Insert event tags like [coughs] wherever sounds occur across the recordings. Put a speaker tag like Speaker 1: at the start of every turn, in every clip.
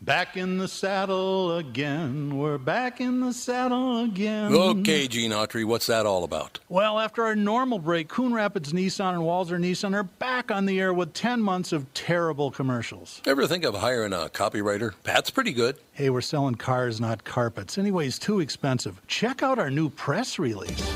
Speaker 1: Back in the saddle again. We're back in the saddle again.
Speaker 2: Okay, Gene Autry, what's that all about?
Speaker 1: Well, after our normal break, Coon Rapids Nissan and Walzer Nissan are back on the air with 10 months of terrible commercials.
Speaker 2: Ever think of hiring a copywriter? That's pretty good.
Speaker 1: Hey, we're selling cars, not carpets. Anyways, too expensive. Check out our new press release.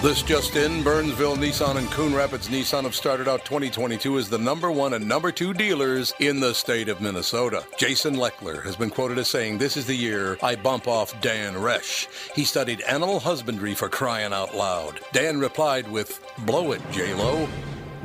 Speaker 2: This just in, Burnsville Nissan and Coon Rapids Nissan have started out 2022 as the number one and number two dealers in the state of Minnesota. Jason Leckler has been quoted as saying, This is the year I bump off Dan Resch. He studied animal husbandry for crying out loud. Dan replied with, Blow it, J-Lo. Mm,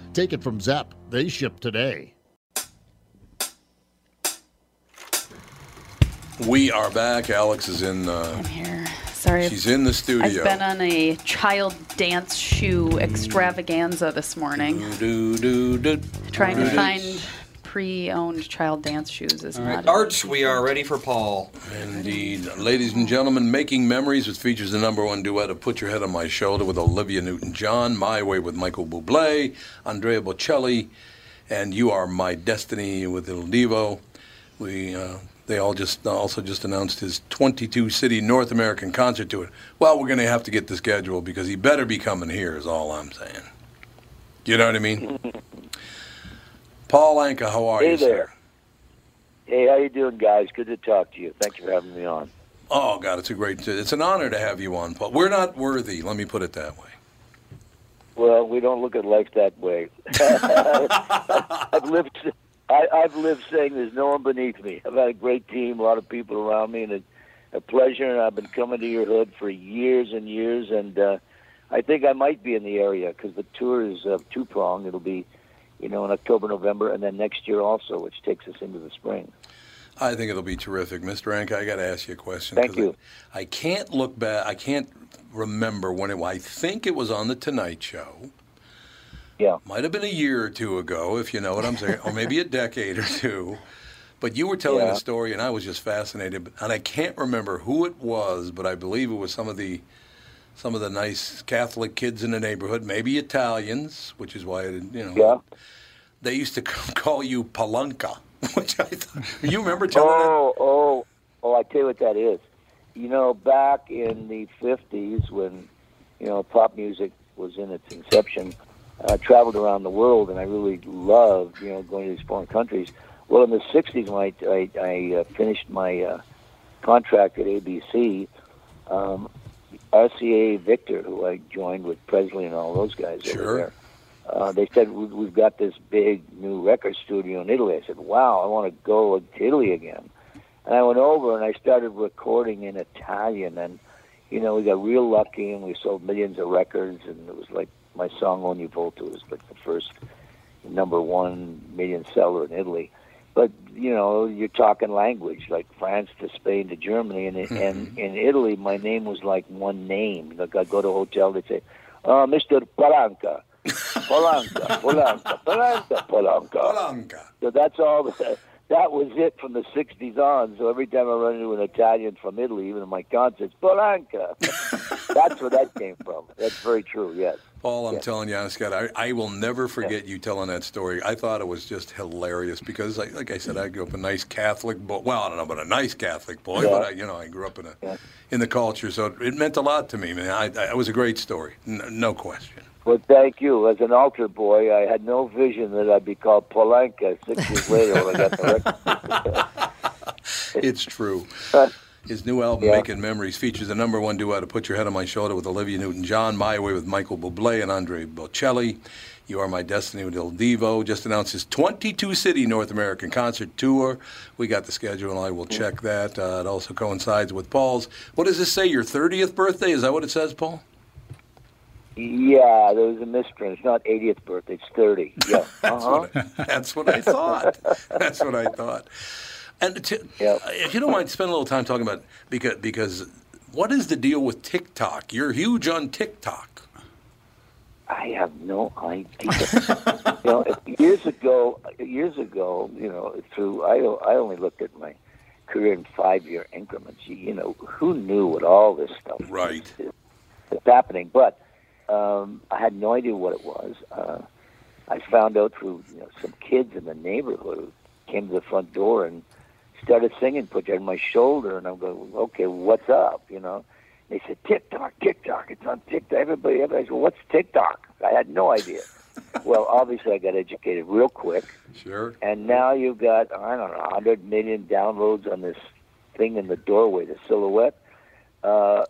Speaker 3: Take it from Zep. They ship today.
Speaker 2: We are back. Alex is in. Uh,
Speaker 4: Here. Sorry.
Speaker 2: she's in the
Speaker 4: I've
Speaker 2: studio.
Speaker 4: been on a child dance shoe extravaganza this morning.
Speaker 2: Do, do, do.
Speaker 4: Trying to find pre-owned child dance shoes is not.
Speaker 5: Arch, we are ready for Paul.
Speaker 2: Indeed. Ladies and gentlemen, Making Memories, which features the number one duet of Put Your Head on My Shoulder with Olivia Newton John, My Way with Michael Bublé, Andrea Bocelli, and You Are My Destiny with Il Divo. We, uh, they all just also just announced his 22 city North American concert tour. Well, we're going to have to get the schedule because he better be coming here, is all I'm saying. You know what
Speaker 6: [laughs]
Speaker 2: I mean? Paul Anka, how are
Speaker 6: Hey
Speaker 2: you? sir?
Speaker 6: there. Hey, how you doing, guys? Good to talk to you. Thank you for having me on.
Speaker 2: Oh God, it's a great. It's an honor to have you on, Paul. We're not worthy. Let me put it that way.
Speaker 6: Well, we don't look at life that way. [laughs] I've lived. I, I've lived saying there's no one beneath me. I've had a great team, a lot of people around me, and a, a pleasure. And I've been coming to your hood for years and years. And uh, I think I might be in the area because the tour is uh, two pronged. It'll be, you know, in October, November, and then next year also, which takes us into the spring.
Speaker 2: I think it'll be terrific, Mr. Anka. I got to ask you a question.
Speaker 6: Thank
Speaker 2: 'cause
Speaker 6: you.
Speaker 2: I, I can't look back. I can't remember when it. I think it was on the Tonight Show.
Speaker 6: Yeah.
Speaker 2: Might have been a year or two ago, if you know what I'm saying, or maybe a decade or two. But you were telling
Speaker 6: Yeah.
Speaker 2: a story, and I was just fascinated. And I can't remember who it was, but I believe it was some of the some of the nice Catholic kids in the neighborhood, maybe Italians, which is why I didn't, you know.
Speaker 6: Yeah.
Speaker 2: they used to [laughs] c- call you [laughs]
Speaker 6: Uh,
Speaker 2: Palanca, which I thought. You remember telling
Speaker 6: Oh, oh, oh! I tell you what that is. you know, back in the 50s when, you know, pop music was in its inception, I traveled around the world and I really loved, you know, going to these foreign countries. Well, in the 60s, when I, I, I uh, finished my uh, contract at ABC, um, RCA Victor, who I joined with Presley and all those guys
Speaker 2: Sure.
Speaker 6: over there, uh, they said, "We- We've got this big new record studio in Italy. I said, Wow, I want to go to Italy again. And I went over and I started recording in Italian. And, you know, we got real lucky and we sold millions of records. And it was like my song Ogni Volta was like the first number one million seller in Italy. But, you know, you're talking language like France to Spain to Germany. And, and in Italy, my name was like one name. Like I go to a hotel, they say, uh, Mr. Palanca. Polanca, Polanca, Polanca, Polanca.
Speaker 2: Palanca.
Speaker 6: So that's all. That was it from the '60s on. So every time I run into an Italian from Italy, even in my concerts, Polanca. that's where that came from. That's very true. Yes.
Speaker 2: Paul, I'm
Speaker 6: Yeah.
Speaker 2: telling you, honest God, I, I will never forget you telling that story. I thought it was just hilarious because, like, like I said, I grew up a nice Catholic boy. Well, I don't know about a nice Catholic boy, but I, you know, I grew up in a
Speaker 6: Yeah.
Speaker 2: in the culture, so it meant a lot to me. Man, I, I, it was a great story, N- no question.
Speaker 6: Well, thank you. As an altar boy, I had no vision that I'd be called Polanca six years later when I got the
Speaker 2: [laughs]
Speaker 6: record.
Speaker 2: It's true. His new album,
Speaker 6: Yeah.
Speaker 2: Making Memories, features the number one duet of Put Your Head on My Shoulder with Olivia Newton John, My Way with Michael Bublé and Andre Bocelli, You Are My Destiny with Il Divo. Just announced his 22 city North American concert tour. We got the schedule, and I will check that. Uh, it also coincides with Paul's. What does this say? Your 30th birthday? Is that what it says, Paul?
Speaker 6: Yeah, there was a misprint. It's not 80th birthday. It's 30. Yeah. Uh-huh.
Speaker 2: [laughs] That's what I thought. [laughs] That's what I thought. And to,
Speaker 6: Yep.
Speaker 2: if you don't mind, spend a little time talking about because because what is the deal with TikTok? You're huge on TikTok.
Speaker 6: I have no idea. you know, if- years ago, years ago, you know, through I, I only looked at my career in five-year increments. You, you know, who knew what all this stuff was-
Speaker 2: Right.
Speaker 6: was happening? But um, I had no idea what it was. Uh, I found out through you know, some kids in the neighborhood who came to the front door and started singing, put it on my shoulder, and I'm going, okay, what's up? You know, they said TikTok, TikTok, it's on TikTok. Everybody, everybody said, what's TikTok? I had no idea. well, obviously, I got educated real quick,
Speaker 2: Sure.
Speaker 6: and now you've got I don't know, 100 million downloads on this thing in the doorway, the silhouette. Uh,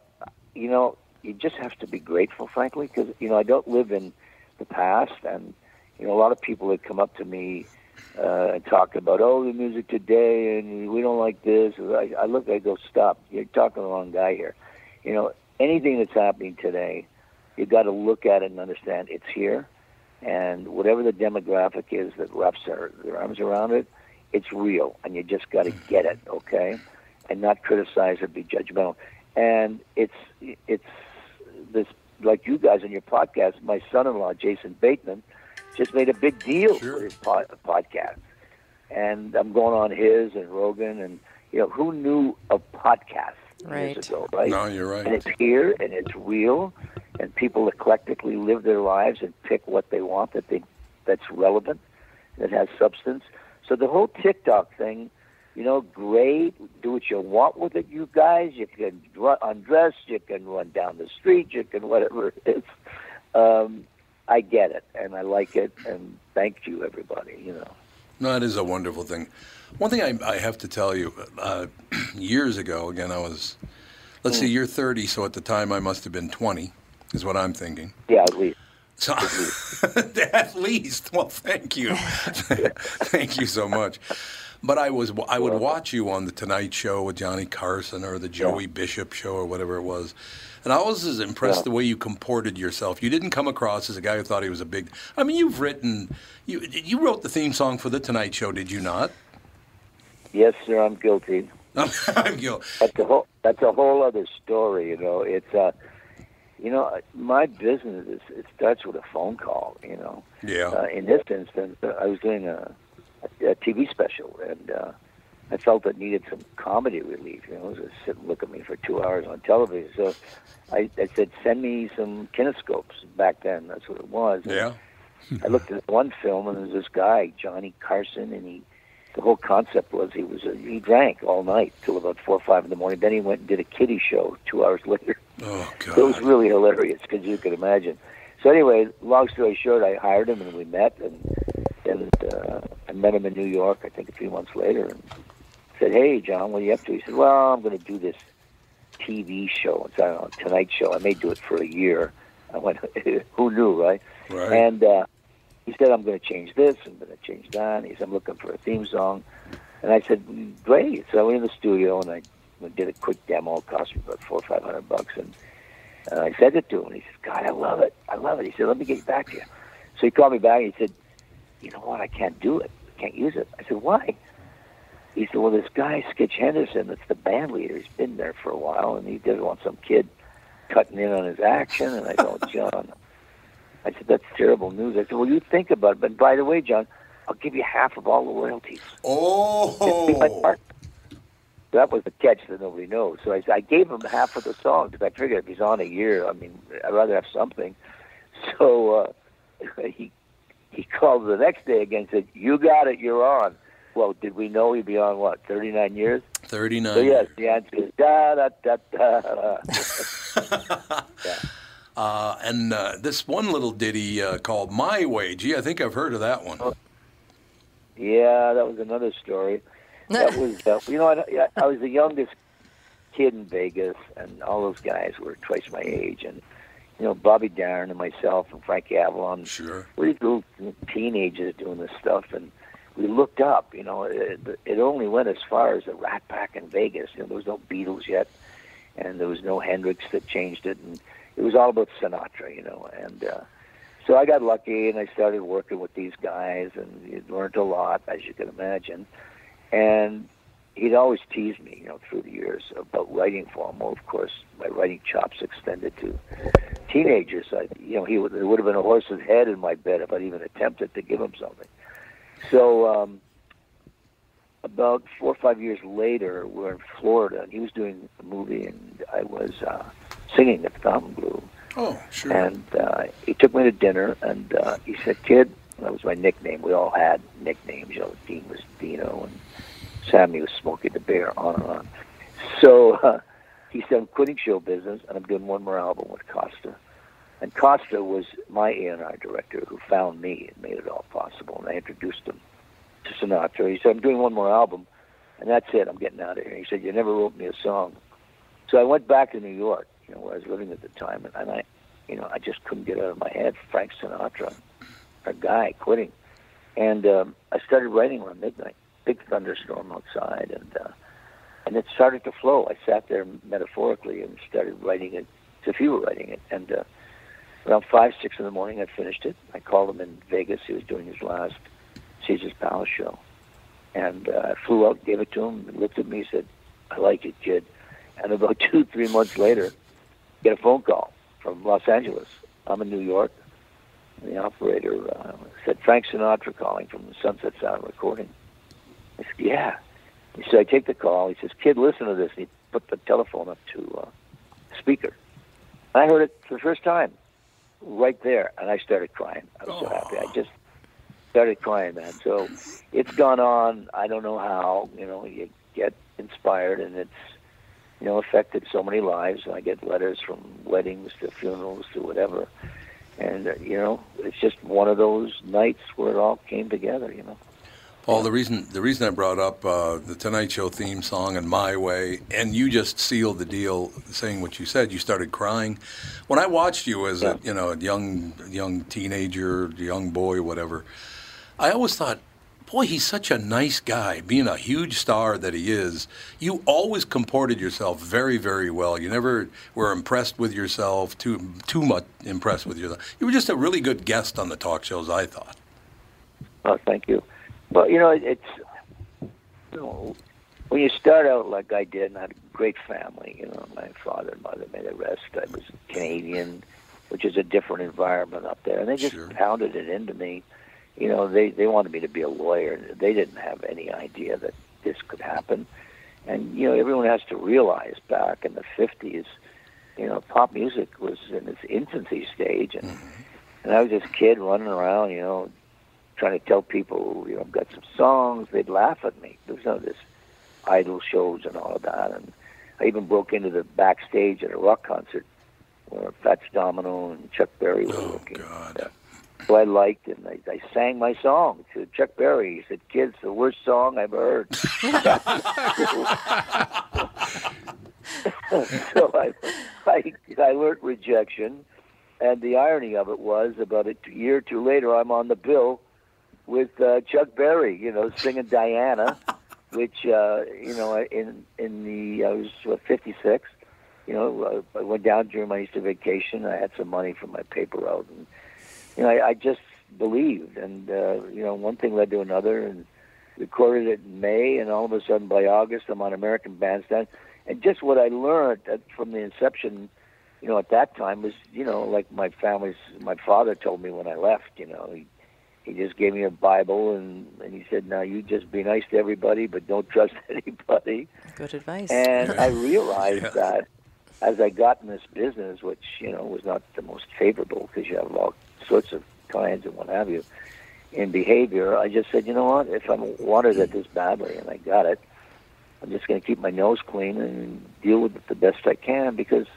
Speaker 6: you know, you just have to be grateful, frankly, because you know I don't live in the past, and you know a lot of people that come up to me uh, and talk about oh the music today and we don't like this. I, I look, I go stop. You're talking to the wrong guy here. You know anything that's happening today, you got to look at it and understand it's here, and whatever the demographic is that wraps their, their arms around it, it's real, and you just got to get it, okay, and not criticize or be judgmental. And it's it's this like you guys on your podcast. My son-in-law Jason Bateman just made a big deal
Speaker 2: Sure.
Speaker 6: for his po- podcast, and I'm going on his and Rogan, and you know who knew of podcasts
Speaker 4: Right.
Speaker 6: years ago, right?
Speaker 2: No, you're right.
Speaker 6: And it's here and it's real, and people eclectically live their lives and pick what they want that they that's relevant, that has substance. So the whole TikTok thing, you know, great. Do what you want with it, you guys. You can run, undress. You can run down the street. You can whatever it is. Um, I get it, and I like it, and thank you, everybody. You know.
Speaker 2: No, it is a wonderful thing. One thing I, I have to tell you, uh, [clears throat] years ago, again, I was, let's
Speaker 6: Hmm.
Speaker 2: see, you're 30, so at the time I must have been 20, is what I'm thinking.
Speaker 6: Yeah, at least.
Speaker 2: So, [laughs] at least, well, thank
Speaker 6: [laughs]
Speaker 2: you, thank you so much. But I was I would watch you on the Tonight Show with Johnny Carson or the Joey Bishop Show or whatever it was, and I was as impressed
Speaker 6: Yeah.
Speaker 2: the way you comported yourself. You didn't come across as a guy who thought he was a big. I mean, you've written you you wrote the theme song for the Tonight Show, did you not?
Speaker 6: Yes, sir. I'm guilty.
Speaker 2: [laughs] I'm guilty.
Speaker 6: that's a whole that's a whole other story you know it's uh you know my business is it starts with a phone call you know
Speaker 2: Yeah.
Speaker 6: uh, in this instance uh, i was doing a, a tv special and uh i felt it needed some comedy relief you know just sit and look at me for two hours on television so i, I said send me some kinescopes back then that's what it was
Speaker 2: Yeah.
Speaker 6: I looked at one film and there's this guy, Johnny Carson, and he the whole concept was he was a, he drank all night till about four or five in the morning. Then he went and did a kiddie show two hours [laughs] later.
Speaker 2: Oh God.
Speaker 6: It was really hilarious because you could imagine. So anyway, long story short, I hired him and we met and and uh, I met him in New York. I think a few months later and said, "Hey, John, what are you up to?" He said, "Well, I'm going to do this TV show. It's I don't know Tonight Show. I may do it for a year." I went, [laughs] "Who knew, right?"
Speaker 2: Right.
Speaker 6: And uh, he said, "I'm going to change this. I'm going to change that." He said, "I'm looking for a theme song," and I said, "Great." So I went in the studio and I we did a quick demo. It cost me about four or five hundred bucks, and and I sent it to him. He said, "God, I love it. I love it." He said, "Let me get back to you." So he called me back. and He said, "You know what? I can't do it. I can't use it." I said, "Why?" He said, "Well, this guy Skitch Henderson, that's the band leader. He's been there for a while, and he doesn't want some kid cutting in on his action." And I
Speaker 2: [laughs]
Speaker 6: said, oh, "John," I said, "That's terrible news." I said, "Well, you think about it. But by the way, John, I'll give you half of all the royalties." Be my
Speaker 2: Oh.
Speaker 6: partner. That was the catch that nobody knows. So I, I gave him half of the song because I figured if he's on a year, I mean, I'd rather have something. [laughs] So uh, [laughs] he he called the next day again and said, "You got it. You're on." Well, did we know he'd be on what 39 years?
Speaker 2: Thirty-nine.
Speaker 6: So yes, the answer is da da da da. da.
Speaker 2: Uh, and uh, this one little ditty uh, called "My Way." Gee, I think I've heard of that one.
Speaker 6: Oh. Yeah, that was another story. That was, uh, you know, I, yeah, I was the youngest kid in Vegas, and all those guys were twice my age, and you know, Bobby Darin and myself and Frankie Avalon.
Speaker 2: Sure.
Speaker 6: We were little teenagers doing this stuff, and we looked up. You know, it, it only went as far as the Rat Pack in Vegas. You know, there was no Beatles yet, and there was no Hendrix that changed it, and it was all about Sinatra. You know, and uh, so I got lucky, and I started working with these guys, and you learned a lot, as you can imagine. And he'd always tease me, you know, through the years about writing for him. Well, of course, my writing chops extended to teenagers. I, you know, he would, there would have been a horse's head in my bed if I'd even attempted to give him something. So, um, about four or five years later, we're in Florida, and he was doing a movie, and I was uh, singing at the Fountain Blue.
Speaker 2: Oh, sure.
Speaker 6: And uh, he took me to dinner, and uh, he said, "Kid," that was my nickname. We all had nicknames. You know, Dean was Dino, and Sammy was Smokey the Bear, on and on. So uh, he said, "I'm quitting show business, and I'm doing one more album with Costa." And Costa was my A&R director who found me and made it all possible, and I introduced him to Sinatra. He said, "I'm doing one more album, and that's it. I'm getting out of here." He said, "You never wrote me a song." So I went back to New York, you know, where I was living at the time, and, and I, you know, I just couldn't get out of my head Frank Sinatra, a guy quitting, and um, I started writing around midnight. Big thunderstorm outside, and uh, and it started to flow. I sat there metaphorically and started writing it as if he were writing it, and uh, around five six in the morning, I finished it. I called him in Vegas. He was doing his last Caesar's Palace show, and uh, I flew out, gave it to him, and looked at me, said, "I like it, kid." And about [laughs] two, three months later, get a phone call from Los Angeles. I'm in New York. And the operator uh, said, Frank Sinatra calling from the Sunset Sound recording. I said, yeah. He said, I take the call. He says, kid, listen to this. And he put the telephone up to uh, speaker. And I heard it for the first time right there. And I started crying. I was so happy. I just started crying, man. So it's gone on. I don't know how. You know, you get inspired and it's you know, affected so many lives. And I get letters from weddings to funerals to whatever. And, uh, you know, it's just one of those nights where it all came together, you know.
Speaker 2: Paul, the reason the reason I brought up uh, the Tonight Show theme song and My Way, and you just sealed the deal saying what you said. You started crying when I watched you as a you know a young young teenager, young boy, whatever. I always thought, boy, he's such a nice guy. Being a huge star that he is, you always comported yourself very, very well. You never were impressed with yourself too too much impressed with yourself. You were just a really good guest on the talk shows. I thought.
Speaker 6: Oh, thank you. Well, you know, it, it's you know, when you start out like I did, and I had a great family. You know, my father and mother made a rest. I was Canadian, which is a different environment up there, and they just
Speaker 2: Sure.
Speaker 6: pounded it into me. You know, they they wanted me to be a lawyer. and They didn't have any idea that this could happen, and you know, everyone has to realize back in the fifties, you know, pop music
Speaker 2: Mm-hmm.
Speaker 6: was in its infancy stage, and and I was this kid running around, you know, trying to tell people, you know, I've got some songs. They'd laugh at me. There's none of this idol shows and all of that. And I even broke into the backstage at a rock concert where Fats Domino and Chuck Berry were
Speaker 2: Oh,
Speaker 6: working.
Speaker 2: God.
Speaker 6: So I liked it, and I, I sang my song to Chuck Berry. He said, "Kids, the worst song I've ever heard." [laughs] so I, I, I learned rejection, and the irony of it was about a year or two later, I'm on the bill with uh, Chuck Berry, you know, singing Diana, [laughs] which uh, you know, in in the I was what, 56. You know, I I went down during my Easter vacation. I had some money from my paper route, and you know, I, I just believed, and uh, you know, one thing led to another, and recorded it in May, and all of a sudden by August I'm on American Bandstand, and just what I learned at, from the inception, you know, at that time was, you know, like my family's, my father told me when I left, you know, he he just gave me a Bible, and and he said, now you just be nice to everybody, but don't [laughs] trust anybody,
Speaker 7: Good advice.
Speaker 6: and
Speaker 1: [laughs]
Speaker 6: I realized that as I got in this business, which you know was not the most favorable because you have all sorts of clients and what have you, in behavior, I just said, you know what? If I'm wanted at this badly, and I got it, I'm just going to keep my nose clean and deal with it the best I can because.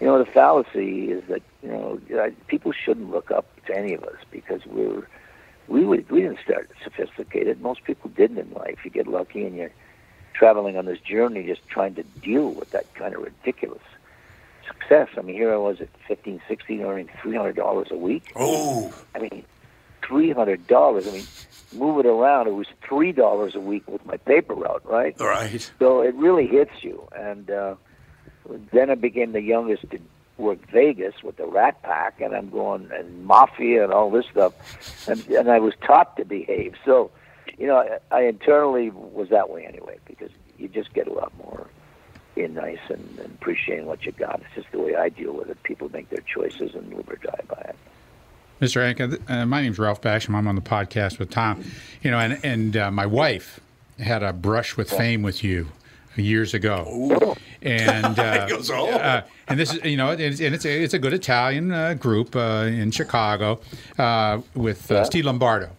Speaker 6: You know, the fallacy is that you know I- people shouldn't look up to any of us because we're we would, we didn't start sophisticated. Most people didn't in life. You get lucky and you're traveling on this journey, just trying to deal with that kind of ridiculous success. I mean, here I was at 15, 16, earning three hundred dollars a week.
Speaker 2: Oh,
Speaker 6: I mean, three hundred dollars. I mean, move it around. It was three dollars a week with my paper route, right?
Speaker 2: all right.
Speaker 6: So it really hits you. And uh, then I became the youngest to work Vegas with the Rat Pack, and I'm going and mafia and all this stuff, and, and I was taught to behave. So, you know, I, I internally was that way anyway because you just get a lot more being nice and, and appreciating what you got. It's just the way I deal with it. People make their choices and live or die by it.
Speaker 8: Mr. Anka, uh, my name's Ralph Basham. I'm on the podcast with Tom. You know, and and uh, my wife had a brush with fame with you years ago, and uh,
Speaker 2: goes, "Oh."
Speaker 8: uh, and this is you know, it's, and it's a, it's a good Italian uh, group uh, in Chicago uh, with uh, Steve Lombardo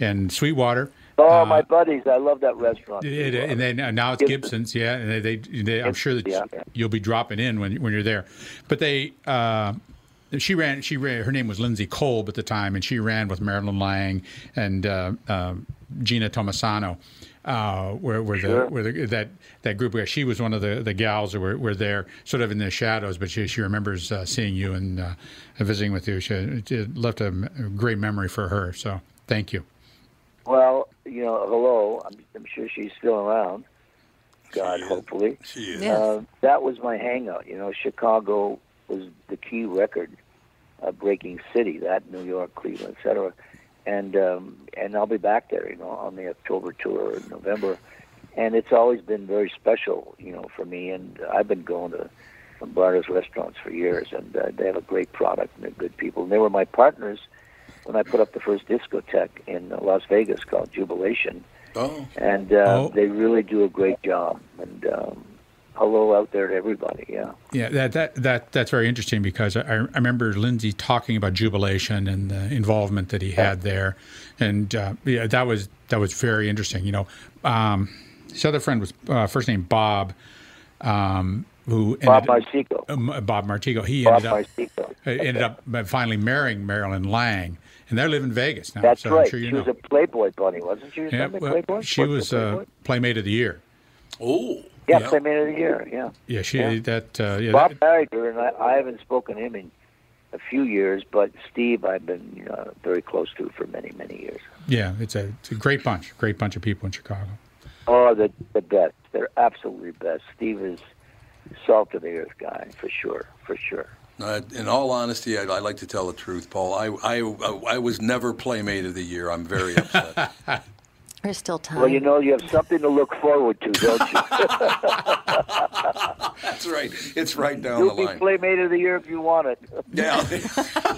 Speaker 8: and Sweetwater.
Speaker 6: Oh, my buddies! I love that restaurant.
Speaker 8: It, it- and then uh, now it's Gibson's, yeah. And they, they, they I'm sure that
Speaker 6: Yeah.
Speaker 8: you'll be dropping in when when you're there. But they, uh, she ran, she ran. Her name was Lindsay Kolb at the time, and she ran with Marilyn Lang and uh, uh, Gina Tomasano. Uh, where where the where the, that that group where she was one of the, the gals that were, were there sort of in the shadows, but she, she remembers uh, seeing you and uh, visiting with you. She it left a, m- a great memory for her. So thank you.
Speaker 6: Well, you know, hello. I'm, I'm sure she's still around. God, hopefully.
Speaker 2: She is.
Speaker 7: Yes.
Speaker 6: Uh, that was my hangout. You know, Chicago was the key record uh, breaking city. That New York, Cleveland, et cetera. And um, and I'll be back there. You know, on the October tour in November. And it's always been very special, you know, for me. And I've been going to Lombardo's restaurants for years, and uh, they have a great product and they're good people. And they were my partners when I put up the first discotheque in uh, Las Vegas called Jubilation
Speaker 2: Oh,
Speaker 6: and uh,
Speaker 8: Oh.
Speaker 6: they really do a great job. And um, hello out there to everybody. Yeah,
Speaker 8: Yeah, that, that that that's very interesting because I, I remember Lindsay talking about jubilation and the involvement that he had there, and uh, yeah, that was that was very interesting. You know, um, his other friend was uh, first name Bob, um, who
Speaker 6: Bob
Speaker 8: ended,
Speaker 6: Marsico.
Speaker 8: um, Bob Martigo. He
Speaker 6: Bob
Speaker 8: ended up
Speaker 6: Marsico.
Speaker 8: uh, ended up finally marrying Marilyn Lang, and they live in Vegas now.
Speaker 6: That's
Speaker 8: so
Speaker 6: right.
Speaker 8: I'm sure you
Speaker 6: she
Speaker 8: know.
Speaker 6: was a Playboy bunny, wasn't she? or
Speaker 8: yeah,
Speaker 6: something?
Speaker 8: well,
Speaker 6: Playboy?
Speaker 8: she
Speaker 6: Wasn't it
Speaker 8: was uh,
Speaker 6: Playboy?
Speaker 8: Playmate of the Year.
Speaker 2: oh,
Speaker 6: yeah, Playmate of the Year. Yeah.
Speaker 8: Yeah, she
Speaker 6: Yeah.
Speaker 8: that uh, yeah.
Speaker 6: Bob
Speaker 8: that-
Speaker 6: married her, and I, I haven't spoken to him in a few years. But Steve, I've been you know, very close to for many, many years.
Speaker 8: yeah, it's a, it's a great bunch, great bunch of people in Chicago.
Speaker 6: Oh, the the best. They're absolutely best. Steve is salt of the earth guy for sure, for sure.
Speaker 2: Uh, in all honesty, I, I like to tell the truth, Paul. I, I, I was never Playmate of the Year. I'm very upset.
Speaker 7: There's still time.
Speaker 6: Well, you know, you have something to look forward to, don't you?
Speaker 2: [laughs] That's right. It's right down the
Speaker 6: You'll be
Speaker 2: line.
Speaker 6: Playmate of the Year if you want it. [laughs]
Speaker 2: yeah, that's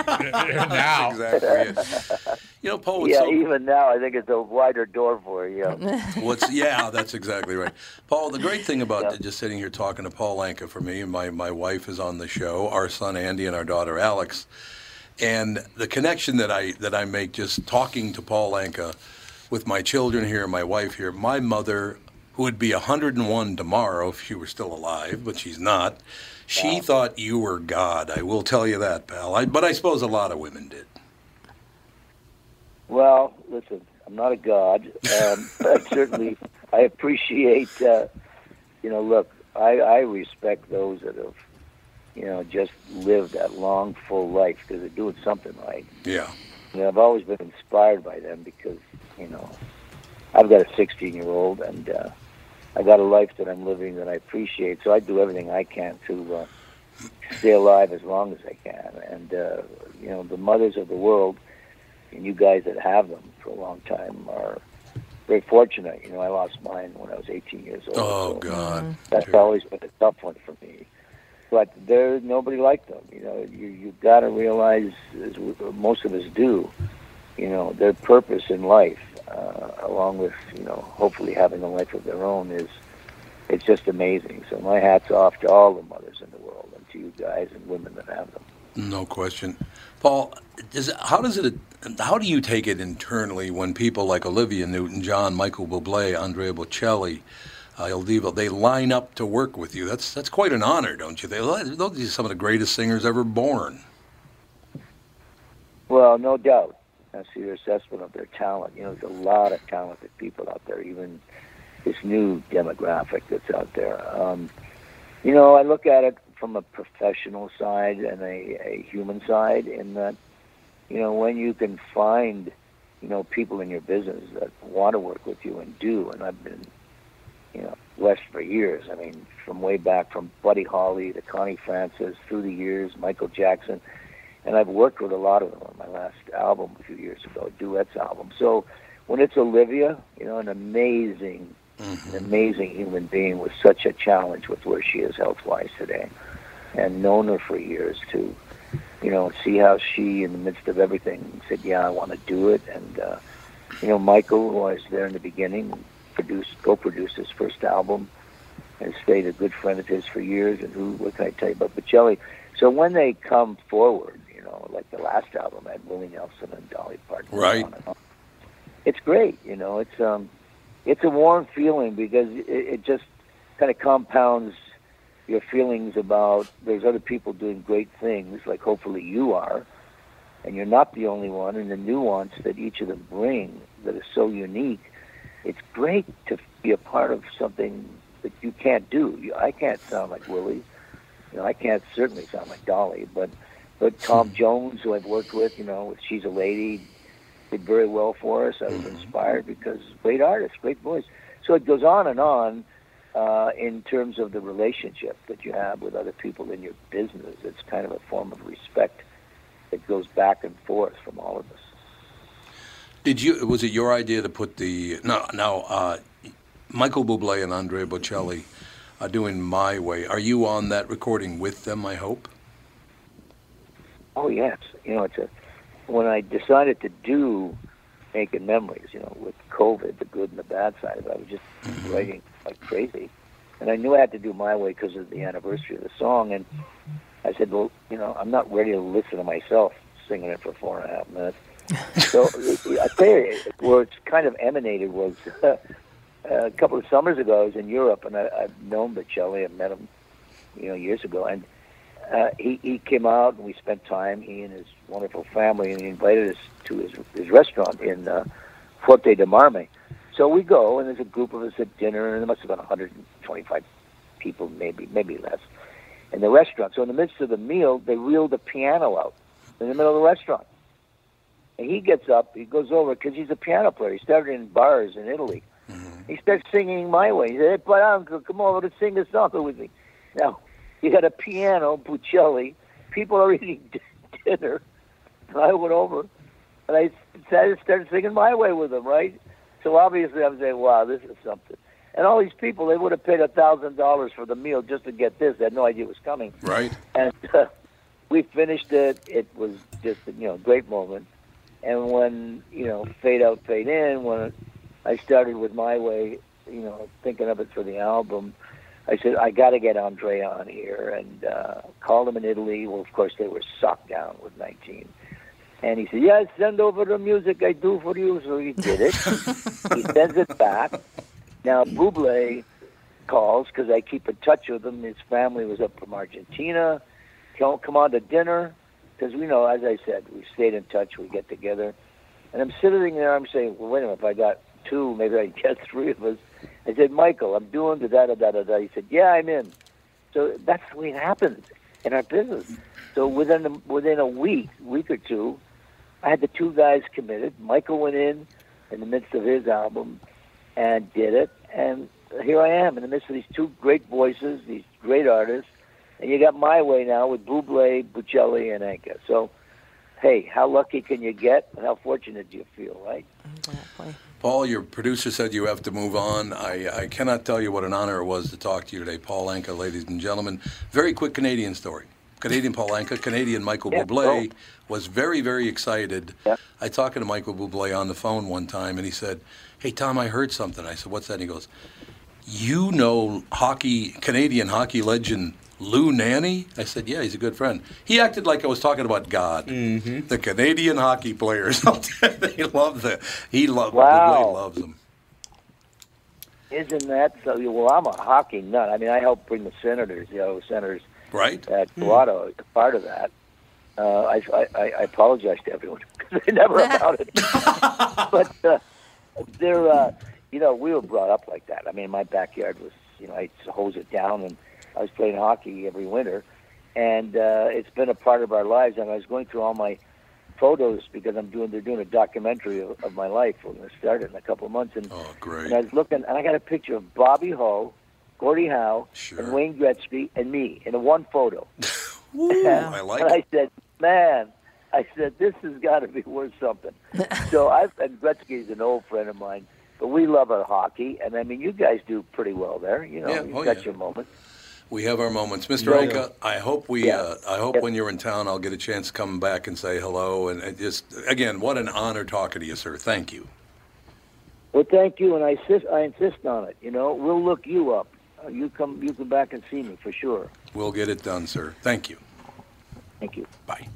Speaker 8: now.
Speaker 2: exactly it. You know, Paul. What's
Speaker 6: yeah,
Speaker 2: so,
Speaker 6: even now, I think it's a wider door for you.
Speaker 7: [laughs]
Speaker 6: Yeah.
Speaker 2: What's yeah, that's exactly right. Paul, the great thing about just sitting here talking to Paul Anka for me, and my, my wife is on the show, our son Andy and our daughter Alex, And the connection that I that I make just talking to Paul Anka with my children here, my wife here, my mother, who would be 101 tomorrow if she were still alive, but she's not. She thought you were God. I will tell you that, pal. I, but I suppose a lot of women did.
Speaker 6: Well, listen, I'm not a god, um, [laughs] but certainly I appreciate. Uh, you know, look, I, I respect those that have, you know, just lived that long, full life because they're doing something right.
Speaker 2: Yeah.
Speaker 6: You know, I've always been inspired by them because you know, I've got a 16 year old and uh, I got a life that I'm living that I appreciate. So I do everything I can to uh, stay alive as long as I can. And uh, you know, the mothers of the world and you guys that have them for a long time are very fortunate. You know, I lost mine when I was 18 years old.
Speaker 2: Oh,
Speaker 6: so
Speaker 2: God.
Speaker 6: That's always been a tough one for me. But there, nobody like them. You know, you you got to realize, as we- most of us do, you know, their purpose in life, uh, along with you know, hopefully having a life of their own, is it's just amazing. So my hats off to all the mothers in the world and to you guys and women that have them.
Speaker 2: No question, Paul. Does, how does it? How do you take it internally when people like Olivia Newton-John, Michael Bublé, Andrea Bocelli, uh, El Divo, they line up to work with you? That's that's quite an honor, don't you? They, those are some of the greatest singers ever born.
Speaker 6: Well, no doubt. That's your assessment of their talent. You know, there's a lot of talented people out there, even this new demographic that's out there. Um, you know, I look at it from a professional side and a, a human side, in that, you know, when you can find, you know, people in your business that want to work with you and do, and I've been, you know, blessed for years. I mean, from way back from Buddy Holly to Connie Francis, through the years, Michael Jackson and I've worked with a lot of them on my last album a few years ago, a duets album. So when it's Olivia, you know, an amazing, an amazing human being with such a challenge with where she is health wise today, and known her for years to, you know, see how she, in the midst of everything, said, "Yeah, I want to do it." And uh, you know, Michael, who I was there in the beginning, produced, co-produced his first album, and stayed a good friend of his for years. And who, what can I tell you about Bocelli? So when they come forward, you know, like the last album had Willie Nelson and Dolly Parton, and
Speaker 2: Right.
Speaker 6: on and on, It's great, you know. It's um, it's a warm feeling because it, it just kind of compounds your feelings about there's other people doing great things, like hopefully you are, and you're not the only one. And the nuance that each of them bring that is so unique, it's great to be a part of something that you can't do. You- I can't sound like Willie. You know, I can't certainly sound like Dolly, but but Tom Jones, who I've worked with, you know, with She's a Lady, did very well for us. I was inspired because great artist, great voice. So it goes on and on uh, in terms of the relationship that you have with other people in your business. It's kind of a form of respect that goes back and forth from all of us.
Speaker 2: Did you? Was it your idea to put the no? Now, uh, Michael Bublé and Andrea Bocelli are doing "My Way." Are you on that recording with them? I hope.
Speaker 6: Oh yes, you know it's a. When I decided to do making memories, you know, with COVID, the good and the bad side of it, I was just writing like crazy, and I knew I had to do my way because of the anniversary of the song. And I said, well, you know, I'm not ready to listen to myself singing it for four and a half minutes. so I tell you, where it's kind of emanated was [laughs] uh, a couple of summers ago. I was in Europe, and I, I've known Bocelli. I met him, you know, years ago, and uh, he he came out and we spent time. He and his wonderful family, and he invited us to his his restaurant in uh, Forte de Marme. So we go, and there's a group of us at dinner, and there must have been 125 people, maybe maybe less, in the restaurant. So in the midst of the meal, they reel the piano out in the middle of the restaurant, and he gets up, he goes over because he's a piano player. He started in bars in Italy. He starts singing my way. He said, hey, but uncle, come over to sing a song with me. Now, you got a piano, Buccelli. People are eating [laughs] dinner. And I went over and I started, started singing my way with them, right? So obviously I'm saying, wow, this is something. And all these people, they would have paid a $1,000 for the meal just to get this. They had no idea it was coming
Speaker 2: Right.
Speaker 6: and uh, we finished it. It was just you know a great moment. And when you know fade out, fade in. When I started with my way, you know, thinking of it for the album, I said I got to get Andre on here and uh, called him in Italy. Well, of course they were socked down with 19 And he said, "Yeah, send over the music I do for you." So he did it. he sends it back. Now Buble calls because I keep in touch with him. His family was up from Argentina. Come come on to dinner because we know, as I said, we stayed in touch. We get together, and I'm sitting there. I'm saying, "Well, wait a minute. If I got two, maybe I [laughs] can get three of us." I said, "Michael, I'm doing da da da da da da." He said, "Yeah, I'm in." So that's the way it happens in our business. So within the, within a week, week or two, I had the two guys committed. Michael went in in the midst of his album and did it, and here I am in the midst of these two great voices, these great artists, and you got my way now with Buble, Buccelli, and Anka. So, hey, how lucky can you get, and how fortunate do you feel, right?
Speaker 7: Exactly.
Speaker 2: Paul, your producer said you have to move on. I, I cannot tell you what an honor it was to talk to you today, Paul Anka, ladies and gentlemen. Very quick Canadian story. Canadian Paul Anka, Canadian Michael
Speaker 6: Yeah,
Speaker 2: Bublé
Speaker 6: oh.
Speaker 2: was very, very excited.
Speaker 6: Yeah.
Speaker 2: I talked to Michael Bublé on the phone one time, and he said, "Hey Tom, I heard something." I said, "What's that?" And he goes, "You know hockey Canadian hockey legend." Lou Nanny? I said, yeah, he's a good friend. He acted like I was talking about God. Mm-hmm. The Canadian hockey players, [laughs] they love the. He loved.
Speaker 6: Wow.
Speaker 2: Bublé loves them.
Speaker 6: Isn't that so? Well, I'm a hockey nut. I mean, I helped bring the Senators, the Ottawa Senators,
Speaker 2: Right?
Speaker 6: at Toronto, as part of that. Uh, I, I, I apologize to everyone [laughs] because they never about it. but uh, they're, uh, you know, we were brought up like that. I mean, my backyard was, you know, I used to hose it down, and I was playing hockey every winter, and uh, it's been a part of our lives. And I was going through all my photos because I'm doing they're doing a documentary of, of my life. We're going to start it in a couple of months, and
Speaker 2: Oh, great.
Speaker 6: and I was looking, and I got a picture of Bobby Hull, Gordie Howe,
Speaker 2: Sure.
Speaker 6: and Wayne Gretzky, and me in one
Speaker 2: [laughs]
Speaker 6: photo.
Speaker 2: Ooh, I like
Speaker 6: and
Speaker 2: it.
Speaker 6: I said, man, I said, this has got to be worth something.
Speaker 2: [laughs]
Speaker 6: so I've, and Gretzky's an old friend of mine, but we love our hockey. And I mean, you guys do pretty well there. You know,
Speaker 2: Yeah,
Speaker 6: you've
Speaker 2: oh,
Speaker 6: got
Speaker 2: yeah.
Speaker 6: your moment.
Speaker 2: We have our moments, Mr.
Speaker 6: Yeah.
Speaker 2: Anka. I hope we.
Speaker 6: Yeah.
Speaker 2: Uh, I hope
Speaker 6: Yeah.
Speaker 2: when you're in town, I'll get a chance to come back and say hello. And it just again, what an honor talking to you, sir. Thank you.
Speaker 6: Well, thank you, and I insist, I insist on it. You know, we'll look you up. Uh, You come, you come back and see me for sure.
Speaker 2: We'll get it done, sir. Thank you.
Speaker 6: Thank you.
Speaker 2: Bye.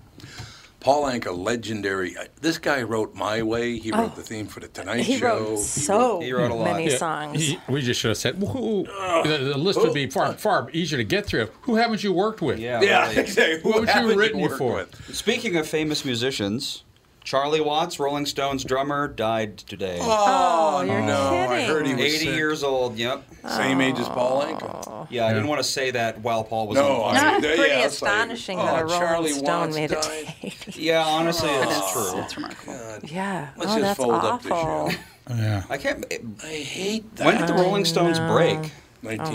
Speaker 2: Paul Anka, legendary. I- This guy wrote "My Way." He wrote the theme for the Tonight
Speaker 7: Oh. He
Speaker 2: Show.
Speaker 7: wrote
Speaker 2: He
Speaker 7: so
Speaker 5: he wrote a lot.
Speaker 7: many
Speaker 8: Yeah,
Speaker 7: songs.
Speaker 8: he- we just should have said, woo, the, the list would be far, far easier to get through. Who haven't you worked with?
Speaker 5: Yeah.
Speaker 2: yeah,
Speaker 5: really.
Speaker 2: exactly.
Speaker 8: What would you
Speaker 2: haven't
Speaker 8: written
Speaker 2: worked
Speaker 8: for?
Speaker 2: with?
Speaker 5: Speaking of famous musicians, Charlie Watts, Rolling Stones drummer, died today.
Speaker 2: Oh,
Speaker 7: you're
Speaker 2: no! I
Speaker 7: kidding.
Speaker 2: heard he was
Speaker 5: 80
Speaker 2: sick.
Speaker 5: years old. Yep.
Speaker 2: Same age as Paul Anka.
Speaker 5: Yeah, I didn't want to say that while Paul was
Speaker 2: No,
Speaker 5: on. the phone.
Speaker 2: I-
Speaker 7: Oh. Not
Speaker 2: yeah,
Speaker 7: pretty
Speaker 2: it's like,
Speaker 7: astonishing
Speaker 2: oh,
Speaker 7: that a Rolling
Speaker 2: Charlie
Speaker 7: Stone
Speaker 2: Watts
Speaker 7: made it
Speaker 2: died.
Speaker 7: to 80.
Speaker 5: Yeah, honestly, it's true.
Speaker 4: That's remarkable.
Speaker 7: Yeah.
Speaker 2: Let's
Speaker 7: oh,
Speaker 2: just
Speaker 7: that's
Speaker 2: fold up
Speaker 7: awful.
Speaker 2: this show.
Speaker 5: I can't. it-
Speaker 2: I hate that.
Speaker 5: when did the Rolling Stones
Speaker 7: Oh,
Speaker 5: break?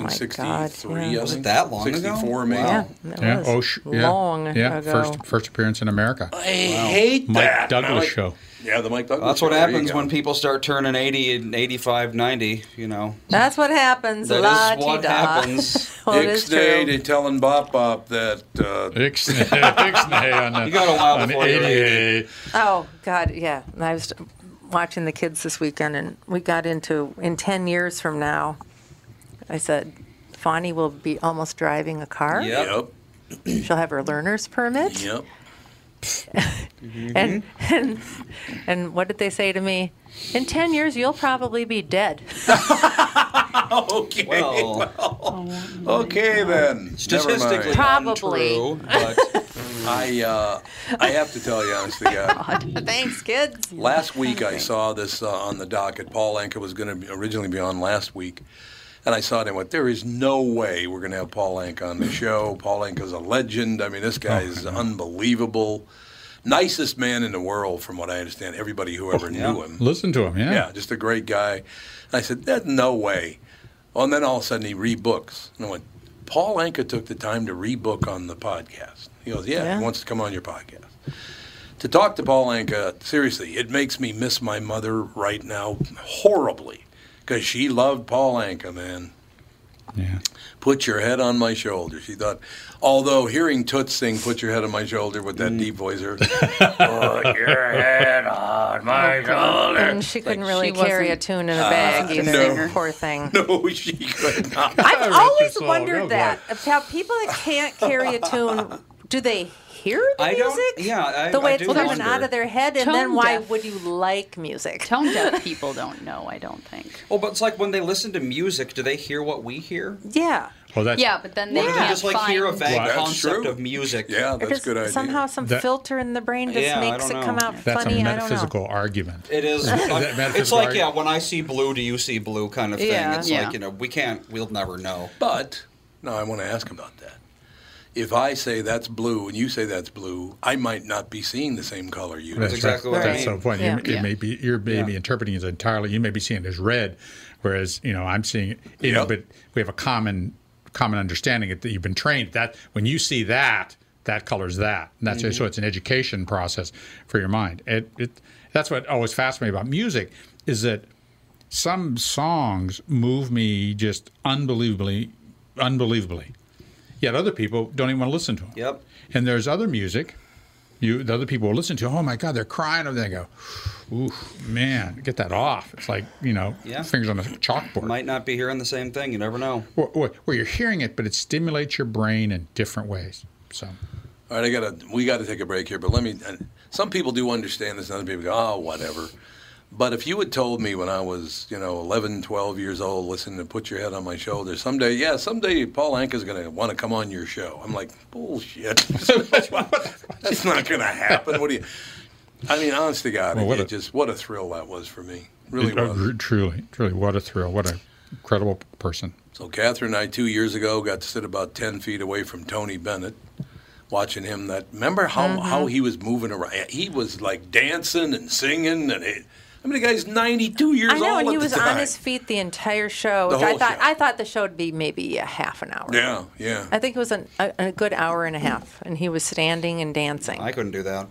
Speaker 2: 1963.
Speaker 7: yeah.
Speaker 2: I
Speaker 7: Was
Speaker 5: it
Speaker 2: think.
Speaker 5: that long ago?
Speaker 2: 64 maybe.
Speaker 7: Yeah, that
Speaker 8: Yeah.
Speaker 7: was
Speaker 8: Oh, sh- yeah.
Speaker 7: long
Speaker 8: yeah.
Speaker 7: ago.
Speaker 8: First, first appearance in America.
Speaker 2: I hate
Speaker 8: Mike
Speaker 2: that.
Speaker 8: Douglas
Speaker 2: Now I-
Speaker 8: show.
Speaker 2: Yeah, the Mike Douglas
Speaker 5: That's
Speaker 2: show.
Speaker 5: what
Speaker 2: There you
Speaker 5: happens
Speaker 2: go.
Speaker 5: when people start turning 80 and 85, 90, you know.
Speaker 7: That's what happens.
Speaker 5: That is
Speaker 7: La
Speaker 5: what
Speaker 7: ti da.
Speaker 5: happens.
Speaker 7: [laughs] Well, it
Speaker 2: Dick's
Speaker 7: is
Speaker 2: Day,
Speaker 7: true.
Speaker 2: they telling Bop Bop that uh,
Speaker 8: Ixnay on the,
Speaker 5: You got a while
Speaker 8: on
Speaker 5: before you're
Speaker 8: 88.
Speaker 7: Oh God, yeah. And I was watching the kids this weekend, and we got into in ten years from now. I said, Fani will be almost driving a car.
Speaker 5: Yep.
Speaker 2: yep,
Speaker 7: She'll have her learner's permit.
Speaker 2: yep.
Speaker 7: And [laughs] and and what did they say to me? In ten years, you'll probably be
Speaker 2: [laughs]
Speaker 7: dead. [laughs]
Speaker 2: [laughs] Okay,
Speaker 5: Well,
Speaker 2: okay then.
Speaker 5: statistically
Speaker 2: Never mind.
Speaker 7: Probably.
Speaker 5: untrue,
Speaker 2: [laughs]
Speaker 5: but
Speaker 2: I [laughs] uh, I have to tell you, honestly, God.
Speaker 7: Thanks, kids.
Speaker 2: Last week I saw this uh, on the docket. Paul Anka was going to originally be on last week, and I saw it and I went, "There is no way we're going to have Paul Anka on the show. Paul Anka's a legend. I mean, this guy is unbelievable. Nicest man in the world, from what I understand. Everybody who ever knew him.
Speaker 8: Listen to him. Yeah.
Speaker 2: Yeah, just a great guy. And I said, There's no way. Well, and then all of a sudden he rebooks. And I went, Paul Anka took the time to rebook on the podcast. He goes, Yeah,
Speaker 7: Yeah.
Speaker 2: he wants to come on your podcast. To talk to Paul Anka, seriously, it makes me miss my mother right now horribly because she loved Paul Anka, man
Speaker 8: Yeah.
Speaker 2: put your head on my shoulder. She thought, although hearing Toots sing "Put Your Head on My Shoulder" with that deep voice, [laughs] her, put Mm. your head on my [laughs] shoulder.
Speaker 7: And she couldn't really
Speaker 4: she
Speaker 7: carry a
Speaker 4: wasn't-
Speaker 7: tune in a bag either.
Speaker 2: Ah, no.
Speaker 7: Poor thing.
Speaker 2: [laughs] No, she could not.
Speaker 5: [laughs]
Speaker 7: I've
Speaker 8: Rest your
Speaker 7: always
Speaker 8: soul.
Speaker 7: wondered
Speaker 8: Go
Speaker 7: that about people that can't carry a tune Do they hear the
Speaker 5: I
Speaker 7: music?
Speaker 5: don't- yeah, I-
Speaker 7: the way
Speaker 5: I
Speaker 7: it's
Speaker 5: do
Speaker 7: coming
Speaker 5: wonder.
Speaker 7: out of their head, and
Speaker 4: Tone
Speaker 7: then why
Speaker 4: deaf.
Speaker 7: would you like music?
Speaker 4: Tone
Speaker 7: [laughs]
Speaker 4: deaf people don't know, I don't think.
Speaker 5: Well, Oh, but it's like when they listen to music, do they hear what we hear?
Speaker 7: Yeah,
Speaker 8: Oh, that's
Speaker 4: Yeah, but then
Speaker 5: Or
Speaker 4: they
Speaker 5: do they
Speaker 4: can't
Speaker 5: just like
Speaker 4: find.
Speaker 5: hear a vague
Speaker 2: Well, that's
Speaker 5: concept
Speaker 2: true.
Speaker 5: of music?
Speaker 2: Yeah,
Speaker 7: Or
Speaker 2: Oh, that's
Speaker 7: just
Speaker 2: a good idea.
Speaker 7: somehow some
Speaker 8: That-
Speaker 7: filter in the brain just
Speaker 5: Yeah, I
Speaker 7: makes it
Speaker 5: don't
Speaker 7: come
Speaker 5: know.
Speaker 7: out
Speaker 8: that's
Speaker 7: funny.
Speaker 8: a
Speaker 7: I don't know.
Speaker 8: metaphysical argument. [laughs]
Speaker 5: It is. [laughs] it's
Speaker 8: metaphysical
Speaker 5: like
Speaker 8: art-
Speaker 5: yeah, when I see blue, do you see blue? Kind of thing.
Speaker 7: Yeah.
Speaker 5: It's
Speaker 4: Yeah.
Speaker 5: like you know we can't, we'll never know.
Speaker 2: But no, I want to ask about that. If I say that's blue and you say that's blue, I might not be seeing the same color you.
Speaker 8: That's
Speaker 2: do.
Speaker 5: exactly what I
Speaker 8: That's
Speaker 5: mean.
Speaker 8: the point.
Speaker 7: Yeah.
Speaker 8: You, it
Speaker 4: Yeah.
Speaker 8: may be you're maybe
Speaker 5: Yeah.
Speaker 8: interpreting it entirely. You may be seeing it as red, whereas you know I'm seeing it. You know,
Speaker 2: Yep.
Speaker 8: but we have a common common understanding that you've been trained that when you see that, that color's that. And
Speaker 5: Mm-hmm.
Speaker 8: that's so it's an education process for your mind. It, it that's what always fascinates me about music is that some songs move me just unbelievably, unbelievably. Yet other people don't even want to listen to them.
Speaker 5: Yep.
Speaker 8: And there's other music you the other people will listen to. Oh my God, they're crying over there. They go, ooh man, get that off. It's like you know,
Speaker 5: Yeah.
Speaker 8: fingers on a chalkboard.
Speaker 5: Might not be hearing the same thing. You never know.
Speaker 8: where, where, where you're hearing it, but it stimulates your brain in different ways. So
Speaker 2: All right, I gotta we gotta take a break here, but let me. uh, Some people do understand this, and other people go, "Oh, whatever." But if you had told me when I was, you know, 11, 12 years old, listen to put your head on my shoulder, someday, yeah, someday Paul Anka's going to want to come on your show. I'm like, bullshit. [laughs] That's not going to happen. What do you? I mean, honest to God,
Speaker 8: Well, what
Speaker 2: it
Speaker 8: a-
Speaker 2: just what a thrill that was for me. Really
Speaker 8: It- uh,
Speaker 2: was.
Speaker 8: truly, truly, what a thrill! What an incredible person.
Speaker 2: So Catherine and I, two years ago, got to sit about ten feet away from Tony Bennett, watching him. That remember how
Speaker 7: Mm-hmm.
Speaker 2: how he was moving around. He was like dancing and singing, and it, I mean, the guy's [laughs] ninety two years
Speaker 7: I know,
Speaker 2: old.
Speaker 7: and
Speaker 2: at
Speaker 7: he
Speaker 2: the
Speaker 7: was
Speaker 2: time.
Speaker 7: on his feet the entire show.
Speaker 2: The
Speaker 7: which I
Speaker 2: whole
Speaker 7: thought
Speaker 2: show.
Speaker 7: I thought the show would be maybe a half an hour.
Speaker 2: Yeah, yeah.
Speaker 7: I think it was an, a, a good hour and a half, and he was standing and dancing.
Speaker 5: I couldn't do that.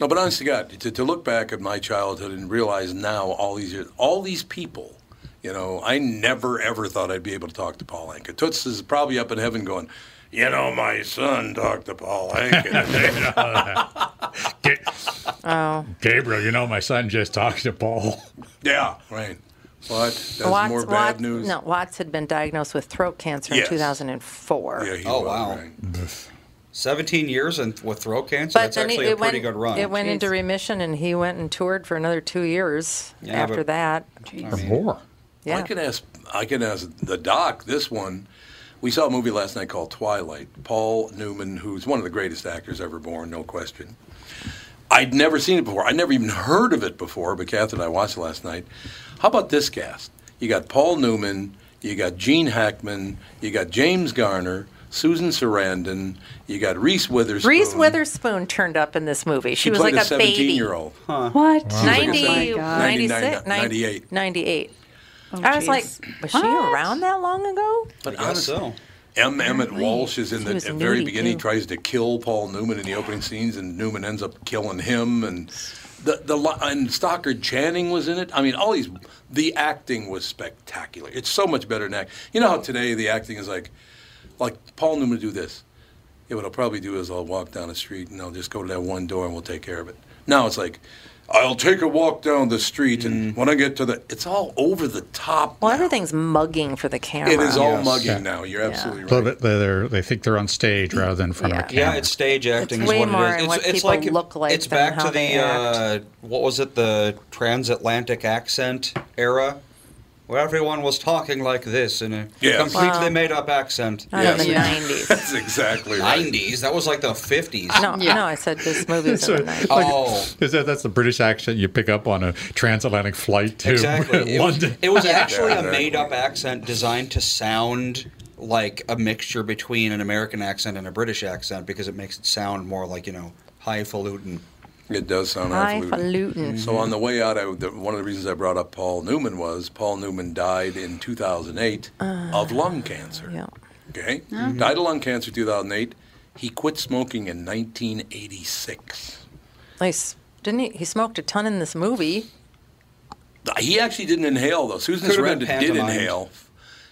Speaker 2: No, but honest to God, to, to look back at my childhood and realize now all these years, all these people, you know, I never ever thought I'd be able to talk to Paul Anka. Toots is probably up in heaven going, you know, my son talked to
Speaker 7: [laughs]
Speaker 2: Paul [laughs] Anka.
Speaker 7: Oh.
Speaker 8: Gabriel, you know my son just talked to Paul.
Speaker 5: [laughs]
Speaker 2: yeah, right. But that's more bad
Speaker 7: Watts,
Speaker 2: news.
Speaker 7: No, Watts had been diagnosed with throat cancer
Speaker 2: Yes.
Speaker 7: in 2004.
Speaker 2: Yeah, he
Speaker 5: Oh,
Speaker 2: was,
Speaker 5: wow.
Speaker 2: right.
Speaker 5: Seventeen years and with throat cancer.
Speaker 7: But
Speaker 5: that's
Speaker 7: then he-
Speaker 5: actually
Speaker 7: it
Speaker 5: a pretty
Speaker 7: went,
Speaker 5: good run.
Speaker 7: It went
Speaker 4: Jeez.
Speaker 7: into remission, and he went and toured for another two years
Speaker 5: Yeah,
Speaker 7: after
Speaker 5: but-
Speaker 7: that.
Speaker 8: Or more.
Speaker 7: Yeah.
Speaker 2: I can ask. I can ask the doc. This one, we saw a movie last night called Twilight. Paul Newman, who's one of the greatest actors ever born, no question. I'd never seen it before. I never even heard of it before. But Kath and I watched it last night. How about this cast? You got Paul Newman. You got Gene Hackman. You got James Garner. Susan Sarandon. You got Reese Witherspoon.
Speaker 7: Reese Witherspoon turned up in this movie. She,
Speaker 2: She
Speaker 7: was
Speaker 2: played
Speaker 7: like
Speaker 2: a
Speaker 7: a, baby.
Speaker 2: seventeen-year-old.
Speaker 4: What?
Speaker 7: 90,
Speaker 4: Oh my God. Oh,
Speaker 7: 96,
Speaker 2: 98.
Speaker 7: 98. I was
Speaker 4: jeez.
Speaker 7: like, was she
Speaker 4: What?
Speaker 7: around that long ago?
Speaker 2: But
Speaker 5: I guess so.
Speaker 2: M. Emmett Walsh is in
Speaker 7: He
Speaker 2: the
Speaker 7: was
Speaker 2: at
Speaker 7: a
Speaker 2: very
Speaker 7: nudie,
Speaker 2: beginning.
Speaker 7: too.
Speaker 2: tries to kill Paul Newman in the opening scenes, and Newman ends up killing him. And the the li- and Stockard Channing was in it. I mean, all these the acting was spectacular. It's so much better than act. You know how today the acting is like, like Paul Newman would do this. Yeah, what I'll probably do is I'll walk down the street and I'll just go to that one door and we'll take care of it. Now it's like. I'll take a walk down the street,
Speaker 5: Mm.
Speaker 2: and when I get to the, it's all over the top.
Speaker 7: Well,
Speaker 2: now.
Speaker 7: everything's mugging for the camera.
Speaker 2: It is all
Speaker 5: Yes.
Speaker 2: mugging
Speaker 8: Yeah.
Speaker 2: now. You're absolutely
Speaker 8: A
Speaker 2: right.
Speaker 8: little bit. They're, they think they're on stage rather than in front of a
Speaker 7: Yeah.
Speaker 8: camera.
Speaker 5: Yeah, it's stage acting.
Speaker 7: It's way
Speaker 5: is what
Speaker 7: more
Speaker 5: it is.
Speaker 7: in what
Speaker 5: It's, it's
Speaker 7: people
Speaker 5: like
Speaker 7: look like
Speaker 5: It's
Speaker 7: than
Speaker 5: back
Speaker 7: how
Speaker 5: to
Speaker 7: they
Speaker 5: the uh, what was it? The transatlantic accent era, where everyone was talking like this in a
Speaker 2: Yes.
Speaker 5: completely
Speaker 7: Wow.
Speaker 5: made up accent.
Speaker 7: Not in the
Speaker 2: Yes.
Speaker 7: 90s.
Speaker 2: [laughs] That's exactly right.
Speaker 5: Nineties. That was like the fifties.
Speaker 7: No, no, I said this movie's
Speaker 4: [laughs]
Speaker 8: So,
Speaker 7: in the 90s.
Speaker 8: like,
Speaker 5: Oh.
Speaker 8: [laughs] is that, that's the British accent you pick up on a transatlantic flight to [laughs]
Speaker 5: Exactly. It was,
Speaker 8: London.
Speaker 5: it was actually a
Speaker 2: Yeah.
Speaker 5: made up accent designed to sound like a mixture between an American accent and a British accent because it makes it sound more like, you know, highfalutin.
Speaker 2: It does sound
Speaker 7: Highfalutin.
Speaker 2: So on the way out, I, the, one of the reasons I brought up Paul Newman was Paul Newman died in 2008
Speaker 7: Uh,
Speaker 2: of lung cancer.
Speaker 7: Uh-huh. Yeah.
Speaker 2: Okay,
Speaker 5: Mm-hmm.
Speaker 2: died of lung cancer 2008. He quit smoking in 1986.
Speaker 7: Nice. Didn't he? He smoked a ton in this movie.
Speaker 2: He actually didn't inhale though. Susan
Speaker 5: Could have
Speaker 2: Sarandon
Speaker 5: been
Speaker 2: did
Speaker 5: pantomimed.
Speaker 2: inhale.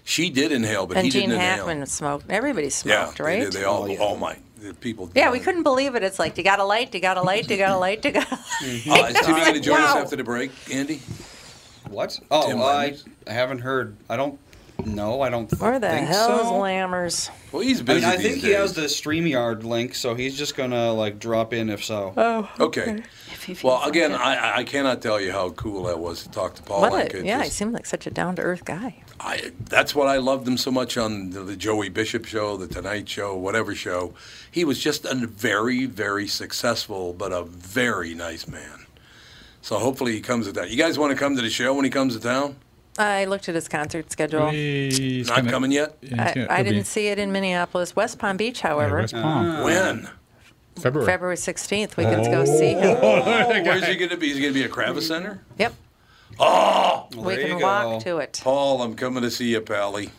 Speaker 2: She did inhale, but
Speaker 7: and
Speaker 2: he
Speaker 7: Gene
Speaker 2: didn't
Speaker 7: Hackman
Speaker 2: inhale.
Speaker 7: smoked. Everybody
Speaker 2: Yeah,
Speaker 7: smoked,
Speaker 2: they
Speaker 7: right?
Speaker 2: did. They all,
Speaker 5: Oh,
Speaker 2: oh,
Speaker 5: yeah.
Speaker 2: my, the people.
Speaker 7: [laughs] yeah, we couldn't believe it. It's like, you got a light, you got a light, you
Speaker 5: [laughs]
Speaker 7: got a light, you got a light.
Speaker 2: [laughs] Uh, is Tim going to join us
Speaker 7: Wow.
Speaker 2: after the break, Andy?
Speaker 5: What? Oh,
Speaker 2: Tim
Speaker 5: I,
Speaker 2: Hortons?
Speaker 5: I haven't heard. I don't. No, I don't th-
Speaker 7: [laughs] Where the
Speaker 5: think
Speaker 7: hell
Speaker 5: so.
Speaker 7: is Lammers?
Speaker 2: Well, he's
Speaker 5: I
Speaker 2: busy.
Speaker 5: mean, I
Speaker 2: these
Speaker 5: think he
Speaker 2: days.
Speaker 5: has the StreamYard link, so he's just gonna like drop in if so.
Speaker 7: Oh,
Speaker 2: Okay. Well, again, I, I- I cannot tell you how cool that was to talk to Paul.
Speaker 7: what
Speaker 2: I
Speaker 7: a,
Speaker 2: could
Speaker 7: yeah, he
Speaker 2: just-
Speaker 7: seemed like such a down to earth guy.
Speaker 2: I, that's what I loved him so much on the, the Joey Bishop show, the Tonight Show, whatever show. He was just a very, very successful, but a very nice man. So hopefully he comes to town. You guys want to come to the show when he comes to town?
Speaker 7: I looked at his concert schedule.
Speaker 8: He's
Speaker 2: Not
Speaker 8: gonna-
Speaker 2: coming yet.
Speaker 8: yeah, he's
Speaker 7: I,
Speaker 8: gonna-
Speaker 7: I
Speaker 8: could be
Speaker 7: didn't see it in Minneapolis. West Palm Beach, however,
Speaker 8: West Palm.
Speaker 2: Ah. When?
Speaker 8: February.
Speaker 7: February 16th, we can
Speaker 5: Oh.
Speaker 7: go see
Speaker 5: [laughs]
Speaker 7: him.
Speaker 2: Oh. [laughs] Where's he going to be? He's going to be at Kravis Center.
Speaker 7: Yep,
Speaker 5: Well,
Speaker 7: we
Speaker 5: there
Speaker 7: can
Speaker 5: you
Speaker 7: walk
Speaker 5: go.
Speaker 7: to it.
Speaker 2: Ah! Paul, I'm coming to see you, Pally.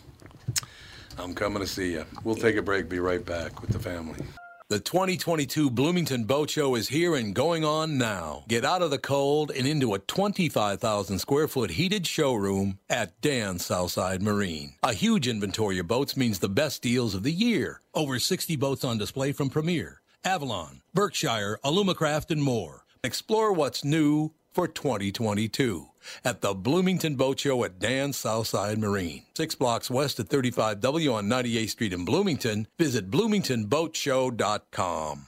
Speaker 2: I'm coming to see you. We'll take a break. Be right back with the family. The 2022 Bloomington Boat Show is here and going on now. Get out of the cold and into a 25,000 square foot heated showroom at Dan's Southside Marine. A huge inventory of boats means the best deals of the year. Over 60 boats on display from Premier, Avalon, Berkshire, Alumacraft, and more. Explore what's new for 2022 at the Bloomington Boat Show at Dan's Southside Marine. Six blocks west of 35W on 98th Street in Bloomington. Visit bloomingtonboatshow.com.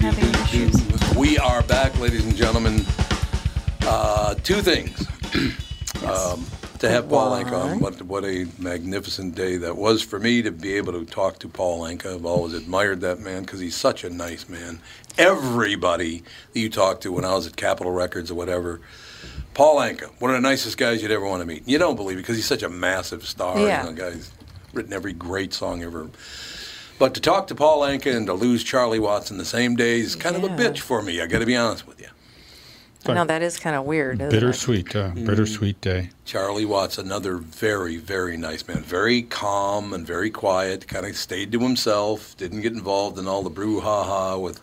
Speaker 4: Having issues.
Speaker 2: We are back, ladies and gentlemen. Uh, two things. [clears throat] um, to have Paul Anka on, what, what a magnificent day that was for me to be able to talk to Paul Anka. I've always admired that man because he's such a nice man. Everybody that you talk to when I was at Capitol Records or whatever, Paul Anka, one of the nicest guys you'd ever want to meet. You don't believe it because he's such a massive star.
Speaker 7: Yeah.
Speaker 2: You know, guy's written every great song ever. But to talk to Paul Anka and to lose Charlie Watts in the same day is kind of a
Speaker 7: Yeah.
Speaker 2: bitch for me. I got to be honest with you.
Speaker 7: I know that is kind of weird. Isn't It?
Speaker 8: Bittersweet, uh,
Speaker 5: Mm-hmm.
Speaker 8: bittersweet day.
Speaker 2: Charlie Watts, another very, very nice man, very calm and very quiet. Kind of stayed to himself, didn't get involved in all the brouhaha with,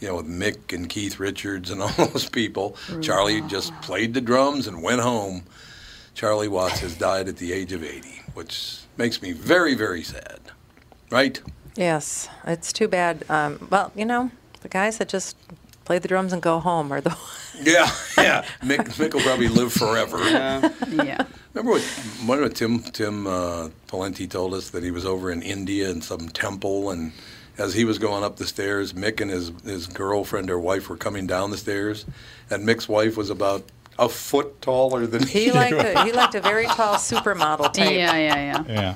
Speaker 2: you know, with Mick and Keith Richards and [laughs] all those people. Charlie just played the drums and went home. Charlie Watts has died at the age of 80, which makes me very, very sad. Right?
Speaker 7: Yes, it's too bad. Um, well, you know, the guys that just play the drums and go home are the. [laughs]
Speaker 2: Yeah, yeah. Mick, Mick will probably live forever.
Speaker 4: Yeah.
Speaker 2: Remember what, remember what Tim Tim uh, Pawlenty told us that he was over in India in some temple, and as he was going up the stairs, Mick and his his girlfriend or wife were coming down the stairs, and Mick's wife was about a foot taller than
Speaker 7: He
Speaker 2: [laughs] he.
Speaker 7: liked a, [laughs] he liked a very tall supermodel
Speaker 4: Yeah,
Speaker 7: type.
Speaker 4: yeah, yeah.
Speaker 8: Yeah.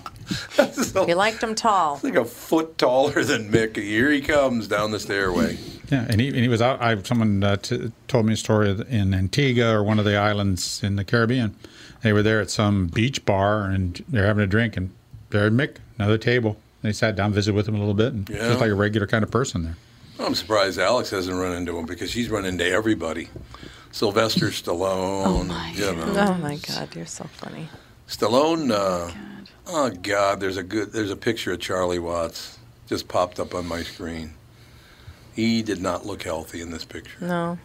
Speaker 2: so,
Speaker 7: He liked him tall.
Speaker 2: like a foot taller than Mick. Here he comes down the stairway.
Speaker 8: Yeah, and he, and he was out. I someone uh, t- told me a story in Antigua or one of the islands in the Caribbean. They were there at some beach bar and they're having a drink, and there Mick, another table. They sat down, visited with him a little bit, and
Speaker 2: Yeah.
Speaker 8: just like a regular kind of person there.
Speaker 2: I'm surprised Alex hasn't run into him because she's run into everybody.
Speaker 7: [laughs]
Speaker 2: Sylvester Stallone.
Speaker 4: Oh, my
Speaker 2: you know.
Speaker 7: Oh my God, you're so funny.
Speaker 2: Stallone. Uh, oh God, there's a good. There's a picture of Charlie Watts. just popped up on my screen. He did not look healthy in this picture.
Speaker 7: No.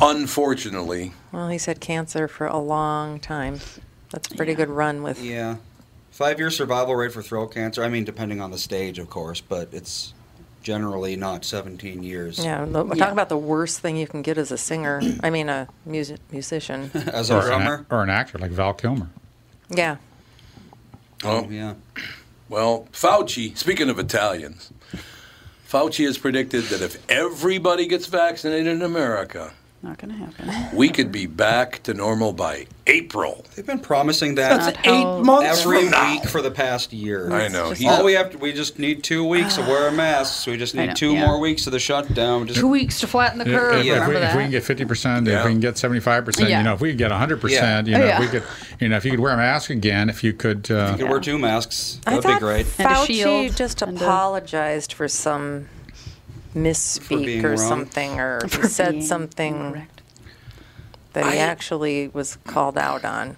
Speaker 2: Unfortunately,
Speaker 7: Well, he's had cancer for a long time. That's a pretty good run with.
Speaker 5: Yeah. Five year survival rate for throat cancer. I mean, depending on the stage, of course, but it's generally not 17 years.
Speaker 7: Yeah, lo- talk about the worst thing you can get as a singer. I mean, a music, musician.
Speaker 5: As
Speaker 8: or, an, or an actor like Val Kilmer.
Speaker 7: yeah.
Speaker 2: Oh,
Speaker 5: yeah.
Speaker 2: Well, Fauci, speaking of Italians, Fauci has predicted that if everybody gets vaccinated in America,
Speaker 9: Not going to happen.
Speaker 2: we could be back to normal by April.
Speaker 5: They've been promising that
Speaker 9: That's Not eight how- months
Speaker 5: every
Speaker 9: from now.
Speaker 5: week for the past year.
Speaker 2: I know. He's-
Speaker 5: All we have to, we just need two weeks to wear a mask. We just
Speaker 9: I
Speaker 5: need
Speaker 9: know,
Speaker 5: two
Speaker 9: yeah.
Speaker 5: more weeks of the shutdown. Just
Speaker 9: Two weeks to flatten the
Speaker 8: If-
Speaker 9: curve.
Speaker 8: if, if we,
Speaker 9: remember
Speaker 8: if
Speaker 9: that?
Speaker 8: we can get fifty percent, if we can get seventy five percent,
Speaker 9: Yeah.
Speaker 8: you know, if we could get hundred percent,
Speaker 5: Yeah.
Speaker 8: you know,
Speaker 9: Oh,
Speaker 8: if we
Speaker 9: yeah.
Speaker 8: could, you know, if you could wear a mask again, if you could, uh,
Speaker 5: you could wear two masks.
Speaker 7: I
Speaker 5: That'd be
Speaker 7: thought
Speaker 5: great.
Speaker 7: Fauci just apologized for some misspeak
Speaker 5: being
Speaker 7: or
Speaker 5: wrong.
Speaker 7: something, or he
Speaker 9: For
Speaker 7: said
Speaker 9: being
Speaker 7: something that he actually was called out on.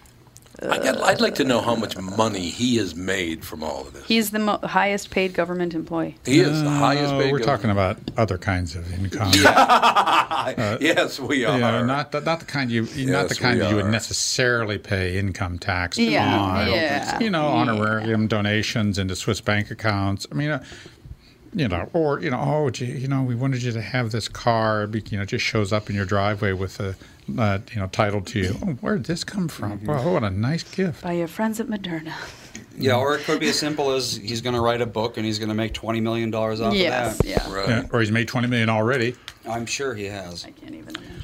Speaker 2: I'd, I'd like to know how much money he has made from all of this.
Speaker 9: He's the mo- highest paid government employee.
Speaker 2: He is the highest
Speaker 8: No,
Speaker 2: paid.
Speaker 8: Uh, We're
Speaker 2: government-
Speaker 8: talking about other kinds of income. Uh,
Speaker 2: [laughs] yes, we are.
Speaker 8: You know, not the, not the kind you not the
Speaker 2: Yes,
Speaker 8: kind
Speaker 2: we
Speaker 8: that you would
Speaker 2: are.
Speaker 8: necessarily pay income tax
Speaker 9: Yeah,
Speaker 8: on.
Speaker 9: yeah,
Speaker 8: You know, honorarium donations into Swiss bank accounts. I mean, uh, you know, or you know, oh, gee, you know, we wanted you to have this car. be- You know, it just shows up in your driveway with a uh, you know title to you. Oh, where did this come from?
Speaker 2: Mm-hmm.
Speaker 8: Wow, what a nice gift.
Speaker 9: By your friends at Moderna.
Speaker 5: Yeah, or it could be as simple as he's going to write a book and he's going to make $20 million off
Speaker 9: Yes,
Speaker 5: of that.
Speaker 9: yeah.
Speaker 2: Right.
Speaker 8: Yeah, or he's made twenty million already.
Speaker 5: I'm sure he has.
Speaker 9: Can't even imagine.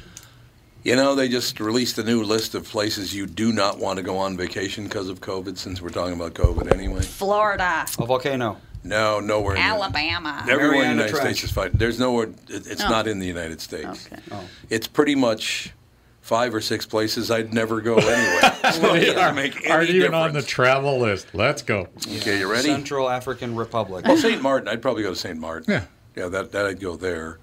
Speaker 2: You know, they just released a new list of places you do not want to go on vacation because of COVID. Since we're talking about COVID anyway.
Speaker 9: Florida,
Speaker 5: A volcano.
Speaker 2: No, nowhere. in the-
Speaker 9: Alabama.
Speaker 2: Everywhere in the
Speaker 5: Mariana
Speaker 2: United
Speaker 5: Trench.
Speaker 2: States is fine. There's nowhere. It, it's
Speaker 9: Oh.
Speaker 2: not in the United States.
Speaker 9: Okay.
Speaker 5: Oh.
Speaker 2: It's pretty much five or six places I'd never go anyway. so it doesn't make any
Speaker 8: Aren't even on the
Speaker 2: difference.
Speaker 8: travel list. Let's go.
Speaker 2: okay, you ready?
Speaker 5: Central African Republic.
Speaker 2: Well, St. Martin. I'd probably go to St. Martin.
Speaker 8: Yeah.
Speaker 2: Yeah, that, that I'd go there.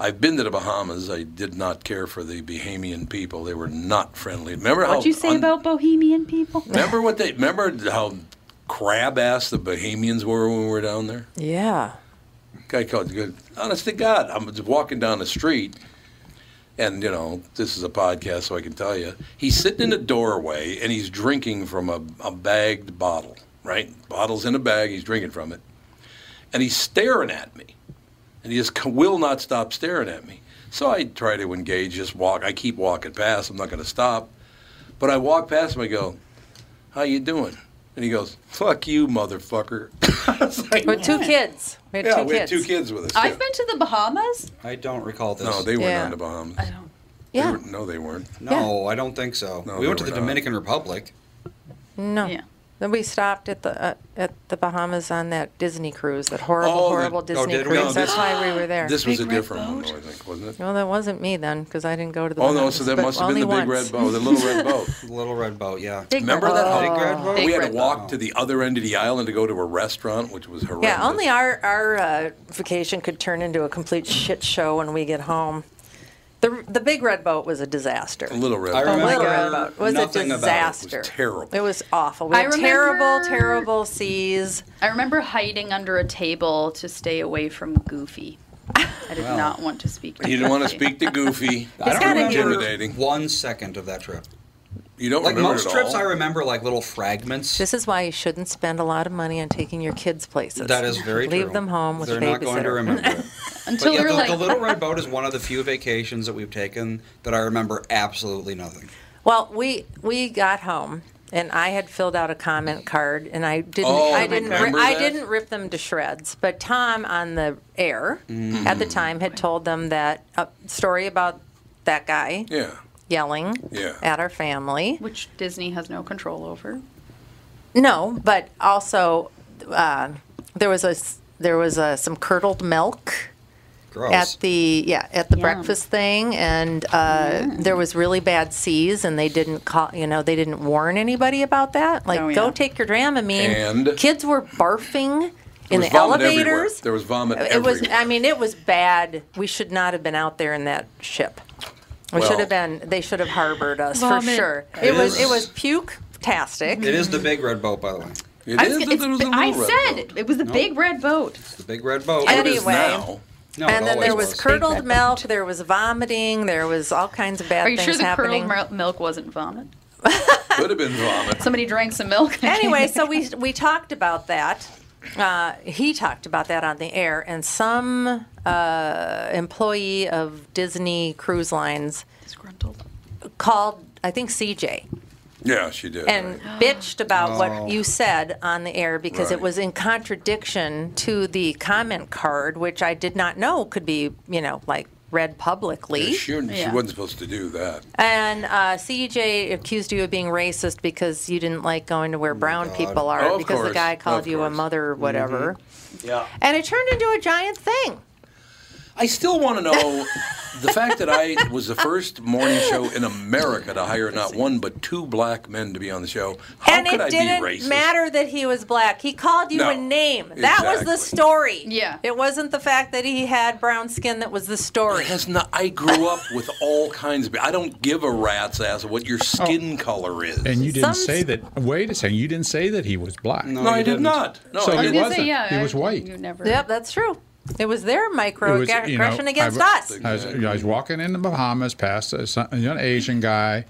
Speaker 2: I've been to the Bahamas. I did not care for the Bahamian people. They were not friendly. Remember how?
Speaker 9: What'd you say
Speaker 2: un-
Speaker 9: about Bohemian people?
Speaker 2: Remember what they? Remember how crab ass the Bahamians were when we were down there?
Speaker 7: Yeah.
Speaker 2: guy called good honest to god i'm just walking down the street and you know this is a podcast so i can tell you he's sitting in a doorway and he's drinking from a, a bagged bottle right bottles in a bag he's drinking from it and he's staring at me and he just c- will not stop staring at me so i try to engage just walk i keep walking past i'm not going to stop but i walk past him i go how you doing and he goes fuck you motherfucker I was like,
Speaker 7: With two kids. We had
Speaker 2: yeah,
Speaker 7: two
Speaker 2: we had
Speaker 7: kids.
Speaker 2: two kids with us.
Speaker 9: I've
Speaker 2: too.
Speaker 9: been to the Bahamas.
Speaker 5: I don't recall this.
Speaker 2: No, they weren't
Speaker 7: Yeah.
Speaker 2: on the Bahamas.
Speaker 9: I don't.
Speaker 2: They
Speaker 7: Yeah.
Speaker 2: were- no, they weren't.
Speaker 5: No, I don't think so.
Speaker 2: No,
Speaker 5: we went
Speaker 2: they
Speaker 5: to the
Speaker 2: were not.
Speaker 5: Dominican Republic.
Speaker 7: No.
Speaker 9: Yeah.
Speaker 7: Then we stopped at the uh, at the Bahamas on that Disney cruise, that horrible,
Speaker 2: Oh, the-
Speaker 7: horrible
Speaker 2: oh,
Speaker 7: Disney
Speaker 5: did we?
Speaker 7: cruise.
Speaker 2: No,
Speaker 7: That's
Speaker 2: this-
Speaker 7: why we were there.
Speaker 2: This was a
Speaker 9: Big Red
Speaker 2: different one,
Speaker 9: Boat?
Speaker 2: though, I think, wasn't it?
Speaker 7: well, that wasn't me then, because I didn't go to the.
Speaker 2: Oh no,
Speaker 7: Bahamas,
Speaker 2: so that
Speaker 7: but
Speaker 2: must have been the
Speaker 7: only
Speaker 2: big
Speaker 7: once.
Speaker 2: red boat, the
Speaker 7: [laughs]
Speaker 2: little red boat.
Speaker 5: The Little Red Boat, yeah.
Speaker 9: Big
Speaker 2: Remember
Speaker 9: Red
Speaker 2: that?
Speaker 9: Boat.
Speaker 2: Big
Speaker 5: Red Boat?
Speaker 2: we
Speaker 9: Big
Speaker 2: had to
Speaker 9: Red
Speaker 2: walk
Speaker 5: Boat.
Speaker 2: to the other end of the island to go to a restaurant, which was horrendous.
Speaker 7: Yeah, only our our uh, vacation could turn into a complete shit show when we get home. The the big red boat was a disaster.
Speaker 2: A little red.
Speaker 5: I
Speaker 2: boat.
Speaker 7: The
Speaker 5: remember
Speaker 7: little red boat was a
Speaker 5: nothing about it. It was
Speaker 7: disaster.
Speaker 2: terrible.
Speaker 7: It was awful. We
Speaker 9: I
Speaker 7: had terrible,
Speaker 9: remember-
Speaker 7: terrible seas.
Speaker 9: I remember hiding under a table to stay away from Goofy. I did not want to speak to
Speaker 2: You didn't want to
Speaker 9: Goofy.
Speaker 2: speak to [laughs] Goofy.
Speaker 5: I don't
Speaker 7: gotta
Speaker 5: remember
Speaker 2: Intimidating.
Speaker 5: one second of that trip.
Speaker 2: You don't
Speaker 5: Like
Speaker 2: remember
Speaker 5: most
Speaker 2: it at
Speaker 5: trips, I
Speaker 2: all.
Speaker 5: remember like little fragments.
Speaker 7: This is why you shouldn't spend a lot of money on taking your kids places.
Speaker 5: that is very true.
Speaker 7: Leave them home with
Speaker 5: They're
Speaker 7: a
Speaker 5: not going to
Speaker 7: babysitter.
Speaker 5: remember
Speaker 7: [laughs]
Speaker 5: it.
Speaker 9: [laughs] Until
Speaker 5: but yeah,
Speaker 9: you're
Speaker 5: the,
Speaker 9: like-
Speaker 5: the Little Red Boat is one of the few vacations that we've taken that I remember absolutely nothing.
Speaker 7: Well, we we got home and I had filled out a comment card and I didn't
Speaker 2: Oh,
Speaker 7: I didn't ri-
Speaker 2: remember
Speaker 7: I
Speaker 2: that?
Speaker 7: didn't rip them to shreds, but Tom on the air at
Speaker 5: Mm.
Speaker 7: the time had told them that a story about that guy
Speaker 2: Yeah.
Speaker 10: [laughs]
Speaker 2: [laughs]
Speaker 7: yelling
Speaker 2: Yeah.
Speaker 7: at our family.
Speaker 9: Which Disney has no control over.
Speaker 7: No, but also uh, there was a s- there was a, some curdled milk
Speaker 5: Gross.
Speaker 7: at the yeah at the
Speaker 9: Yum. Mm.
Speaker 7: breakfast thing, and uh, there was really bad seas, and they didn't call you know they didn't warn anybody about that. Like
Speaker 9: Oh, yeah.
Speaker 7: go take your Dramamine.
Speaker 2: And?
Speaker 7: kids were barfing
Speaker 2: There
Speaker 7: in
Speaker 2: was
Speaker 7: the
Speaker 2: vomit everywhere.
Speaker 7: elevators.
Speaker 2: There was vomit
Speaker 7: It was [laughs]
Speaker 2: everywhere.
Speaker 7: I mean it was bad. We should not have been out there in that ship. We
Speaker 2: Well-
Speaker 7: should have been. They should have harbored us
Speaker 9: Vomit.
Speaker 7: for sure.
Speaker 5: It
Speaker 7: It was
Speaker 5: is-
Speaker 7: it was puke tastic.
Speaker 5: it is the Big Red Boat, by the way.
Speaker 2: It
Speaker 9: I was
Speaker 2: is
Speaker 9: gonna-
Speaker 2: or
Speaker 9: it's
Speaker 2: there was
Speaker 9: bi-
Speaker 2: a
Speaker 9: I
Speaker 2: little red
Speaker 9: said it was the
Speaker 5: No.
Speaker 9: big red boat.
Speaker 5: It's the big red boat.
Speaker 2: Anyway. It is now.
Speaker 5: No,
Speaker 7: and
Speaker 5: it
Speaker 7: then there
Speaker 5: always
Speaker 7: was,
Speaker 5: was.
Speaker 7: curdled milk. There was vomiting. There was all kinds of bad
Speaker 9: Are you
Speaker 7: things
Speaker 9: sure the
Speaker 7: happening.
Speaker 9: curdled mil- milk wasn't vomit?
Speaker 2: Could have been vomit.
Speaker 9: Somebody drank some milk. [laughs]
Speaker 7: anyway, so we we talked about that. Uh, he talked about that on the air, and some uh, employee of Disney Cruise Lines called, I think CJ,
Speaker 2: Yeah, she did.
Speaker 7: and bitched about
Speaker 2: Oh.
Speaker 7: what you said on the air because
Speaker 2: Right.
Speaker 7: it was in contradiction to the comment card, which I did not know could be, you know, like read publicly.
Speaker 2: She, she wasn't supposed to do that.
Speaker 7: And uh, CJ accused you of being racist because you didn't like going to where brown
Speaker 2: God.
Speaker 7: people are
Speaker 2: Oh, of
Speaker 7: because
Speaker 2: course.
Speaker 7: the guy called
Speaker 2: Of
Speaker 7: you a mother
Speaker 8: Mm-hmm.
Speaker 7: or whatever.
Speaker 5: Mm-hmm.
Speaker 2: Yeah.
Speaker 7: And it turned into a giant thing.
Speaker 2: I still want
Speaker 7: [laughs]
Speaker 2: to know the fact that I was the first morning show in America to hire not one but two black men to be on the show. How
Speaker 7: and
Speaker 2: could
Speaker 7: it
Speaker 2: I
Speaker 7: didn't
Speaker 2: be racist?
Speaker 7: matter that he was black. He called you
Speaker 2: No.
Speaker 7: a name. That was the
Speaker 2: Exactly.
Speaker 7: story. Yeah. It wasn't the fact that he had brown skin that was the story.
Speaker 2: That's not- I grew up with all kinds of. I don't give a rat's ass what
Speaker 5: Oh.
Speaker 2: your skin color is.
Speaker 8: And you didn't
Speaker 2: Some-
Speaker 8: say that. Wait a second. You didn't say that he was black.
Speaker 2: No, No, I you did didn't. not. No,
Speaker 8: so
Speaker 2: I
Speaker 8: he
Speaker 2: didn't.
Speaker 8: wasn't. he was white.
Speaker 7: never. Yep, that's true. It was their
Speaker 8: It was,
Speaker 7: microaggression
Speaker 8: you know,
Speaker 7: against
Speaker 8: I,
Speaker 7: us.
Speaker 8: I was, you know, I was walking in the Bahamas past a, some- you know, an Asian guy,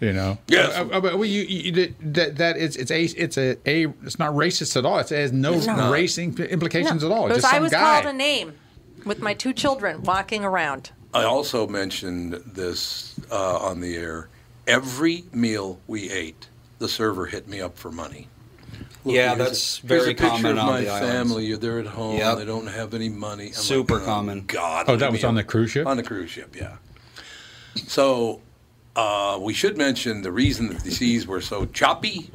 Speaker 8: you know.
Speaker 2: Yes.
Speaker 8: Uh, uh, but well, you, you, did- that that is it's a it's a, a it's not racist at all. It's, it has no,
Speaker 7: It's not.
Speaker 8: racing implications
Speaker 7: No,
Speaker 8: at all.
Speaker 7: it was-
Speaker 8: Just some
Speaker 7: I was
Speaker 8: guy.
Speaker 7: called a name with my two children walking around.
Speaker 2: I also mentioned this uh, on the air. Every meal we ate, the server hit me up for money.
Speaker 5: Yeah,
Speaker 2: here's
Speaker 5: that's
Speaker 2: a, here's
Speaker 5: very
Speaker 2: a picture
Speaker 5: common
Speaker 2: of
Speaker 5: on
Speaker 2: my
Speaker 5: the islands.
Speaker 2: family. You're there at home.
Speaker 5: Yep.
Speaker 2: They don't have any money. I'm like,
Speaker 5: Super
Speaker 2: oh,
Speaker 5: common.
Speaker 2: God.
Speaker 8: Oh, that
Speaker 2: leave
Speaker 8: was
Speaker 2: me
Speaker 8: on
Speaker 2: al-
Speaker 8: the cruise ship?
Speaker 2: On the cruise ship, yeah. So uh, we should mention the reason that the seas were so choppy.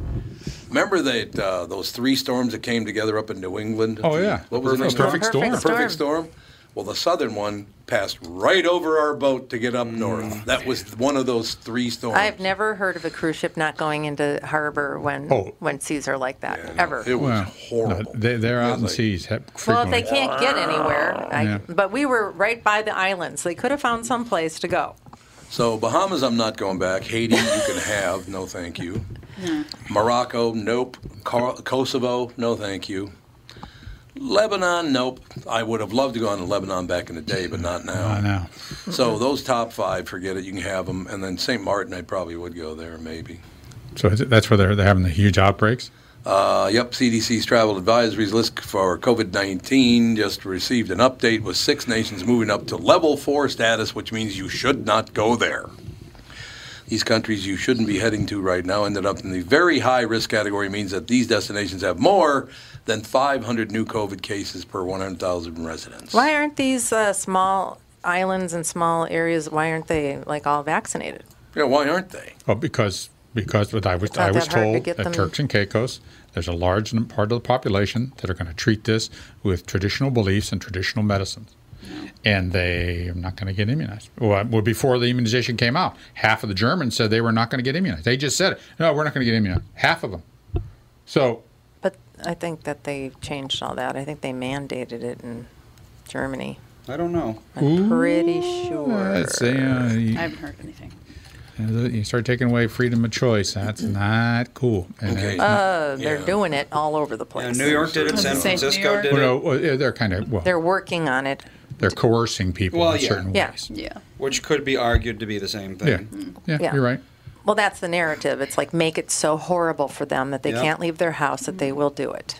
Speaker 2: Remember that uh, those three storms that came together up in New England?
Speaker 8: Oh, yeah.
Speaker 2: What was the
Speaker 8: Perfect
Speaker 2: name
Speaker 8: Perfect storm.
Speaker 2: of it? The Perfect storm. Well, the southern one passed right over our boat to get up
Speaker 8: Mm.
Speaker 2: north. That was one of those three
Speaker 8: Oh.
Speaker 2: storms.
Speaker 7: I've never heard of a cruise ship not going into harbor when
Speaker 8: Oh.
Speaker 7: when seas are like that ever.
Speaker 2: It was
Speaker 8: Well,
Speaker 2: horrible.
Speaker 8: they, they're out in the seas. ha-
Speaker 7: well, if
Speaker 8: frequently.
Speaker 7: they can't get anywhere, I,
Speaker 8: Yeah.
Speaker 7: but we were right by the islands. They could have found some place to go.
Speaker 2: So Bahamas, I'm not going back. Haiti, you can have. No, thank you. Morocco, nope. Car- Kosovo, no, thank you. Lebanon, nope. I would have loved to go on to Lebanon back in the day, but not now.
Speaker 8: I know.
Speaker 2: So those top five, forget it. You can have them. And then St. Martin, I probably would go there, maybe.
Speaker 8: So is it- that's where they're they're having the huge outbreaks.
Speaker 2: Uh, yep, CDC's travel advisories list for COVID 19 just received an update with six nations moving up to level four status, which means you should not go there. These countries you shouldn't be heading to right now ended up in the very high risk category, means that these destinations have more than 500 new COVID cases per 100,000 residents.
Speaker 7: Why aren't these uh, small islands and small areas? Why aren't they like all vaccinated?
Speaker 2: Yeah, why aren't they?
Speaker 8: Oh, because because what I was
Speaker 7: not
Speaker 8: I was
Speaker 7: that hard to
Speaker 8: told
Speaker 7: get
Speaker 8: that
Speaker 7: them-
Speaker 8: Turks and Caicos, there's a large n- part of the population that are going to treat this with traditional beliefs and traditional medicines, and they are not going to get immunized. Well, well, before the immunization came out, half of the Germans said they were not going to get immunized. They just said, it. "No, we're not going to get immunized." Half of them. So
Speaker 7: But I think that they changed all that. I think they mandated it in Germany.
Speaker 5: I don't know.
Speaker 7: I'm pretty sure.
Speaker 8: that's, uh, you, uh,
Speaker 9: I haven't heard anything.
Speaker 8: you start taking away freedom of choice. That's not cool. And it's not-
Speaker 7: Uh, they're doing it all over the place.
Speaker 5: New York did
Speaker 7: I
Speaker 5: it.
Speaker 7: was
Speaker 5: San
Speaker 7: gonna say, New
Speaker 5: Francisco
Speaker 7: York.
Speaker 5: did
Speaker 8: well,
Speaker 5: it.
Speaker 8: no, well, yeah, they're kind of well,
Speaker 7: They're working on it.
Speaker 8: they're coercing people
Speaker 5: Well,
Speaker 8: in
Speaker 5: yeah.
Speaker 8: certain
Speaker 7: Yeah.
Speaker 9: Yeah.
Speaker 5: Which could be argued to be the same thing.
Speaker 8: Yeah. Yeah, you're right.
Speaker 7: Well, that's the narrative. It's like make it so horrible for them that they
Speaker 5: Yeah.
Speaker 7: can't leave their house that they will do it.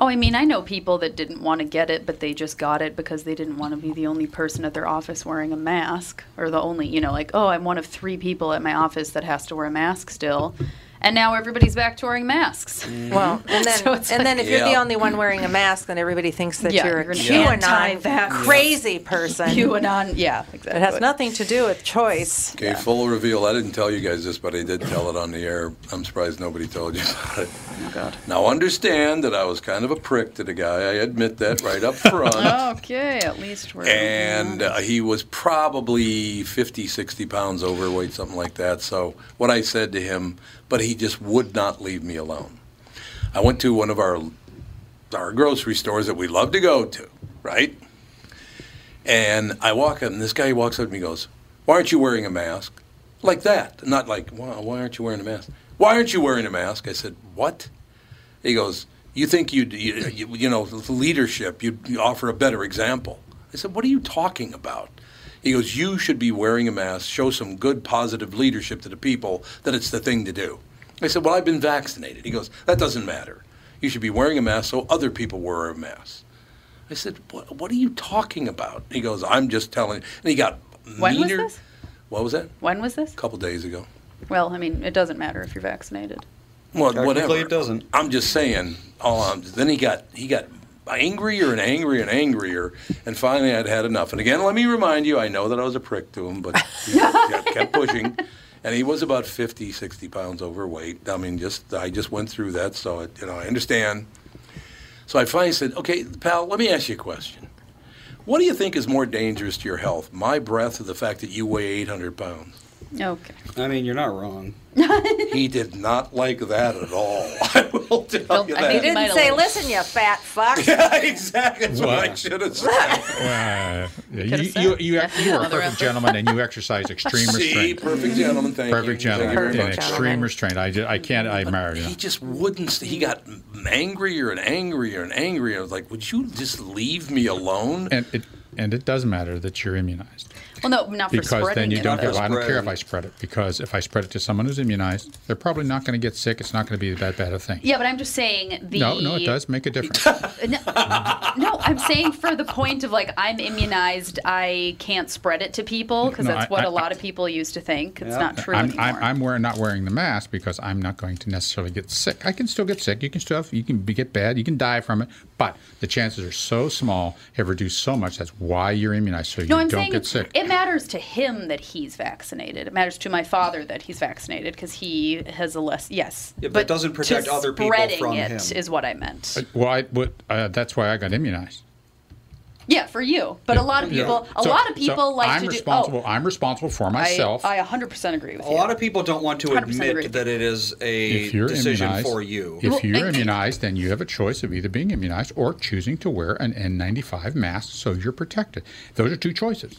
Speaker 9: Oh, I mean, I know people that didn't want to get it, but they just got it because they didn't want to be the only person at their office wearing a mask, or the only, you know, like, oh, I'm one of three people at my office that has to wear a mask still. And now everybody's back to wearing masks.
Speaker 5: Mm-hmm.
Speaker 7: Well, and then,
Speaker 9: [laughs] So
Speaker 7: and
Speaker 9: it's
Speaker 7: then
Speaker 9: like-
Speaker 7: if you're the only one wearing a mask, then everybody thinks that
Speaker 9: Yeah,
Speaker 7: you're a
Speaker 9: you're an
Speaker 7: QAnon [laughs]
Speaker 9: anti-vax.
Speaker 7: crazy person.
Speaker 9: [laughs] QAnon, yeah,
Speaker 7: It
Speaker 9: exactly.
Speaker 7: has nothing to do with choice.
Speaker 2: Okay, full reveal. I didn't tell you guys this, but I did tell it on the air. I'm surprised nobody told you about it. Oh,
Speaker 9: God.
Speaker 2: Now, understand that I was kind of a prick to the guy. I admit that right up front.
Speaker 9: [laughs] [laughs] okay, at least we're.
Speaker 2: and uh, he was probably 50 60 pounds overweight something like that so what i said to him but he just would not leave me alone i went to one of our our grocery stores that we love to go to right and i walk up and this guy walks up to me and goes why aren't you wearing a mask like that not like why, why aren't you wearing a mask why aren't you wearing a mask i said what He goes, "You think you'd, you you, you know with leadership? You'd you offer a better example." I said, "What are you talking about?" He goes, "You should be wearing a mask. Show some good, positive leadership to the people that it's the thing to do." I said, "Well, I've been vaccinated." He goes, "That doesn't matter. You should be wearing a mask so other people wear a mask." I said, "What, what are you talking about?" He goes, "I'm just telling." And he got
Speaker 9: When was
Speaker 2: meaner.
Speaker 9: this?
Speaker 2: What was that?
Speaker 9: When was this?
Speaker 2: A couple days ago.
Speaker 9: Well, I mean, it doesn't matter if you're vaccinated.
Speaker 2: Well,
Speaker 9: Technically,
Speaker 2: whatever.
Speaker 9: it
Speaker 2: doesn't. I'm just saying. All I'm, then he got he got angrier and angrier and angrier, and finally I'd had enough. And again, let me remind you, I know that I was a prick to him, but
Speaker 9: [laughs]
Speaker 2: he kept, kept pushing. And he was about 50, 60 pounds overweight. I mean, just I just went through that, so it, you know I understand. So I finally said, "Okay, pal, let me ask you a question. What do you think is more dangerous to your health, my breath, or the fact that you weigh 800 pounds?"
Speaker 9: Okay.
Speaker 2: I mean, you're not wrong. he did not like that at all. [laughs] I will tell you that.
Speaker 7: He didn't say, "Listen, you fat fuck."
Speaker 2: [laughs] yeah,
Speaker 5: [laughs]
Speaker 2: exactly. That's what I
Speaker 8: Wow.
Speaker 2: should have said.
Speaker 8: Uh, yeah,
Speaker 7: Could've
Speaker 8: you,
Speaker 7: said.
Speaker 8: you, you, you are a
Speaker 7: Another
Speaker 8: perfect
Speaker 7: effort.
Speaker 8: gentleman and you exercise extreme
Speaker 2: See,
Speaker 8: restraint.
Speaker 2: perfect gentleman, thank you.
Speaker 8: Perfect
Speaker 2: Thank you
Speaker 8: gentleman.
Speaker 2: very
Speaker 8: and
Speaker 2: much.
Speaker 8: extreme restraint. I, ju- I can't, I admire you.
Speaker 2: He just wouldn't. st- He got angrier and angrier and angrier. I was like, "Would you just leave me alone?"
Speaker 8: And it, and it does matter that you're immunized.
Speaker 9: Well, no, not for
Speaker 8: because
Speaker 9: spreading
Speaker 8: then you
Speaker 9: it,
Speaker 8: don't
Speaker 9: though.
Speaker 8: care. I don't care if I spread it because if I spread it to someone who's immunized, they're probably not going to get sick. It's not going to be that bad a thing.
Speaker 9: Yeah, but I'm just saying the.
Speaker 8: No, no, it does make a difference.
Speaker 9: No, I'm saying for the point of like I'm immunized, I can't spread it to people because
Speaker 8: No,
Speaker 9: that's
Speaker 8: I-
Speaker 9: what a
Speaker 8: I-
Speaker 9: lot of people used to think. It's not true.
Speaker 8: I'm,
Speaker 9: anymore.
Speaker 8: I'm, I'm wearing, not wearing the mask because I'm not going to necessarily get sick. I can still get sick. You can still have, you can be, get bad. You can die from it, but the chances are so small, have reduced so much. That's why you're immunized, so you
Speaker 9: no, I'm
Speaker 8: don't
Speaker 9: saying
Speaker 8: get
Speaker 9: it's,
Speaker 8: sick.
Speaker 9: it matters to him that he's vaccinated. It matters to my father that he's vaccinated because he has a less yes.
Speaker 5: Yeah, but it doesn't protect
Speaker 9: to
Speaker 5: other people
Speaker 9: spreading
Speaker 5: from
Speaker 9: it
Speaker 5: him.
Speaker 9: is what I meant.
Speaker 8: Uh, Well, I, what, uh, that's why I got immunized.
Speaker 9: Yeah, for you, but a lot of
Speaker 8: Yeah.
Speaker 9: people, a
Speaker 8: So-
Speaker 9: lot of
Speaker 8: so
Speaker 9: people like
Speaker 8: I'm
Speaker 9: to
Speaker 8: responsible.
Speaker 9: do.
Speaker 8: I'm responsible for
Speaker 9: Oh,
Speaker 8: myself.
Speaker 9: I, I 100% agree with
Speaker 5: A
Speaker 9: you.
Speaker 5: lot of people don't want to
Speaker 9: 100%
Speaker 5: admit
Speaker 9: agree.
Speaker 5: that it is a
Speaker 8: if you're
Speaker 5: decision
Speaker 8: immunized,
Speaker 5: for you.
Speaker 8: If you're immunized, then you have a choice of either being immunized or choosing to wear an N95 mask so you're protected. Those are two choices.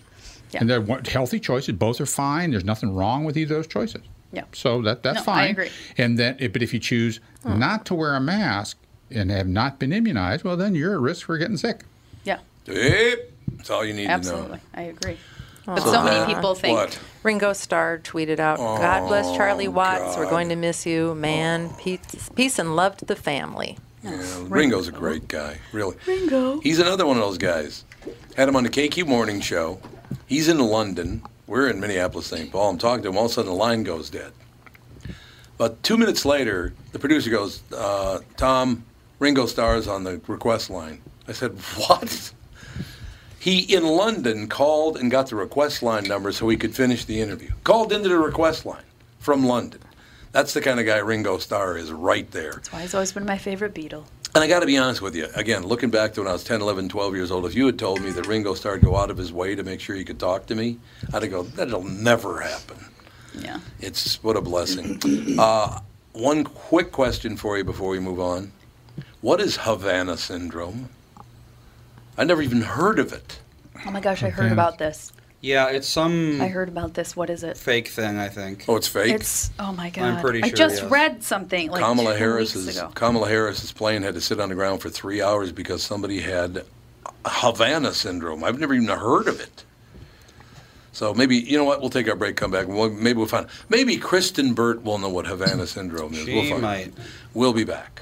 Speaker 8: And they're one- healthy choices. Both are fine. There's nothing wrong with either of those choices.
Speaker 9: Yeah.
Speaker 8: So that that's
Speaker 9: No, I
Speaker 8: fine.
Speaker 9: agree.
Speaker 8: And then, eh, but if you choose not to wear a mask and have not been immunized, well, then you're at risk for getting sick.
Speaker 9: Yeah,
Speaker 2: Yep, that's all you need to
Speaker 9: absolutely.
Speaker 2: know.
Speaker 9: I agree. But
Speaker 2: So
Speaker 9: so many
Speaker 2: that-
Speaker 9: people think.
Speaker 2: What? Oh,
Speaker 7: Ringo Starr tweeted out, "God bless Charlie Watts. We're going to miss you, man. Peace, peace and love to the family."
Speaker 2: Yeah, Ringo's a great guy, really.
Speaker 7: Ringo.
Speaker 2: He's another one of those guys. Had him on the KQ morning show. He's in London. We're in Minneapolis, St. Paul. I'm talking to him. All of a sudden, the line goes dead. But two minutes later, the producer goes, uh, Tom, Ringo Starr's on the request line. I said, What? He in London called and got the request line number so he could finish the interview. Called into the request line from London. That's the kind of guy Ringo Starr is right there.
Speaker 9: That's why he's always been my favorite Beatle.
Speaker 2: And I got to be honest with you, again, looking back to when I was 10, 11, 12 years old, if you had told me that Ringo Starr would go out of his way to make sure he could talk to me, I'd have go, that'll never happen.
Speaker 9: Yeah.
Speaker 2: It's what
Speaker 9: [clears throat]
Speaker 2: a blessing. uh, one quick question for you before we move on. What is Havana syndrome? I never even heard of it.
Speaker 9: Oh my gosh, I heard about this.
Speaker 5: Yeah, it's some
Speaker 9: I heard about this. What is it?
Speaker 5: fake thing, I think.
Speaker 2: Oh, it's fake?
Speaker 9: It's oh my god.
Speaker 5: I'm pretty
Speaker 9: I
Speaker 5: sure,
Speaker 9: just
Speaker 5: yes.
Speaker 9: read something like
Speaker 2: Kamala
Speaker 9: two
Speaker 2: Harris
Speaker 9: weeks
Speaker 2: is
Speaker 9: ago.
Speaker 2: Kamala Harris's plane had to sit on the ground for three hours because somebody had Havana syndrome. I've never even heard of it. So maybe you know what? We'll take our break, come back, and we'll, maybe we'll find. Maybe Kristen Burt will know what Havana syndrome is.
Speaker 5: She
Speaker 2: we'll find
Speaker 5: might.
Speaker 2: We'll be back.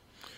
Speaker 11: [laughs]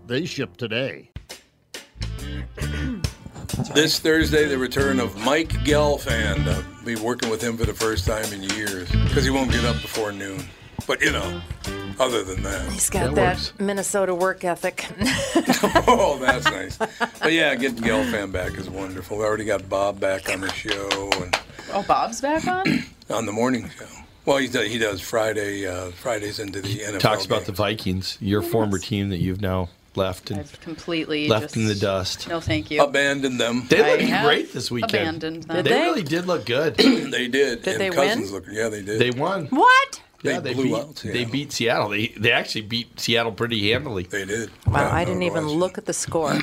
Speaker 3: They ship today.
Speaker 2: This Thursday, the return of Mike Gelfand. I'll be working with him for the first time in years because he won't get up before noon. But you know, other than that,
Speaker 7: He's got that, Minnesota work ethic. [laughs]
Speaker 2: [laughs] oh, that's nice. But yeah, getting Gelfand back is wonderful. We already got Bob back on the show and
Speaker 9: Oh, Bob's
Speaker 5: [clears throat]
Speaker 9: back on?
Speaker 2: on the morning show. Well, he does, he does Friday uh, Fridays into the NFL.
Speaker 11: Talks
Speaker 2: game.
Speaker 11: about the Vikings, your former team that you've now left and
Speaker 9: Completely.
Speaker 11: left
Speaker 9: just,
Speaker 11: in the dust.
Speaker 9: No, thank you.
Speaker 2: Abandoned them.
Speaker 11: They
Speaker 9: I
Speaker 11: looked
Speaker 9: have
Speaker 11: great this weekend.
Speaker 9: abandoned them.
Speaker 11: They,
Speaker 9: Did they?
Speaker 11: really did look
Speaker 2: [clears throat]
Speaker 11: good.
Speaker 2: they did.
Speaker 9: Did
Speaker 2: and
Speaker 9: they
Speaker 2: Cousins
Speaker 9: win?
Speaker 2: Looked, yeah, they did.
Speaker 11: They won.
Speaker 7: What?
Speaker 2: They
Speaker 11: yeah, they
Speaker 2: blew
Speaker 11: beat,
Speaker 2: out
Speaker 11: They beat Seattle. They, they actually beat Seattle pretty handily.
Speaker 2: They did.
Speaker 7: Wow, I
Speaker 9: e-
Speaker 7: didn't even look at the score.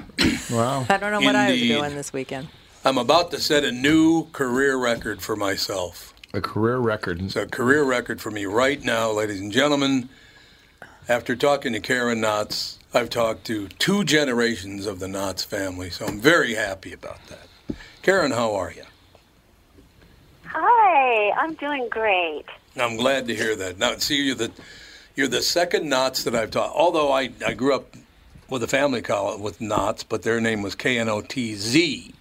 Speaker 11: Wow.
Speaker 7: I don't know what I was
Speaker 2: Indeed.
Speaker 7: doing this weekend.
Speaker 2: I'm about to set a new career record for myself.
Speaker 11: A career record.
Speaker 2: It's a career record for me right now, ladies and gentlemen. After talking to Karen Knotts, I've talked to two generations of the Knotts family, so I'm very happy about that. Karen, how are you?
Speaker 12: Hi, I'm doing great.
Speaker 2: I'm glad to hear that. Now, see, you're the you're the second Knotts that I've taught. Although I, I grew up with a family call it with Knotts, but their name was K N O T Z.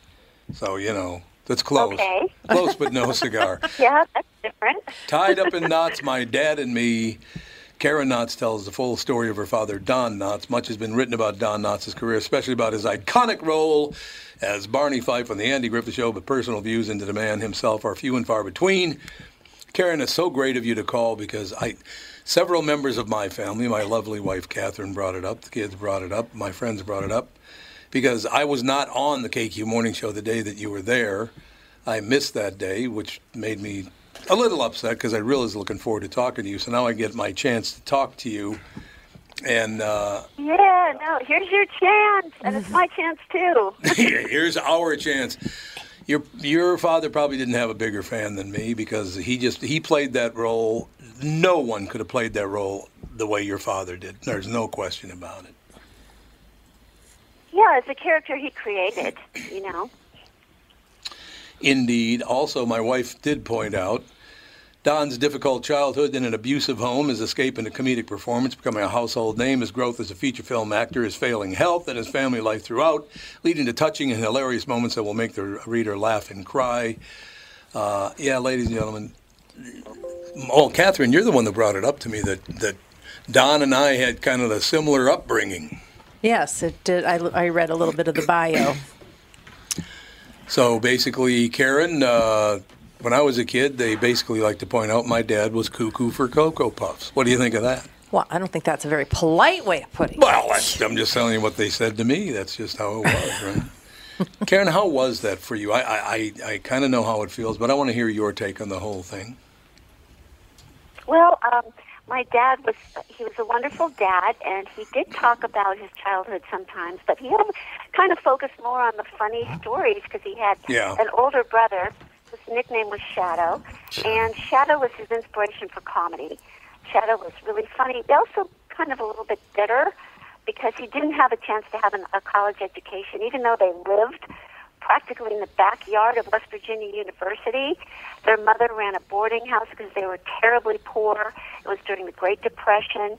Speaker 2: So you know that's close,
Speaker 12: Okay.
Speaker 2: close but no cigar.
Speaker 12: [laughs] Yeah, that's different.
Speaker 2: Tied up in knots, my dad and me. Karen Knotts tells the full story of her father, Don Knotts. Much has been written about Don Knotts' career, especially about his iconic role as Barney Fife on The Andy Griffith Show, but personal views into the man himself are few and far between. Karen, it's so great of you to call because I, several members of my family, my lovely wife Catherine brought it up, the kids brought it up, my friends brought it up, because I was not on the KQ Morning Show the day that you were there. I missed that day, which made me a little upset because I really was looking forward to talking to you. So now I get my chance to talk to you, and uh, [laughs]
Speaker 12: Yeah, no, here's your chance, and it's my chance too.
Speaker 2: here's our chance. Your your father probably didn't have a bigger fan than me because he just he played that role. No one could have played that role the way your father did. There's no question about it.
Speaker 12: Yeah, it's a character he created, you know.
Speaker 2: Indeed. Also, my wife did point out Don's difficult childhood in an abusive home, his escape into comedic performance, becoming a household name, his growth as a feature film actor, his failing health, and his family life throughout, leading to touching and hilarious moments that will make the reader laugh and cry. Uh, yeah, ladies and gentlemen. Oh, Catherine, you're the one that brought it up to me that, that Don and I had kind of a similar upbringing.
Speaker 7: Yes, it did. I, I read a little bit of the bio.
Speaker 2: So basically, Karen, uh, when I was a kid, they basically like to point out my dad was cuckoo for Cocoa Puffs. What do you think of that?
Speaker 7: Well, I don't think that's a very polite way of putting it.
Speaker 2: Well, that's, I'm just telling you what they said to me. That's just how it was, right? Karen, how was that for you? I, I, I, I kind of know how it feels, but I want to hear your take on the whole thing.
Speaker 12: Well, um, my dad was he was a wonderful dad, and he did talk about his childhood sometimes, but he al- kind of focused more on the funny stories because he had
Speaker 2: Yeah.
Speaker 12: an older brother His nickname was Shadow, and Shadow was his inspiration for comedy. Shadow was really funny. He also kind of a little bit bitter because he didn't have a chance to have an, a college education, even though they lived practically in the backyard of West Virginia University. Their mother ran a boarding house because they were terribly poor. It was during the Great Depression,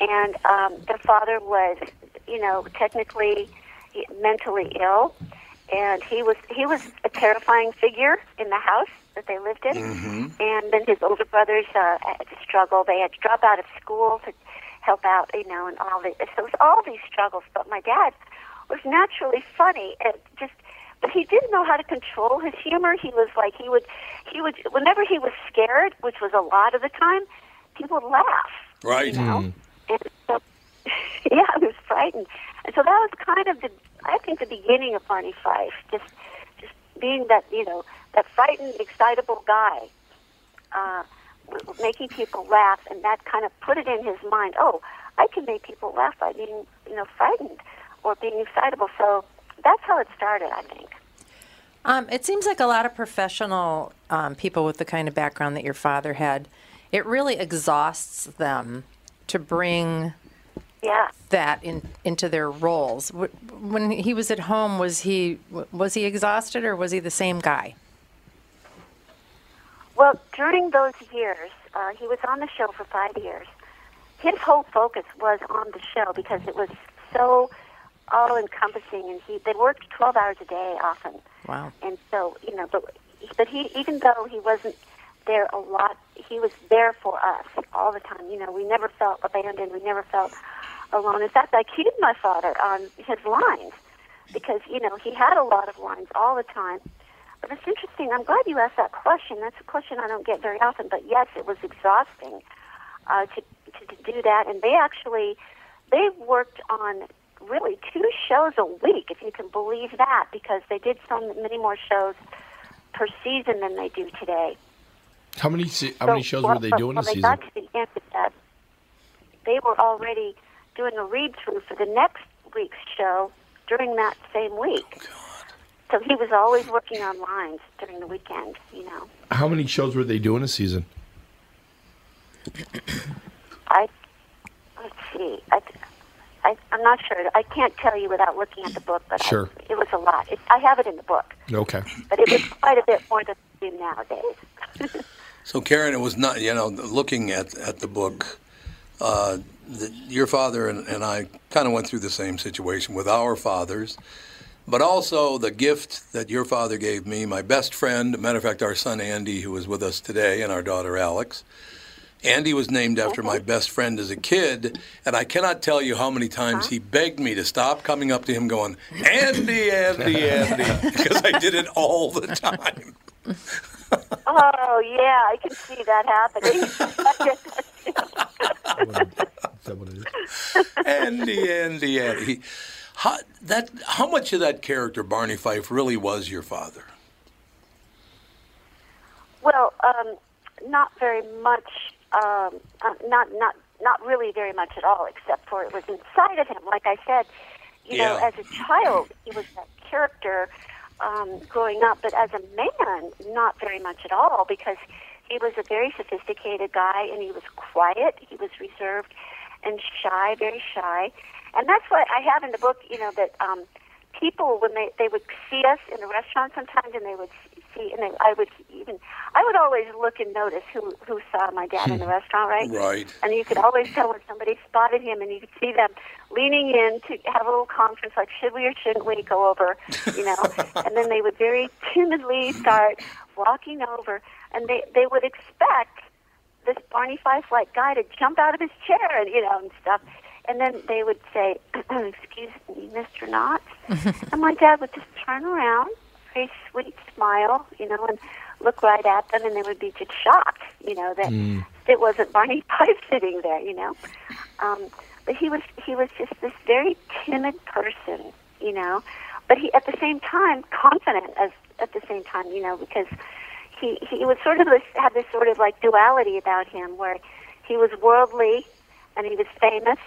Speaker 12: and um, their father was, you know, technically he- mentally ill, and he was he was a terrifying figure in the house that they lived in. And then his older brothers uh, had to struggle. They had to drop out of school to help out, you know, and all this. So it was all these struggles. But my dad was naturally funny and just, but he didn't know how to control his humor. He was like, he would, he would, whenever he was scared, which was a lot of the time, he would laugh.
Speaker 2: Right.
Speaker 11: Hmm.
Speaker 12: And so, [laughs] yeah, I was frightened. And so that was kind of the, I think, the beginning of Barney Fife, just, just being that, you know, that frightened, excitable guy, uh, w- making people laugh, and that kind of put it in his mind. Oh, I can make people laugh by being, you know, frightened or being excitable. So that's how it started, I think.
Speaker 7: Um, it seems like a lot of professional um, people with the kind of background that your father had, it really exhausts them to bring
Speaker 12: yeah.
Speaker 7: that in, into their roles. Wh- When he was at home, was he w- was he exhausted or was he the same guy?
Speaker 12: Well, during those years, uh, he was on the show for five years. His whole focus was on the show because it was so all encompassing, and he they worked twelve hours a day often,
Speaker 7: Wow.
Speaker 12: and so you know, but but he even though he wasn't there a lot, he was there for us all the time. You know, we never felt abandoned. We never felt alone. In fact, I cued my father on his lines because you know he had a lot of lines all the time. But it's interesting. I'm glad you asked that question. That's a question I don't get very often. But yes, it was exhausting uh, to, to to do that. And they actually they worked on really two shows a week, if you can believe that, because they did so many more shows per season than they do today.
Speaker 11: How many se- how many
Speaker 12: So,
Speaker 11: shows
Speaker 12: well,
Speaker 11: were they
Speaker 12: but
Speaker 11: doing a
Speaker 12: when they
Speaker 11: season?
Speaker 12: got to the end of that, they were already doing a read through for the next week's show during that same week.
Speaker 11: Oh,
Speaker 12: So he was always working on lines during the weekend, you know.
Speaker 11: How many shows were they doing a season?
Speaker 12: I let's see. I, I I'm not sure. I can't tell you without looking at the book, but I-
Speaker 11: Sure.
Speaker 12: it was a lot. It, I have it in the book,
Speaker 11: Okay.
Speaker 12: but it was quite a bit more than we do nowadays.
Speaker 2: So Karen, it was not you know looking at at the book. Uh, the, your father and, and I kind of went through the same situation with our fathers, but also the gift that your father gave me, my best friend, matter of fact, our son Andy, who is with us today, and our daughter Alex. Andy was named after my best friend as a kid, and I cannot tell you how many times he begged me to stop coming up to him going, Andy, Andy, Andy, because I did it all the time.
Speaker 12: oh yeah, I can see that happening. [laughs]
Speaker 2: Andy, Andy, Andy. How, that, how much of that character, Barney Fife, really was your father?
Speaker 12: Well, um, not very much. Um, uh, not not not really very much at all, except for it was inside of him. Like I said, you know,
Speaker 13: Yeah.
Speaker 12: as a child, he was that character um, growing up, but as a man, not very much at all because he was a very sophisticated guy and he was quiet. He was reserved and shy, very shy. And that's what I have in the book, you know, that um, people, when they, they would see us in a restaurant sometimes and they would see, and they, I would even, I would always look and notice who, who saw my dad in the restaurant, right?
Speaker 2: Right.
Speaker 12: And you could always tell when somebody spotted him and you could see them leaning in to have a little conference like, should we or shouldn't we go over, you know? and then they would very timidly start walking over and they, they would expect this Barney Fife like guy to jump out of his chair and you know and stuff. And then they would say, [clears throat] "Excuse me, Mr. Knott," and my dad would just turn around, very sweet smile, you know, and look right at them, and they would be just shocked, you know, that it wasn't Barney [laughs] Fife sitting there, you know. Um, but he was he was just this very timid person, you know, but he at the same time confident as at the same time, you know, because he he was sort of this had this sort of like duality about him where he was worldly and he was famous,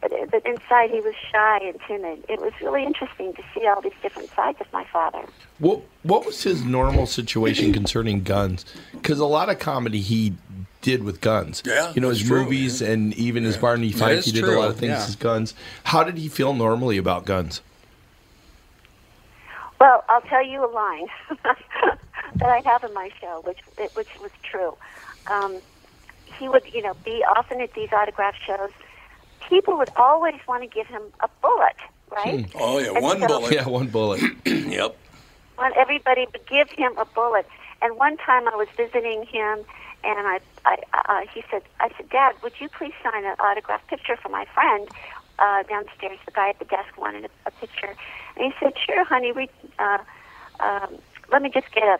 Speaker 12: but but inside he was shy and timid. It was really interesting to see all these different sides of my father.
Speaker 11: What What was his normal
Speaker 2: [clears throat]
Speaker 11: situation concerning guns? Because a lot of comedy he did with guns.
Speaker 2: Yeah,
Speaker 11: you know his
Speaker 2: that's true,
Speaker 11: movies and even his Barney
Speaker 2: That
Speaker 11: Fife.
Speaker 2: is
Speaker 11: He did
Speaker 2: true,
Speaker 11: a lot of things
Speaker 2: yeah.
Speaker 11: with guns. How did he feel normally about guns?
Speaker 12: Well, I'll tell you a line [laughs] that I have in my show, which which was true. Um, he would, you know, be often at these autograph shows. People would always want to give him a bullet,
Speaker 7: Hmm.
Speaker 12: right?
Speaker 2: Oh yeah,
Speaker 12: And
Speaker 2: one
Speaker 12: so-
Speaker 2: bullet.
Speaker 11: Yeah, one bullet.
Speaker 2: [clears throat] yep.
Speaker 12: want everybody to give him a bullet. And one time I was visiting him, and I, I uh, he said, I said, Dad, would you please sign an autograph picture for my friend uh, downstairs? The guy at the desk wanted a, a picture, and he said, Sure, honey. We, uh, um, let me just get a,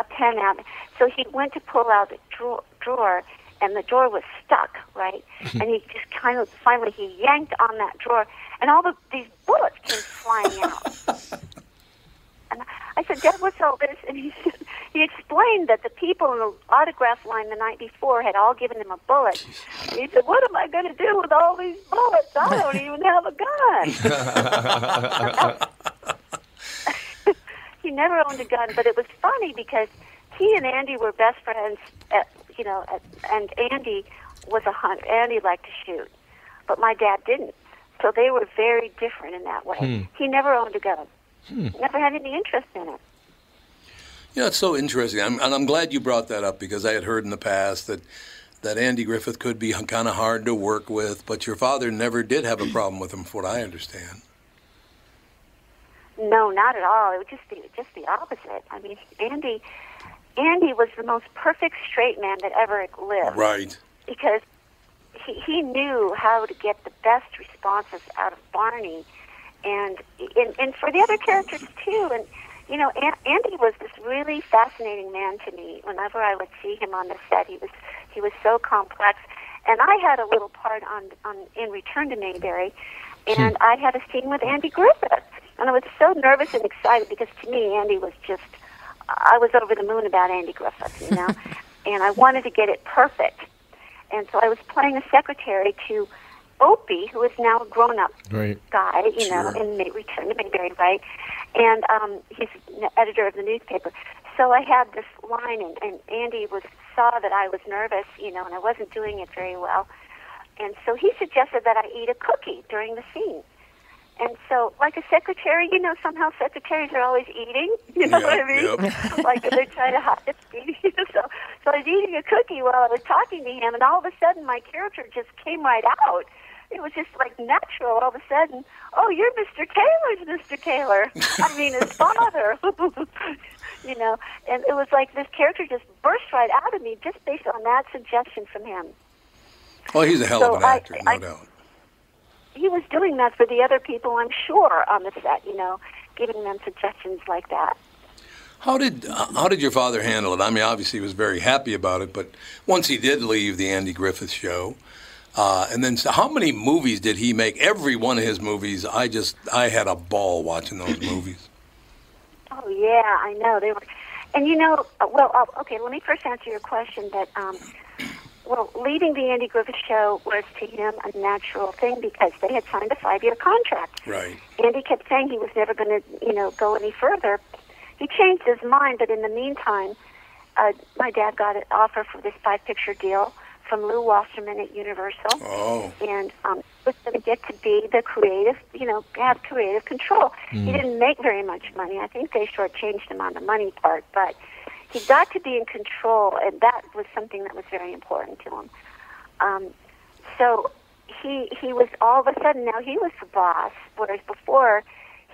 Speaker 12: a pen out. So he went to pull out a drawer, drawer and the drawer was stuck, right? and he just kind of finally he yanked on that drawer, and all the, these bullets came flying out. I said, Dad, what's all this? And he said, he explained that the people in the autograph line the night before had all given him a bullet. And he said, What am I going to do with all these bullets? I don't even have a
Speaker 2: [laughs]
Speaker 12: gun. he never owned a gun, but it was funny because he and Andy were best friends. At, you know, at, and Andy was a hunter. Andy liked to shoot, but my dad didn't. So they were very different in that way.
Speaker 2: Hmm.
Speaker 12: He never owned a gun.
Speaker 2: Hmm.
Speaker 12: Never had any interest in it.
Speaker 2: Yeah, it's so interesting, I'm, and I'm glad you brought that up because I had heard in the past that that Andy Griffith could be kind of hard to work with, but your father never did have a problem with him, from what I understand.
Speaker 12: No, not at all. It was just the just the opposite. I mean, Andy, Andy was the most perfect straight man that ever lived
Speaker 2: Right.
Speaker 12: because he he knew how to get the best responses out of Barney, and and, and for the other characters too. And you know, An- Andy was this really fascinating man to me. Whenever I would see him on the set, he was he was so complex. And I had a little part on on in Return to Mayberry, and I had a scene with Andy Griffith, and I was so nervous and excited because to me Andy was just I was over the moon about Andy Griffith, you know, and I wanted to get it perfect. And so I was playing a secretary to Opie, who is now a grown up
Speaker 11: Right.
Speaker 12: guy, you
Speaker 11: Sure.
Speaker 12: know, and May returned to Mayberry, right? And um, he's an editor of the newspaper. So I had this line, and, and Andy was saw that I was nervous, you know, and I wasn't doing it very well. And so he suggested that I eat a cookie during the scene. And so, like a secretary, you know, somehow secretaries are always eating. [laughs] You know
Speaker 13: Yep,
Speaker 12: what I mean?
Speaker 13: yep.
Speaker 12: [laughs] like they're trying to hide it. [laughs] You know, so, so I was eating a cookie while I was talking to him, and all of a sudden, my character just came right out. It was just like natural. All of a sudden, oh, you're Mr. Taylor's Mr. Taylor. I mean,
Speaker 13: [laughs]
Speaker 12: his father. [laughs] you know, and it was like this character just burst right out of me just based on that suggestion from him.
Speaker 2: Oh, he's a hell
Speaker 12: So
Speaker 2: of an
Speaker 12: I-
Speaker 2: actor, no
Speaker 12: I-
Speaker 2: doubt.
Speaker 12: he was doing that for the other people, I'm sure, on the set, you know, giving them suggestions like that.
Speaker 2: How did uh, how did your father handle it? I mean, obviously he was very happy about it, but once he did leave the Andy Griffith show, uh, and then so how many movies did he make? Every one of his movies, I just I had a ball watching those movies.
Speaker 12: Oh yeah, I know they were. And you know, uh, well, uh, okay. Let me first answer your question. That um, well, leaving the Andy Griffith Show was to him a natural thing because they had signed a five-year contract.
Speaker 2: Right.
Speaker 12: Andy kept saying he was never going to, you know, go any further. He changed his mind, but in the meantime, uh, my dad got an offer for this five-picture deal from Lou Wasserman at Universal.
Speaker 2: Oh.
Speaker 12: And um, was going to get to be the creative, you know, have creative control. He
Speaker 13: Mm.
Speaker 12: didn't make very much money. I think they shortchanged him on the money part, but he got to be in control, and that was something that was very important to him. Um, so he he was all of a sudden now he was the boss, whereas before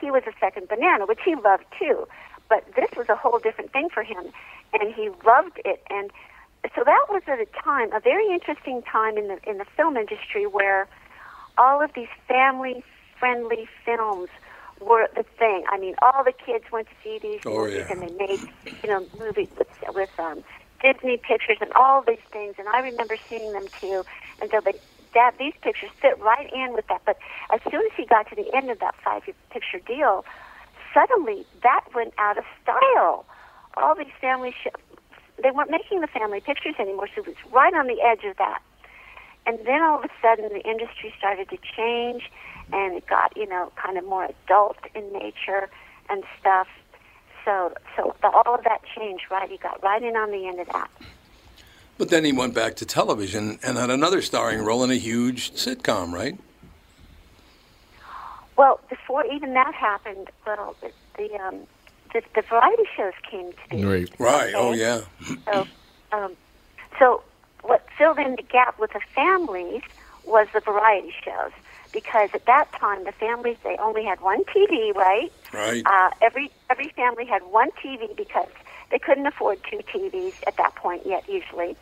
Speaker 12: he was a second banana, which he loved too. But this was a whole different thing for him, and he loved it. And so that was at a time, a very interesting time in the in the film industry where all of these family friendly films were the thing. I mean, all the kids went to see these
Speaker 13: Oh,
Speaker 12: movies,
Speaker 13: yeah.
Speaker 12: and they made you know movies with with um, Disney pictures and all these things. And I remember seeing them too. And so they, that these pictures fit right in with that. But as soon as he got to the end of that five picture deal, suddenly that went out of style. All these family sh- they weren't making the family pictures anymore, so it was right on the edge of that. And then all of a sudden, the industry started to change, and it got you know kind of more adult in nature and stuff. so so the, all of that changed. Right, he got right in on the end of that.
Speaker 2: But then he went back to television and had another starring role in a huge sitcom, right?
Speaker 12: Well, before even that happened, well, the the, um, the, the variety shows came to be.
Speaker 2: Right. Right. Oh
Speaker 12: Okay.
Speaker 2: yeah.
Speaker 12: So, um, so what filled in the gap with the families was the variety shows because at that time the families they only had one TV, right?
Speaker 2: Right.
Speaker 12: Uh, every every family had one TV because they couldn't afford two TVs at that point yet usually.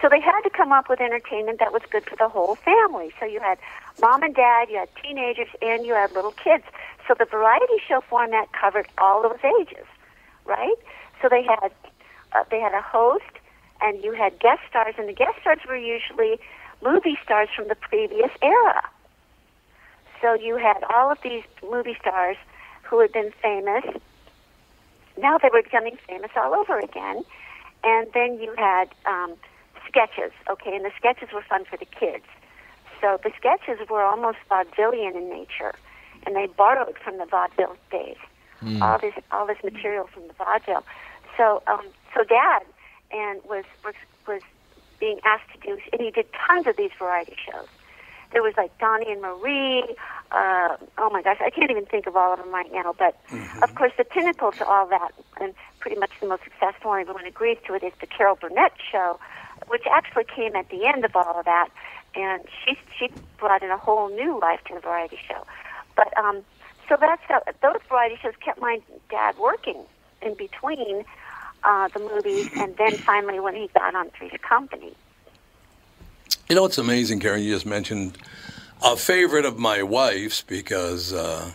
Speaker 12: So they had to come up with entertainment that was good for the whole family. So you had mom and dad, you had teenagers, and you had little kids. So the variety show format covered all those ages, right? So they had uh, they had a host, and you had guest stars, and the guest stars were usually movie stars from the previous era. So you had all of these movie stars who had been famous. Now they were becoming famous all over again. And then you had um, sketches, okay, and the sketches were fun for the kids. So the sketches were almost vaudevillian in nature, and they borrowed from the vaudeville days,
Speaker 13: Mm.
Speaker 12: all this all this material from the vaudeville. So um, so Dad and was was was being asked to do, and he did tons of these variety shows there was like Donnie and Marie. Uh, oh my gosh, I can't even think of all of them right now. But of course, the pinnacle to all that, and pretty much the most successful, and everyone agrees to it, is the Carol Burnett show, which actually came at the end of all of that, and she she brought in a whole new life to the variety show. But um, so that's how those variety shows kept my dad working in between uh, the
Speaker 2: [laughs]
Speaker 12: movies, and then finally when he got on Three's
Speaker 7: [laughs]
Speaker 12: Company.
Speaker 2: You know, it's amazing, Karen. You just mentioned a favorite of my wife's because uh,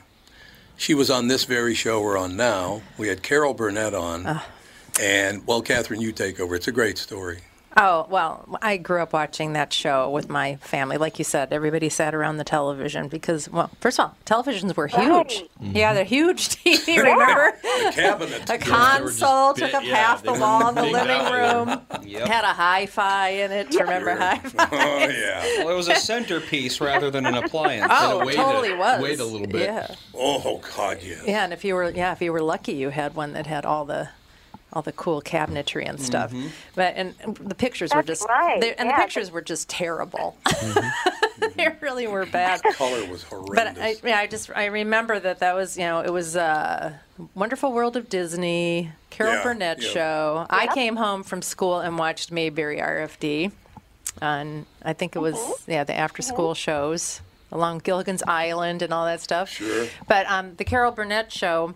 Speaker 2: she was on this very show we're on now. We had Carol Burnett on, and well, Catherine, you take over. It's a great story.
Speaker 7: Oh, well, I grew up watching that show with my family. Like you said, everybody sat around the television because, well, first of all, televisions were huge. Yeah, they're huge [laughs] TV, remember?
Speaker 2: The cabinet.
Speaker 7: A console took up half the wall of the living room.
Speaker 5: Yep.
Speaker 7: Had a hi-fi in it. Do you Remember hi-fi?
Speaker 5: [laughs] [laughs] Oh yeah. Well, it was a centerpiece rather than an appliance.
Speaker 7: [laughs] Oh, it totally was. Yeah.
Speaker 2: Oh God, yeah.
Speaker 7: Yeah, and if you were yeah, if you were lucky, you had one that had all the all the cool cabinetry and stuff.
Speaker 5: Mm-hmm.
Speaker 2: Mhm.
Speaker 7: But and the pictures were
Speaker 12: That's
Speaker 7: just
Speaker 12: right,
Speaker 7: they- and
Speaker 12: yeah,
Speaker 7: the pictures were just terrible.
Speaker 5: Mm-hmm.
Speaker 7: [laughs] they really were bad.
Speaker 2: Color was horrendous.
Speaker 7: But I, yeah, I just I remember that that was you know it was uh, Wonderful World of Disney, Carol
Speaker 4: Yeah,
Speaker 7: Burnett
Speaker 4: yeah.
Speaker 7: show. I came home from school and watched Mayberry RFD, on I think it was yeah the after school shows along Gilligan's Island and all that stuff.
Speaker 4: Sure.
Speaker 7: But um, the Carol Burnett show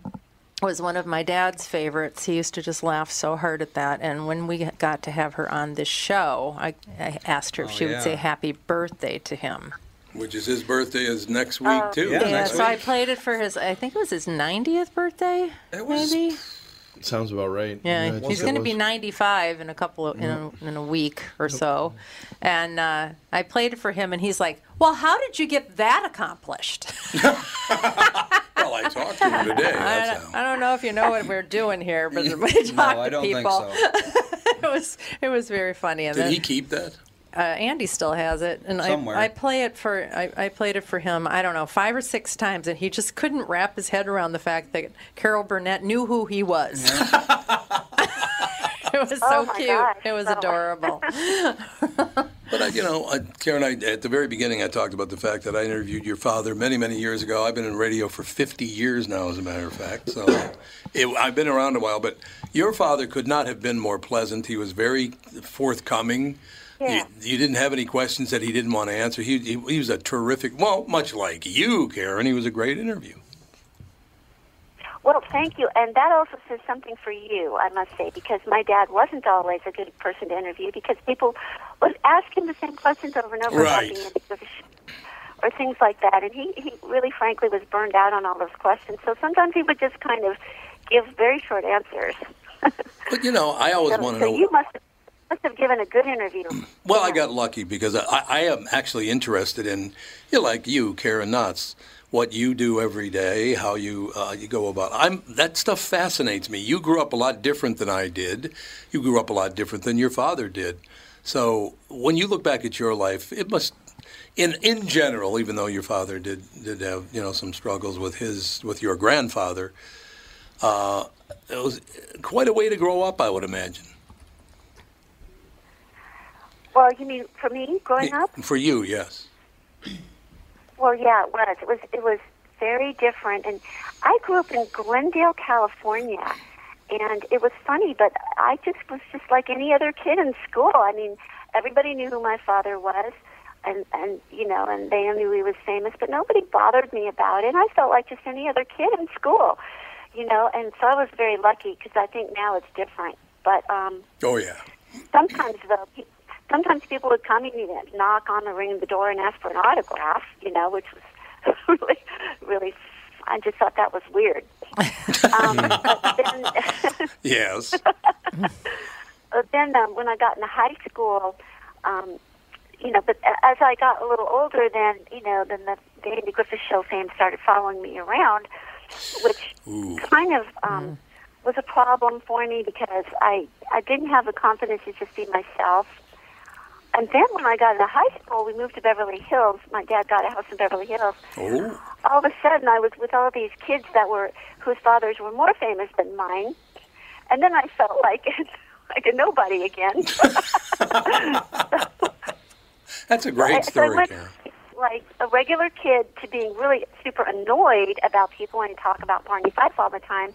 Speaker 7: was one of my dad's favorites. He used to just laugh so hard at that. And when we got to have her on this show, I, I asked her if
Speaker 2: Oh,
Speaker 7: she
Speaker 2: yeah.
Speaker 7: would say happy birthday to him.
Speaker 2: Which is his birthday is next week
Speaker 7: Oh,
Speaker 2: too.
Speaker 7: Yeah, so I played it for his. I think it was his 90th birthday. maybe.
Speaker 11: Sounds about right.
Speaker 7: Yeah,
Speaker 11: I think
Speaker 7: he's
Speaker 11: it
Speaker 7: going to
Speaker 11: was. Mm-hmm.
Speaker 7: be 95 in a couple of, in, a, in a week or so, and uh, I played it for him, and he's like, "Well, how did you get that accomplished?"
Speaker 2: well, I talked to him today.
Speaker 7: [laughs] I,
Speaker 2: That's
Speaker 7: don't, I don't know if you know what we're doing here,
Speaker 2: [laughs]
Speaker 7: but we talk
Speaker 2: No, I
Speaker 7: to
Speaker 2: don't think
Speaker 7: people. [laughs] it was it was very funny.
Speaker 2: how.
Speaker 7: And
Speaker 2: Did
Speaker 7: then,
Speaker 2: he keep that?
Speaker 7: uh, Andy still has it, and
Speaker 2: Somewhere.
Speaker 7: I, I play it for I, I played it for him. I don't know five or six times, and he just couldn't wrap his head around the fact that Carol Burnett knew who he was. [laughs] it was so cute. It was adorable.
Speaker 2: But I, you know, I, Karen, I, at the very beginning, I talked about the fact that I interviewed your father many, many years ago. I've been in radio for 50 years now, as a matter of fact. So it, I've been around a while. But your father could not have been more pleasant. He was very forthcoming.
Speaker 12: Yeah.
Speaker 2: You, you didn't have any questions that he didn't want to answer. He, he, he was a terrific, well, much like you, Karen. He was a great interview.
Speaker 12: Well, thank you. And that also says something for you, I must say, because my dad wasn't always a good person to interview because people would ask him the same questions over and over about
Speaker 13: Right.
Speaker 12: being addicted to sh- or things like that. And he, he really, frankly, was burned out on all those questions. So sometimes he would just kind of give very short answers.
Speaker 2: But, you know, I always
Speaker 12: so,
Speaker 2: want to
Speaker 12: so
Speaker 2: know.
Speaker 12: you must have, must have given a good interview.
Speaker 2: Well, I got lucky because I, I am actually interested in, you know, like you, Karen Knotts, what you do every day, how you uh, you go about. I'm that stuff fascinates me. You grew up a lot different than I did. You grew up a lot different than your father did. So when you look back at your life, it must, in in general, even though your father did did have you know some struggles with his with your grandfather, uh, It was quite a way to grow up, I would imagine.
Speaker 12: Well, you mean for me growing up?
Speaker 2: For you, yes.
Speaker 12: Well, yeah, it was. It was it was very different, and I grew up in Glendale, California, and it was funny, but I just was just like any other kid in school. I mean, everybody knew who my father was, and and you know, and they knew he was famous, but nobody bothered me about it. I felt like just any other kid in school, you know, and so I was very lucky because I think now it's different. But um,
Speaker 2: Oh, yeah.
Speaker 12: sometimes though, pe- sometimes people would come and you know, knock on the ring of the door and ask for an autograph, you know, which was [laughs] really, really. I just thought that was weird. Um, but then, [laughs]
Speaker 2: Yes.
Speaker 12: but then um, when I got into high school, um, you know, but a- as I got a little older, then you know, then the, the Andy Griffith Show fame started following me around, which kind of
Speaker 5: Mm.
Speaker 12: um, was a problem for me because I I didn't have the confidence to just be myself. And then when I got into high school, we moved to Beverly Hills. My dad got a house in Beverly Hills.
Speaker 2: Oh.
Speaker 12: All of a sudden, I was with all these kids that were whose fathers were more famous than mine, and then I felt like [laughs] like a nobody again.
Speaker 2: That's a
Speaker 12: I-
Speaker 2: great
Speaker 12: so I
Speaker 2: story,
Speaker 12: went-
Speaker 2: Karen.
Speaker 12: like a regular kid to being really super annoyed about people and talk about Barney Fife all the time,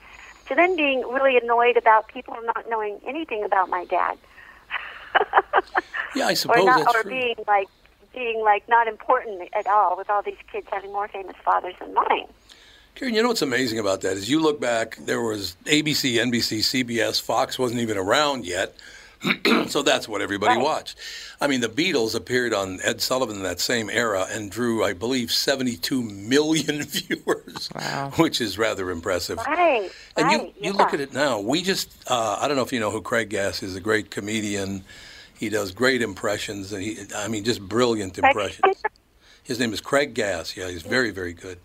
Speaker 12: to then being really annoyed about people not knowing anything about my dad,
Speaker 2: Yeah, I
Speaker 12: or
Speaker 2: suppose
Speaker 12: not,
Speaker 2: that's
Speaker 12: or
Speaker 2: true.
Speaker 12: being like being like not important at all with all these kids having more famous fathers than mine.
Speaker 2: Karen, you know what's amazing about that is you look back, there was ABC, NBC, CBS, Fox wasn't even around yet. [clears throat] so that's what everybody watched. I mean, the Beatles appeared on Ed Sullivan in that same era and drew, I believe, 72 million [laughs] viewers, which is rather impressive.
Speaker 12: Right.
Speaker 2: And you,
Speaker 12: right, yeah.
Speaker 2: you look at it now. We just, uh, I don't know if you know who Craig Gass is, a great comedian. He does great impressions. And he, I mean, just brilliant impressions. His name is Craig Gass. Yeah, he's very, very good.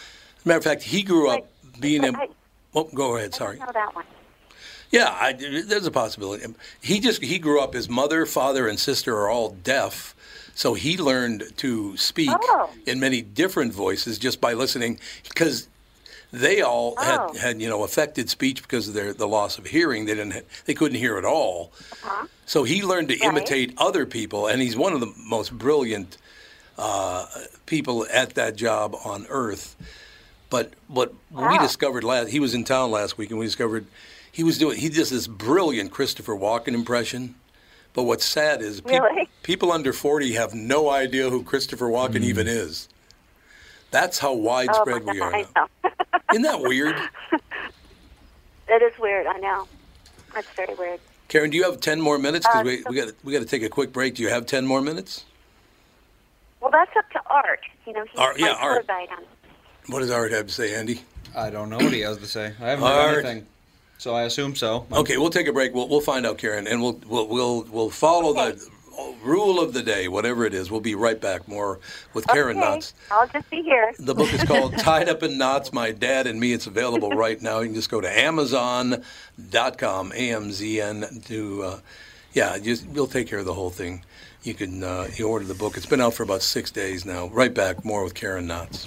Speaker 2: As a matter of fact, he grew up
Speaker 12: [laughs]
Speaker 2: being. Im- oh, go ahead. Sorry.
Speaker 12: I know that one.
Speaker 2: Yeah, I, there's a possibility. He just he grew up. His mother, father, and sister are all deaf, so he learned to speak in many different voices just by listening. Because they all had, had you know affected speech because of their the loss of hearing. They didn't ha- they couldn't hear at all. So he learned to imitate other people, and he's one of the most brilliant uh, people at that job on earth. But what we discovered last, he was in town last week, and we discovered he was doing he does this brilliant Christopher Walken impression. But what's sad is peop-
Speaker 12: Really?
Speaker 2: people under forty have no idea who Christopher Walken even is. That's how widespread
Speaker 12: oh, my
Speaker 2: we
Speaker 12: God,
Speaker 2: are.
Speaker 12: I
Speaker 2: now.
Speaker 12: know. [laughs]
Speaker 2: Isn't that weird?
Speaker 12: That is weird. I know. That's very weird.
Speaker 2: Karen, do you have ten more minutes? Because
Speaker 12: Uh,
Speaker 2: we
Speaker 12: so-
Speaker 2: we got we got to take a quick break. Do you have ten more minutes?
Speaker 12: Well, that's up to Art. You know, he's
Speaker 2: Art, Oh, yeah,
Speaker 12: my
Speaker 2: Art.
Speaker 12: soundbite on
Speaker 2: What does Art have to say, Andy?
Speaker 5: I don't know what he has to say. I haven't heard
Speaker 2: Art.
Speaker 5: anything, so I assume so.
Speaker 2: Okay, we'll take a break. We'll, we'll find out, Karen, and we'll we'll we'll, we'll follow the rule of the day, whatever it is. We'll be right back. More with Karen
Speaker 12: okay,
Speaker 2: Knotts.
Speaker 12: I'll just be here.
Speaker 2: The book is called Tied Up in Knots My Dad and Me. It's available right now. You can just go to Amazon.com, AMZN, to, uh, yeah, just, we'll take care of the whole thing. You can uh, you order the book. It's been out for about six days now. Right back, more with Karen Knotts.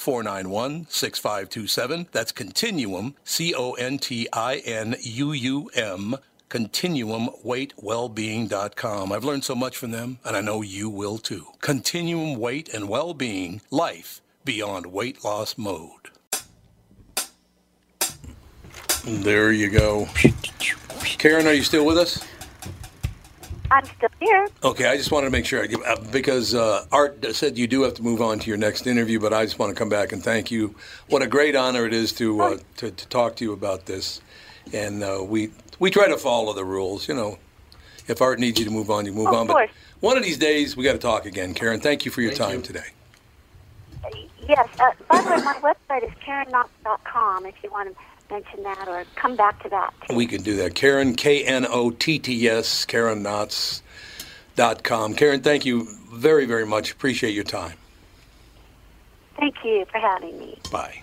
Speaker 2: 491 6527. That's Continuum, C O N T I N U U M, ContinuumWeightWellbeing.com. I've learned so much from them, and I know you will too. Continuum Weight and Wellbeing, life beyond weight loss mode. There you go. Karen, are you still with us?
Speaker 12: I'm still here.
Speaker 2: Okay, I just wanted to make sure I give uh, because uh, Art said you do have to move on to your next interview, but I just want to come back and thank you. What a great honor it is to uh, to, to talk to you about this, and uh, we we try to follow the rules. You know, if Art needs you to move on, you move
Speaker 12: Of
Speaker 2: on.
Speaker 12: course.
Speaker 2: But one of these days we got to talk again, Karen. Thank you for your time today.
Speaker 12: Yes. Uh, by the way, my website is KarenKnox.com if you want to mention that or come back to that.
Speaker 2: We can do that. Karen, K N O T E T S, Karen Knotts dot com. Karen, thank you very very much. Appreciate your time.
Speaker 12: Thank you for having me.
Speaker 2: Bye.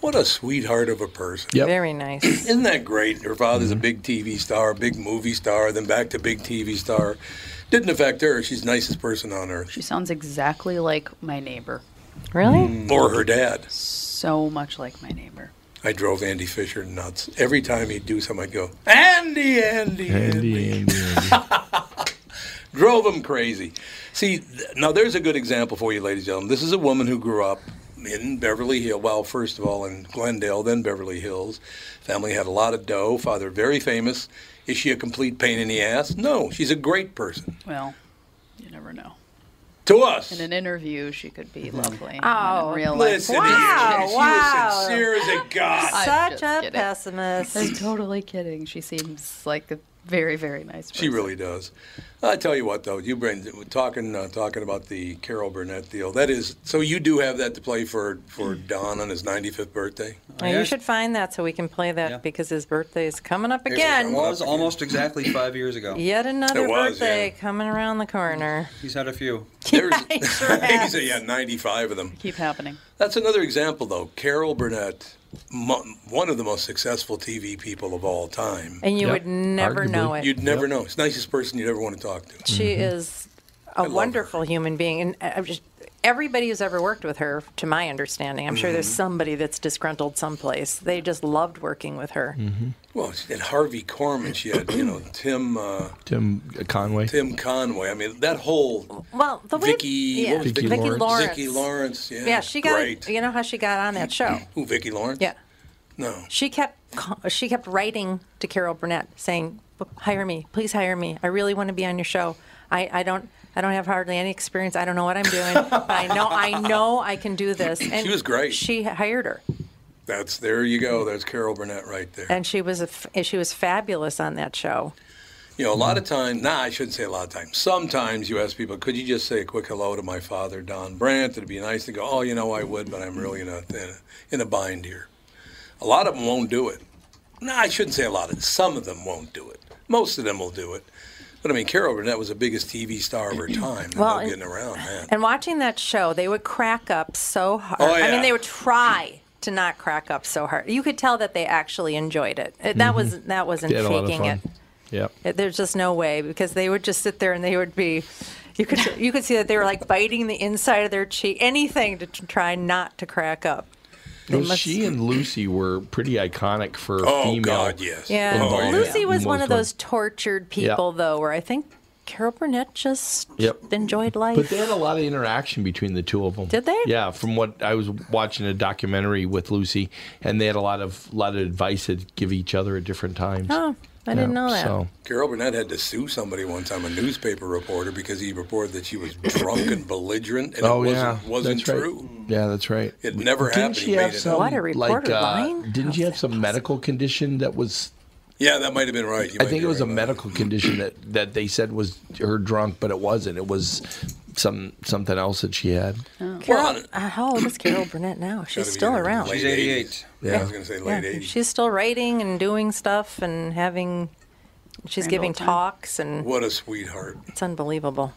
Speaker 2: What a sweetheart of a person.
Speaker 7: Very nice.
Speaker 2: [coughs] Isn't that great? Her father's a big TV star, big movie star, then back to big TV star. Didn't affect her. She's the nicest person on earth.
Speaker 9: She sounds exactly like my neighbor.
Speaker 2: Or her dad.
Speaker 9: So much like my neighbor.
Speaker 2: I drove Andy Fisher nuts. Every time he'd do something, I'd go, Andy, Andy, Andy, Andy. drove him crazy. See, th- now there's a good example for you, ladies and gentlemen. This is a woman who grew up in Beverly Hills. Well, first of all, in Glendale, then Beverly Hills. Family had a lot of dough. Father, very famous. Is she a complete pain in the ass? No, she's a great person.
Speaker 9: Well, you never know.
Speaker 2: To us. Mm-hmm.
Speaker 9: In an interview, she could be lovely.
Speaker 7: Oh,
Speaker 9: in real
Speaker 2: listen,
Speaker 9: life.
Speaker 7: wow, wow.
Speaker 2: sincere as a god.
Speaker 9: I'm
Speaker 7: Such
Speaker 9: just
Speaker 7: a
Speaker 9: kidding.
Speaker 7: pessimist.
Speaker 9: I'm totally kidding. She seems like a very, very nice person.
Speaker 2: She really does. I tell you what, though, you bring talking uh, talking about the Carol Burnett deal. That is, so you do have that to play for for Don on his 95th birthday.
Speaker 7: Well, Oh, You
Speaker 2: [laughs]
Speaker 7: should find that so we can play that because his birthday is coming up
Speaker 5: It
Speaker 7: again.
Speaker 5: was almost exactly five years ago.
Speaker 7: Yet another
Speaker 2: It was,
Speaker 7: birthday coming around the corner.
Speaker 5: He's had a few.
Speaker 2: He's yeah, 95 of them.
Speaker 9: Keep happening.
Speaker 2: That's another example, though. Carol Burnett, mo- one of the most successful TV people of all time.
Speaker 7: And you Yep. would never know Arguably. it.
Speaker 2: You'd
Speaker 7: Yep.
Speaker 2: never
Speaker 7: Mm-hmm.
Speaker 2: know. It's the nicest person you'd ever want to talk to.
Speaker 7: She is a wonderful human being, and I- I'm just, everybody who's ever worked with her, to my understanding, I'm sure there's
Speaker 2: Mhm.
Speaker 7: somebody that's disgruntled someplace. They just loved working with her.
Speaker 2: Mm. Well, she had Harvey Korman. She had, you know, Tim uh,
Speaker 11: Tim Conway.
Speaker 2: Tim Conway. I mean, that whole
Speaker 7: Well, the way
Speaker 2: Vicky,
Speaker 7: yeah.
Speaker 2: what was
Speaker 7: Vicky,
Speaker 2: Vicky
Speaker 7: Lawrence.
Speaker 2: Vicky Lawrence. Yeah,
Speaker 7: she got.
Speaker 2: great. Mm-hmm.
Speaker 7: You know how she got on that show?
Speaker 2: Who, Vicky Lawrence?
Speaker 7: Yeah.
Speaker 2: No.
Speaker 7: She kept ca- she kept writing to Carol Burnett saying, "Hire me, please hire me. I really want to be on your show. I, I don't I don't have hardly any experience. I don't know what I'm doing. but I know I know I can do this." And
Speaker 2: [laughs] She was great.
Speaker 7: She hired her,
Speaker 2: That's there you go. That's Carol Burnett right there.
Speaker 7: and she was a f she was fabulous on that show.
Speaker 2: You know, a lot of times, nah, I shouldn't say a lot of times. Sometimes you ask people, could you just say a quick hello to my father, Don Brandt? It'd be nice to go, oh, you know, I would, but I'm really in a, in a, in a bind here. A lot of them won't do it. Nah, I shouldn't say a lot of Some of them won't do it. Most of them will do it. But I mean, Carol Burnett was the biggest TV star of her time. There's
Speaker 7: Well,
Speaker 2: no
Speaker 7: and-
Speaker 2: getting around that.
Speaker 7: And watching that show, they would crack up so hard.
Speaker 2: Oh,
Speaker 7: I
Speaker 2: yeah.
Speaker 7: mean, they would try to not crack up so hard. You could tell that they actually enjoyed it. It- That was that wasn't
Speaker 11: Mm-hmm. They had a lot of
Speaker 7: faking it.
Speaker 11: fun. Yep.
Speaker 7: It- There's just no way because they would just sit there and they would be. You could you could see that they were like biting the inside of their cheek, anything to t- try not to crack up. They
Speaker 11: Well,
Speaker 7: must-
Speaker 11: she and Lucy were pretty iconic for
Speaker 2: Oh,
Speaker 11: female.
Speaker 2: God, yes. Oh,
Speaker 7: Yeah,
Speaker 11: involvement
Speaker 7: Lucy
Speaker 11: in
Speaker 7: was one
Speaker 11: Oh, most
Speaker 7: of those tortured
Speaker 11: Yeah.
Speaker 7: people, though, where I think Carol Burnett just
Speaker 11: Yep.
Speaker 7: enjoyed life.
Speaker 11: But they had a lot of interaction between the two of them.
Speaker 7: Did they?
Speaker 11: Yeah, from what I was watching a documentary with Lucy, and they had a lot of lot of advice to give each other at different times.
Speaker 7: Oh, I didn't know that.
Speaker 11: So
Speaker 2: Carol Burnett had to sue somebody one time, a newspaper reporter, because he reported that she was drunk and belligerent, and
Speaker 11: oh
Speaker 2: it wasn't,
Speaker 11: yeah,
Speaker 2: wasn't
Speaker 11: that's right.
Speaker 2: true.
Speaker 11: Yeah, that's right.
Speaker 2: It never
Speaker 11: didn't
Speaker 2: happened.
Speaker 11: She
Speaker 2: He made
Speaker 11: have
Speaker 2: it
Speaker 11: some,
Speaker 2: up. What, a
Speaker 11: like,
Speaker 2: reporter
Speaker 11: uh,
Speaker 2: lying?
Speaker 11: Didn't you have some medical condition that was?
Speaker 2: Yeah, that might have been right. You
Speaker 11: I
Speaker 2: might
Speaker 11: think
Speaker 2: be
Speaker 11: it was
Speaker 2: right
Speaker 11: a medical condition that, that they said was her drunk, but it wasn't. It was some something else that she had.
Speaker 9: Oh.
Speaker 7: Carol, uh, how old is Carol Burnett now? She's still around.
Speaker 5: She's 88.
Speaker 11: Yeah. I was
Speaker 2: gonna say
Speaker 7: Yeah, She's still writing and doing stuff and having. She's
Speaker 2: Grand
Speaker 7: giving
Speaker 2: old time.
Speaker 7: talks and
Speaker 2: What a sweetheart.
Speaker 7: it's unbelievable.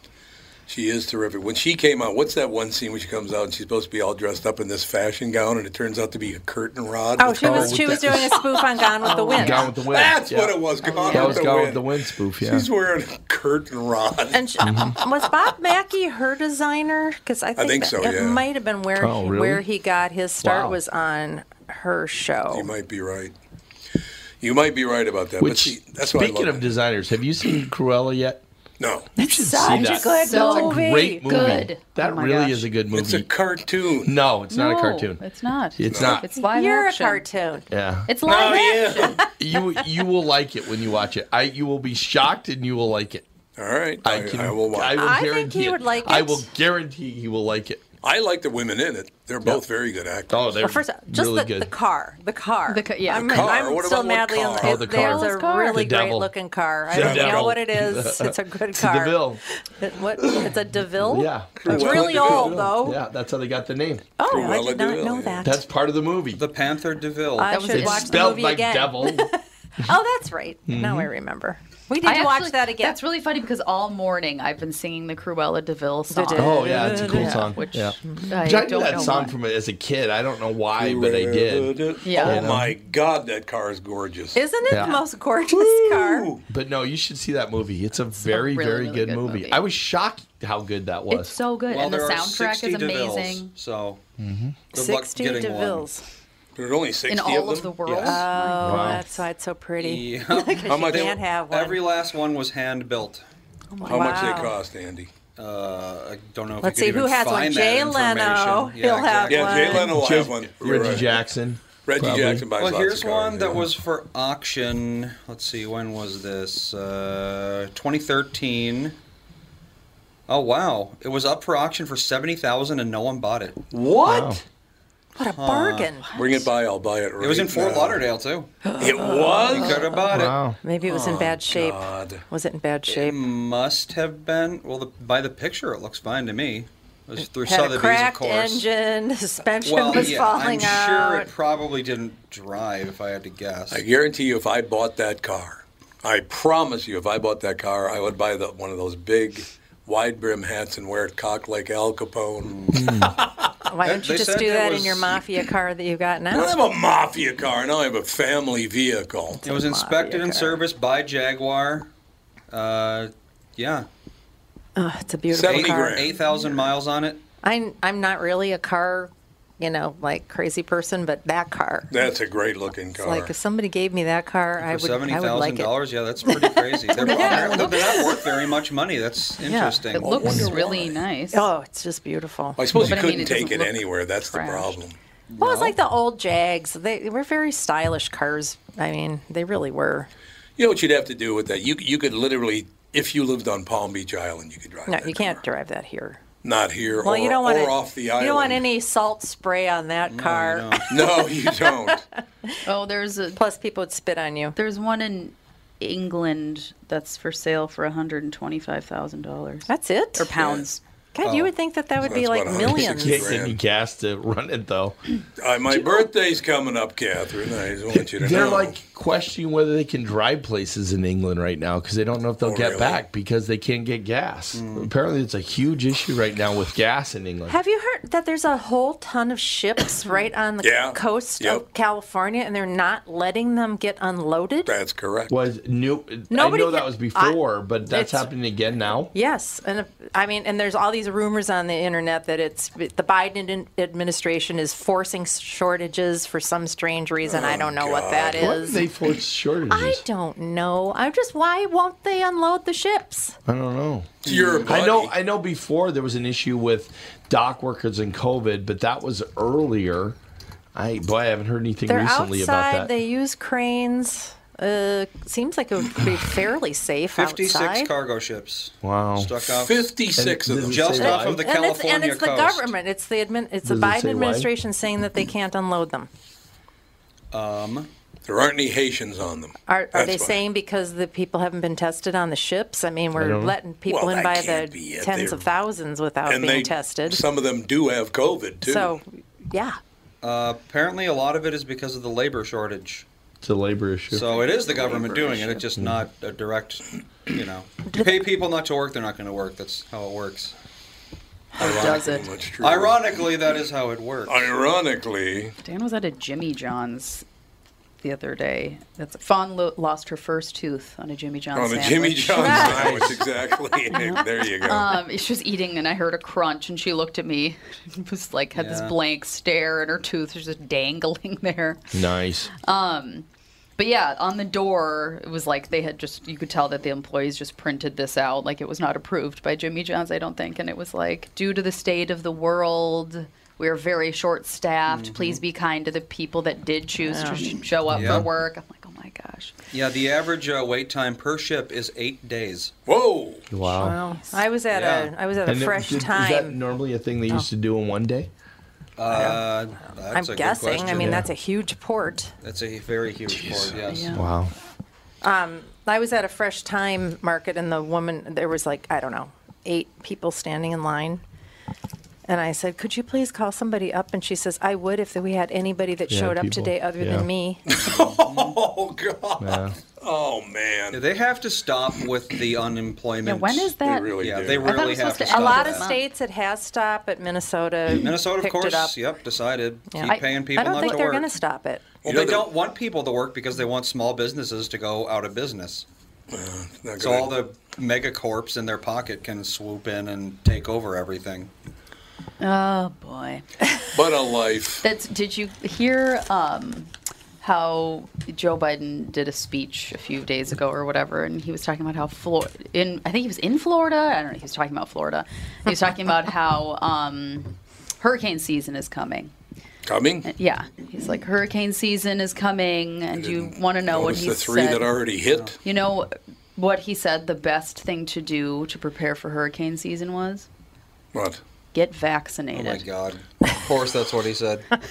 Speaker 2: She is terrific. When she came out, what's that one scene when she comes out and she's supposed to be all dressed up in this fashion gown and it turns out to be a curtain rod?
Speaker 7: Oh,
Speaker 2: with-
Speaker 7: she was she
Speaker 2: [laughs]
Speaker 7: was
Speaker 2: with that-
Speaker 7: doing a spoof on Gone
Speaker 2: [laughs]
Speaker 7: with the Wind.
Speaker 11: Gone Oh, with the Wind.
Speaker 2: That's
Speaker 11: yeah.
Speaker 2: what it was. Gone
Speaker 11: That
Speaker 2: with
Speaker 11: was
Speaker 2: the
Speaker 11: Gone
Speaker 2: wind.
Speaker 11: with the Wind spoof. Yeah. Mm-hmm.
Speaker 2: She's wearing a curtain rod.
Speaker 7: And
Speaker 2: [laughs]
Speaker 7: she, was Bob Mackey her designer? Because I think,
Speaker 2: Mm-hmm. think
Speaker 7: that
Speaker 2: so,
Speaker 7: it
Speaker 2: yeah.
Speaker 7: might have been where
Speaker 2: Oh,
Speaker 7: he,
Speaker 2: really?
Speaker 7: where he got his start
Speaker 2: Wow.
Speaker 7: was on her
Speaker 2: You
Speaker 7: show.
Speaker 2: might be right. You might be right about that. but
Speaker 11: Which,
Speaker 2: see, that's why I
Speaker 11: speaking
Speaker 2: love
Speaker 11: of designers, have you seen [clears throat] Cruella yet?
Speaker 2: No.
Speaker 11: You should
Speaker 7: such
Speaker 11: see
Speaker 7: a
Speaker 11: that.
Speaker 7: good
Speaker 11: That's
Speaker 7: movie.
Speaker 11: a great movie.
Speaker 7: Good.
Speaker 11: That
Speaker 7: Oh my
Speaker 11: really
Speaker 7: gosh.
Speaker 11: is a good movie. It's
Speaker 2: a cartoon.
Speaker 11: No, it's not
Speaker 9: No,
Speaker 11: a cartoon.
Speaker 9: It's not.
Speaker 11: It's not.
Speaker 9: It's live
Speaker 7: You're
Speaker 9: action.
Speaker 7: a cartoon.
Speaker 11: Yeah.
Speaker 9: It's live
Speaker 2: action.
Speaker 11: you you will like it when you watch it. I you will be shocked and you will like it.
Speaker 2: All right.
Speaker 11: I can I will,
Speaker 7: I think
Speaker 11: guarantee
Speaker 7: he
Speaker 11: it.
Speaker 7: would like
Speaker 11: I
Speaker 7: it.
Speaker 11: will guarantee he will like it.
Speaker 2: I like the women in it. They're both very good actors.
Speaker 11: Oh, they're
Speaker 7: Well, first, just
Speaker 11: really
Speaker 7: the,
Speaker 11: good.
Speaker 7: the car, the car. The yeah, I'm,
Speaker 2: The car?
Speaker 7: I'm
Speaker 2: What
Speaker 7: still
Speaker 2: about what
Speaker 7: madly in
Speaker 2: car?
Speaker 7: love.
Speaker 11: Oh, the car.
Speaker 7: There's a
Speaker 11: The
Speaker 7: really great
Speaker 11: devil.
Speaker 7: looking car. I
Speaker 11: The
Speaker 7: don't know
Speaker 11: devil.
Speaker 7: what it
Speaker 11: [laughs]
Speaker 7: is. It's a good
Speaker 11: It's a
Speaker 7: car. Oh.
Speaker 11: DeVille.
Speaker 7: It- what? It's a Deville.
Speaker 11: Yeah,
Speaker 7: it's really old though.
Speaker 11: Yeah, that's how they got the name.
Speaker 7: Oh, I Cruella did not DeVille, know yeah. that.
Speaker 11: That's part of the movie. The
Speaker 5: Panther Deville.
Speaker 7: I should
Speaker 11: it's
Speaker 7: watch the
Speaker 11: spelled
Speaker 7: movie
Speaker 11: like
Speaker 7: again.
Speaker 11: devil.
Speaker 7: Oh, that's right. Now I
Speaker 9: Mhm.
Speaker 7: remember. We need
Speaker 9: I
Speaker 7: to watch
Speaker 9: actually-
Speaker 7: that again.
Speaker 9: That's really funny because all morning I've been singing the Cruella Deville song.
Speaker 11: Oh yeah, it's a cool
Speaker 9: Yeah,
Speaker 11: song.
Speaker 9: Which
Speaker 11: yeah.
Speaker 9: I
Speaker 11: Which I knew
Speaker 9: don't
Speaker 11: that
Speaker 9: know
Speaker 11: song
Speaker 9: why.
Speaker 11: from as a kid. I don't know why, but I did.
Speaker 9: Yeah.
Speaker 2: Oh my God, that car is gorgeous.
Speaker 7: Isn't it
Speaker 11: Yeah.
Speaker 7: the most gorgeous car?
Speaker 11: But no, you should see that movie. It's a very,
Speaker 9: really,
Speaker 11: very
Speaker 9: really
Speaker 11: good,
Speaker 9: good
Speaker 11: movie.
Speaker 9: movie.
Speaker 11: I was shocked how good that was.
Speaker 9: It's so good,
Speaker 5: Well,
Speaker 9: and the
Speaker 5: there are
Speaker 9: soundtrack
Speaker 5: 60
Speaker 9: is
Speaker 5: DeVilles,
Speaker 9: amazing.
Speaker 5: So
Speaker 11: Mhm.
Speaker 5: good luck getting
Speaker 2: But There's only 60
Speaker 9: In all of the
Speaker 2: them?
Speaker 9: world.
Speaker 7: Oh,
Speaker 5: Wow.
Speaker 7: that's why it's so pretty.
Speaker 5: Yeah.
Speaker 7: [laughs] 'Cause you can't have one. Oh
Speaker 5: Every last one was hand built.
Speaker 7: my How much they wow.
Speaker 2: cost, Andy?
Speaker 5: Uh, I don't know. If
Speaker 7: Let's
Speaker 5: you
Speaker 7: see
Speaker 5: could
Speaker 7: who
Speaker 5: even
Speaker 7: has one.
Speaker 5: find that
Speaker 7: Jay
Speaker 5: information.
Speaker 7: Leno. [laughs] He'll have
Speaker 2: Yeah, Jay
Speaker 7: one.
Speaker 2: Leno will
Speaker 11: Jim-
Speaker 2: have one. You're
Speaker 11: Reggie
Speaker 2: right.
Speaker 11: Jackson.
Speaker 2: Reggie
Speaker 11: probably.
Speaker 2: Jackson buys
Speaker 5: Well,
Speaker 2: lots
Speaker 5: here's
Speaker 2: of cars.
Speaker 5: one that was for auction. Let's see, when was this? Uh, 2013. Oh wow, it was up for auction for seventy thousand, and no one bought it.
Speaker 2: What?
Speaker 7: What a
Speaker 5: bargain.
Speaker 2: Uh, Bring it by, I'll buy it right
Speaker 5: It was in Fort
Speaker 2: now.
Speaker 5: Lauderdale too.
Speaker 2: [gasps] It was?
Speaker 5: You could have bought it.
Speaker 7: Maybe it was in
Speaker 5: Oh,
Speaker 7: bad shape.
Speaker 5: God.
Speaker 7: Was it in bad
Speaker 5: It
Speaker 7: shape?
Speaker 5: must have been. Well, the, by the picture, it looks fine to me. It was through
Speaker 7: Had a
Speaker 5: Sotheby's,
Speaker 7: cracked
Speaker 5: of course.
Speaker 7: engine. The suspension
Speaker 5: well,
Speaker 7: was
Speaker 5: yeah,
Speaker 7: falling
Speaker 5: I'm sure
Speaker 7: out.
Speaker 5: it probably didn't drive, if I had to guess.
Speaker 2: I guarantee you, if I bought that car, I promise you, if I bought that car, I would buy the, one of those big wide brim hats and wear it cocked like Al Capone.
Speaker 7: [laughs] Why don't
Speaker 2: They
Speaker 7: you just
Speaker 2: said
Speaker 7: do
Speaker 2: it
Speaker 7: that in
Speaker 2: was-
Speaker 7: your mafia car that you've got
Speaker 2: I don't have
Speaker 7: now?
Speaker 2: a mafia car. Now I have a family vehicle.
Speaker 5: It was inspected and serviced by Jaguar. Uh, yeah.
Speaker 7: Oh, it's a beautiful car.
Speaker 5: 8,000 miles on it.
Speaker 7: I'm I'm not really a car, you know, like crazy person, but that car.
Speaker 2: That's a great looking
Speaker 7: It's
Speaker 2: car.
Speaker 7: like if somebody gave me that car, I
Speaker 5: For
Speaker 7: would
Speaker 5: seventy
Speaker 7: I would
Speaker 5: thousand
Speaker 7: like it.
Speaker 5: dollars, yeah, that's pretty
Speaker 7: [laughs]
Speaker 5: crazy. They're, apparently they're not worth very much money. That's interesting.
Speaker 9: It looks really nice.
Speaker 7: Oh, it's just beautiful.
Speaker 2: I suppose
Speaker 9: But I
Speaker 2: you
Speaker 9: mean,
Speaker 2: couldn't
Speaker 9: it
Speaker 2: take
Speaker 9: doesn't
Speaker 2: it
Speaker 9: look
Speaker 2: anywhere. That's the
Speaker 9: crashed.
Speaker 2: problem.
Speaker 7: Well, it's like the old Jags. They were very stylish cars. I mean, they really were.
Speaker 2: You know what you'd have to do with that? You you could literally, if you lived on Palm Beach Island, you could drive.
Speaker 7: No, you can't drive that here.
Speaker 2: Not here
Speaker 7: Well,
Speaker 2: or,
Speaker 7: you don't want
Speaker 2: or
Speaker 7: to-
Speaker 2: off the
Speaker 7: you
Speaker 2: island.
Speaker 7: don't want any salt spray on that car. [laughs]
Speaker 2: no, you don't.
Speaker 9: Oh, there's a
Speaker 7: plus people would spit on you.
Speaker 9: There's one in England that's for sale for one hundred and twenty-five thousand dollars.
Speaker 7: That's it.
Speaker 9: Or pounds.
Speaker 7: God,
Speaker 2: Oh.
Speaker 7: you would think that that would be like millions.
Speaker 11: [laughs] You can't get any gas to run it though.
Speaker 2: Uh, my birthday's coming up, Catherine. I just want you to
Speaker 11: They're
Speaker 2: know.
Speaker 11: like questioning whether they can drive places in England right now because they don't know if they'll
Speaker 2: Oh,
Speaker 11: get
Speaker 2: really?
Speaker 11: back because they can't get gas. Apparently, it's a huge issue right now with gas in England.
Speaker 7: Mm. Have you heard that there's a whole ton of
Speaker 2: [coughs]
Speaker 7: ships right on the
Speaker 11: Yeah.
Speaker 7: coast
Speaker 11: Yep.
Speaker 7: of California and they're not letting them get unloaded?
Speaker 2: That's correct.
Speaker 11: Was new?
Speaker 7: Nobody
Speaker 11: I know that
Speaker 7: can-
Speaker 11: was before,
Speaker 7: I-
Speaker 11: but that's
Speaker 7: it's-
Speaker 11: happening again now.
Speaker 7: Yes, and if- I mean, and there's all these rumors on the internet that it's the Biden ad- administration is forcing shortages for some strange reason. I don't know
Speaker 2: Oh,
Speaker 7: what that
Speaker 11: Why would
Speaker 7: is.
Speaker 11: they force shortages?
Speaker 7: I don't know. I'm just why won't they unload the ships?
Speaker 11: I don't know.
Speaker 2: You're
Speaker 11: I know. I know. Before there was an issue with dock workers and COVID, but that was earlier. I boy, I haven't heard anything
Speaker 7: They're
Speaker 11: recently
Speaker 7: outside.
Speaker 11: about that.
Speaker 7: They use cranes. Uh, seems like it would
Speaker 2: [sighs]
Speaker 7: be fairly safe
Speaker 5: 56
Speaker 7: [laughs] outside.
Speaker 5: cargo ships.
Speaker 11: wow.
Speaker 5: Stuck off.
Speaker 2: 56 of them.
Speaker 5: Just
Speaker 2: Does it
Speaker 5: off
Speaker 2: say
Speaker 5: of the
Speaker 2: why?
Speaker 7: and it's,
Speaker 5: California
Speaker 7: and it's the
Speaker 5: coast.
Speaker 7: government. It's the admin. It's the
Speaker 2: Does it
Speaker 7: Biden
Speaker 2: say why?
Speaker 7: administration saying that they can't unload them.
Speaker 2: Um, there aren't any Haitians on them.
Speaker 7: Are, are
Speaker 2: That's
Speaker 7: they
Speaker 2: why.
Speaker 7: saying because the people haven't been tested on the ships? I mean, we're
Speaker 2: don't know.
Speaker 7: letting people
Speaker 2: Well,
Speaker 7: in
Speaker 2: that
Speaker 7: by
Speaker 2: can't be
Speaker 7: the
Speaker 2: it.
Speaker 7: tens
Speaker 2: They're-
Speaker 7: of thousands without
Speaker 2: and
Speaker 7: being
Speaker 2: they-
Speaker 7: tested.
Speaker 2: Some of them do have COVID too.
Speaker 7: So, yeah.
Speaker 5: Uh, apparently, a lot of it is because of the labor shortage.
Speaker 11: It's a labor issue.
Speaker 5: So it is the government doing it. It's just not a direct, you
Speaker 7: [clears throat]
Speaker 5: know. You pay people not to work, they're not going to work. That's how it works.
Speaker 7: does it?
Speaker 2: That's true.
Speaker 5: Ironically, that is how it works.
Speaker 2: Ironically,
Speaker 9: Dan was at a Jimmy John's the other day. That's Fawn lo- lost her first tooth on a Jimmy John's.
Speaker 2: on the
Speaker 9: sandwich.
Speaker 2: Jimmy John's
Speaker 7: [laughs]
Speaker 2: sandwich, exactly. [laughs] it. there you go.
Speaker 9: Um, she was eating, and I heard a crunch, and she looked at me, [laughs] and was like, had this
Speaker 11: Yeah.
Speaker 9: blank stare, and her tooth was just dangling [laughs] there.
Speaker 11: Nice.
Speaker 9: Um, but yeah, on the door, it was like they had just, you could tell that the employees just printed this out. Like it was not approved by Jimmy John's, I don't think. And it was like, due to the state of the world, we are very short staffed. Please be kind to the people that did choose
Speaker 5: Mm-hmm. Yeah.
Speaker 9: to sh- show up
Speaker 5: Yeah.
Speaker 9: for work. I'm like, oh my gosh.
Speaker 5: Yeah, the average uh, wait time per ship is eight days.
Speaker 2: Whoa!
Speaker 11: Wow.
Speaker 7: I was at
Speaker 5: Yeah.
Speaker 7: a I was at a
Speaker 11: And it-
Speaker 7: fresh
Speaker 11: did- Is that
Speaker 7: time. Oh.
Speaker 11: normally a thing they used to do in one day?
Speaker 5: Uh,
Speaker 7: I'm
Speaker 5: that's a good
Speaker 7: guessing. I
Speaker 5: question.
Speaker 7: mean, that's a huge port.
Speaker 5: That's a very huge port, yes. [laughs]
Speaker 7: Yeah.
Speaker 11: Wow.
Speaker 7: Um, I was at a fresh time market, and the woman there was like I don't know eight people standing in line. And I said, "Could you please call somebody up?" And she says, "I would if we had anybody that
Speaker 5: Yeah,
Speaker 7: showed up
Speaker 5: people.
Speaker 7: today other
Speaker 5: Yeah.
Speaker 7: than me."
Speaker 2: Oh God. Oh man.
Speaker 5: they have to stop with the unemployment.
Speaker 7: Yeah, when is They that?
Speaker 2: really
Speaker 5: yeah,
Speaker 2: do.
Speaker 5: they
Speaker 2: I thought
Speaker 5: really have to, stop
Speaker 7: a lot
Speaker 5: with
Speaker 7: of
Speaker 5: that.
Speaker 7: states it has stopped, but Minnesota
Speaker 5: Minnesota, of
Speaker 7: picked it up.
Speaker 5: course. Yep, decided
Speaker 7: Yeah.
Speaker 5: keep paying people
Speaker 7: I don't
Speaker 5: not
Speaker 7: think
Speaker 5: to
Speaker 7: they're
Speaker 5: work.
Speaker 7: going to stop it.
Speaker 5: Well, they don't want people to work because they want small businesses to go out of business.
Speaker 2: not
Speaker 5: so
Speaker 2: good.
Speaker 5: all the mega corps in their pocket can swoop in and take over everything.
Speaker 9: Oh boy.
Speaker 2: But a life.
Speaker 9: That's. Did you hear um, how Joe Biden did a speech a few days ago or whatever, and he was talking about how Florida. In I think he was in Florida. I don't know. He was talking about Florida. He was talking about how um, hurricane season is coming.
Speaker 2: Coming?
Speaker 9: Yeah, he's like hurricane season is coming, and you want to know what
Speaker 2: Notice
Speaker 9: he
Speaker 2: the three
Speaker 9: said.
Speaker 2: that already hit.
Speaker 9: You know what he said. The best thing to do to prepare for hurricane season was
Speaker 2: What?
Speaker 9: get
Speaker 5: Oh
Speaker 9: vaccinated.
Speaker 5: my God! Of course, that's what he said.
Speaker 2: [laughs]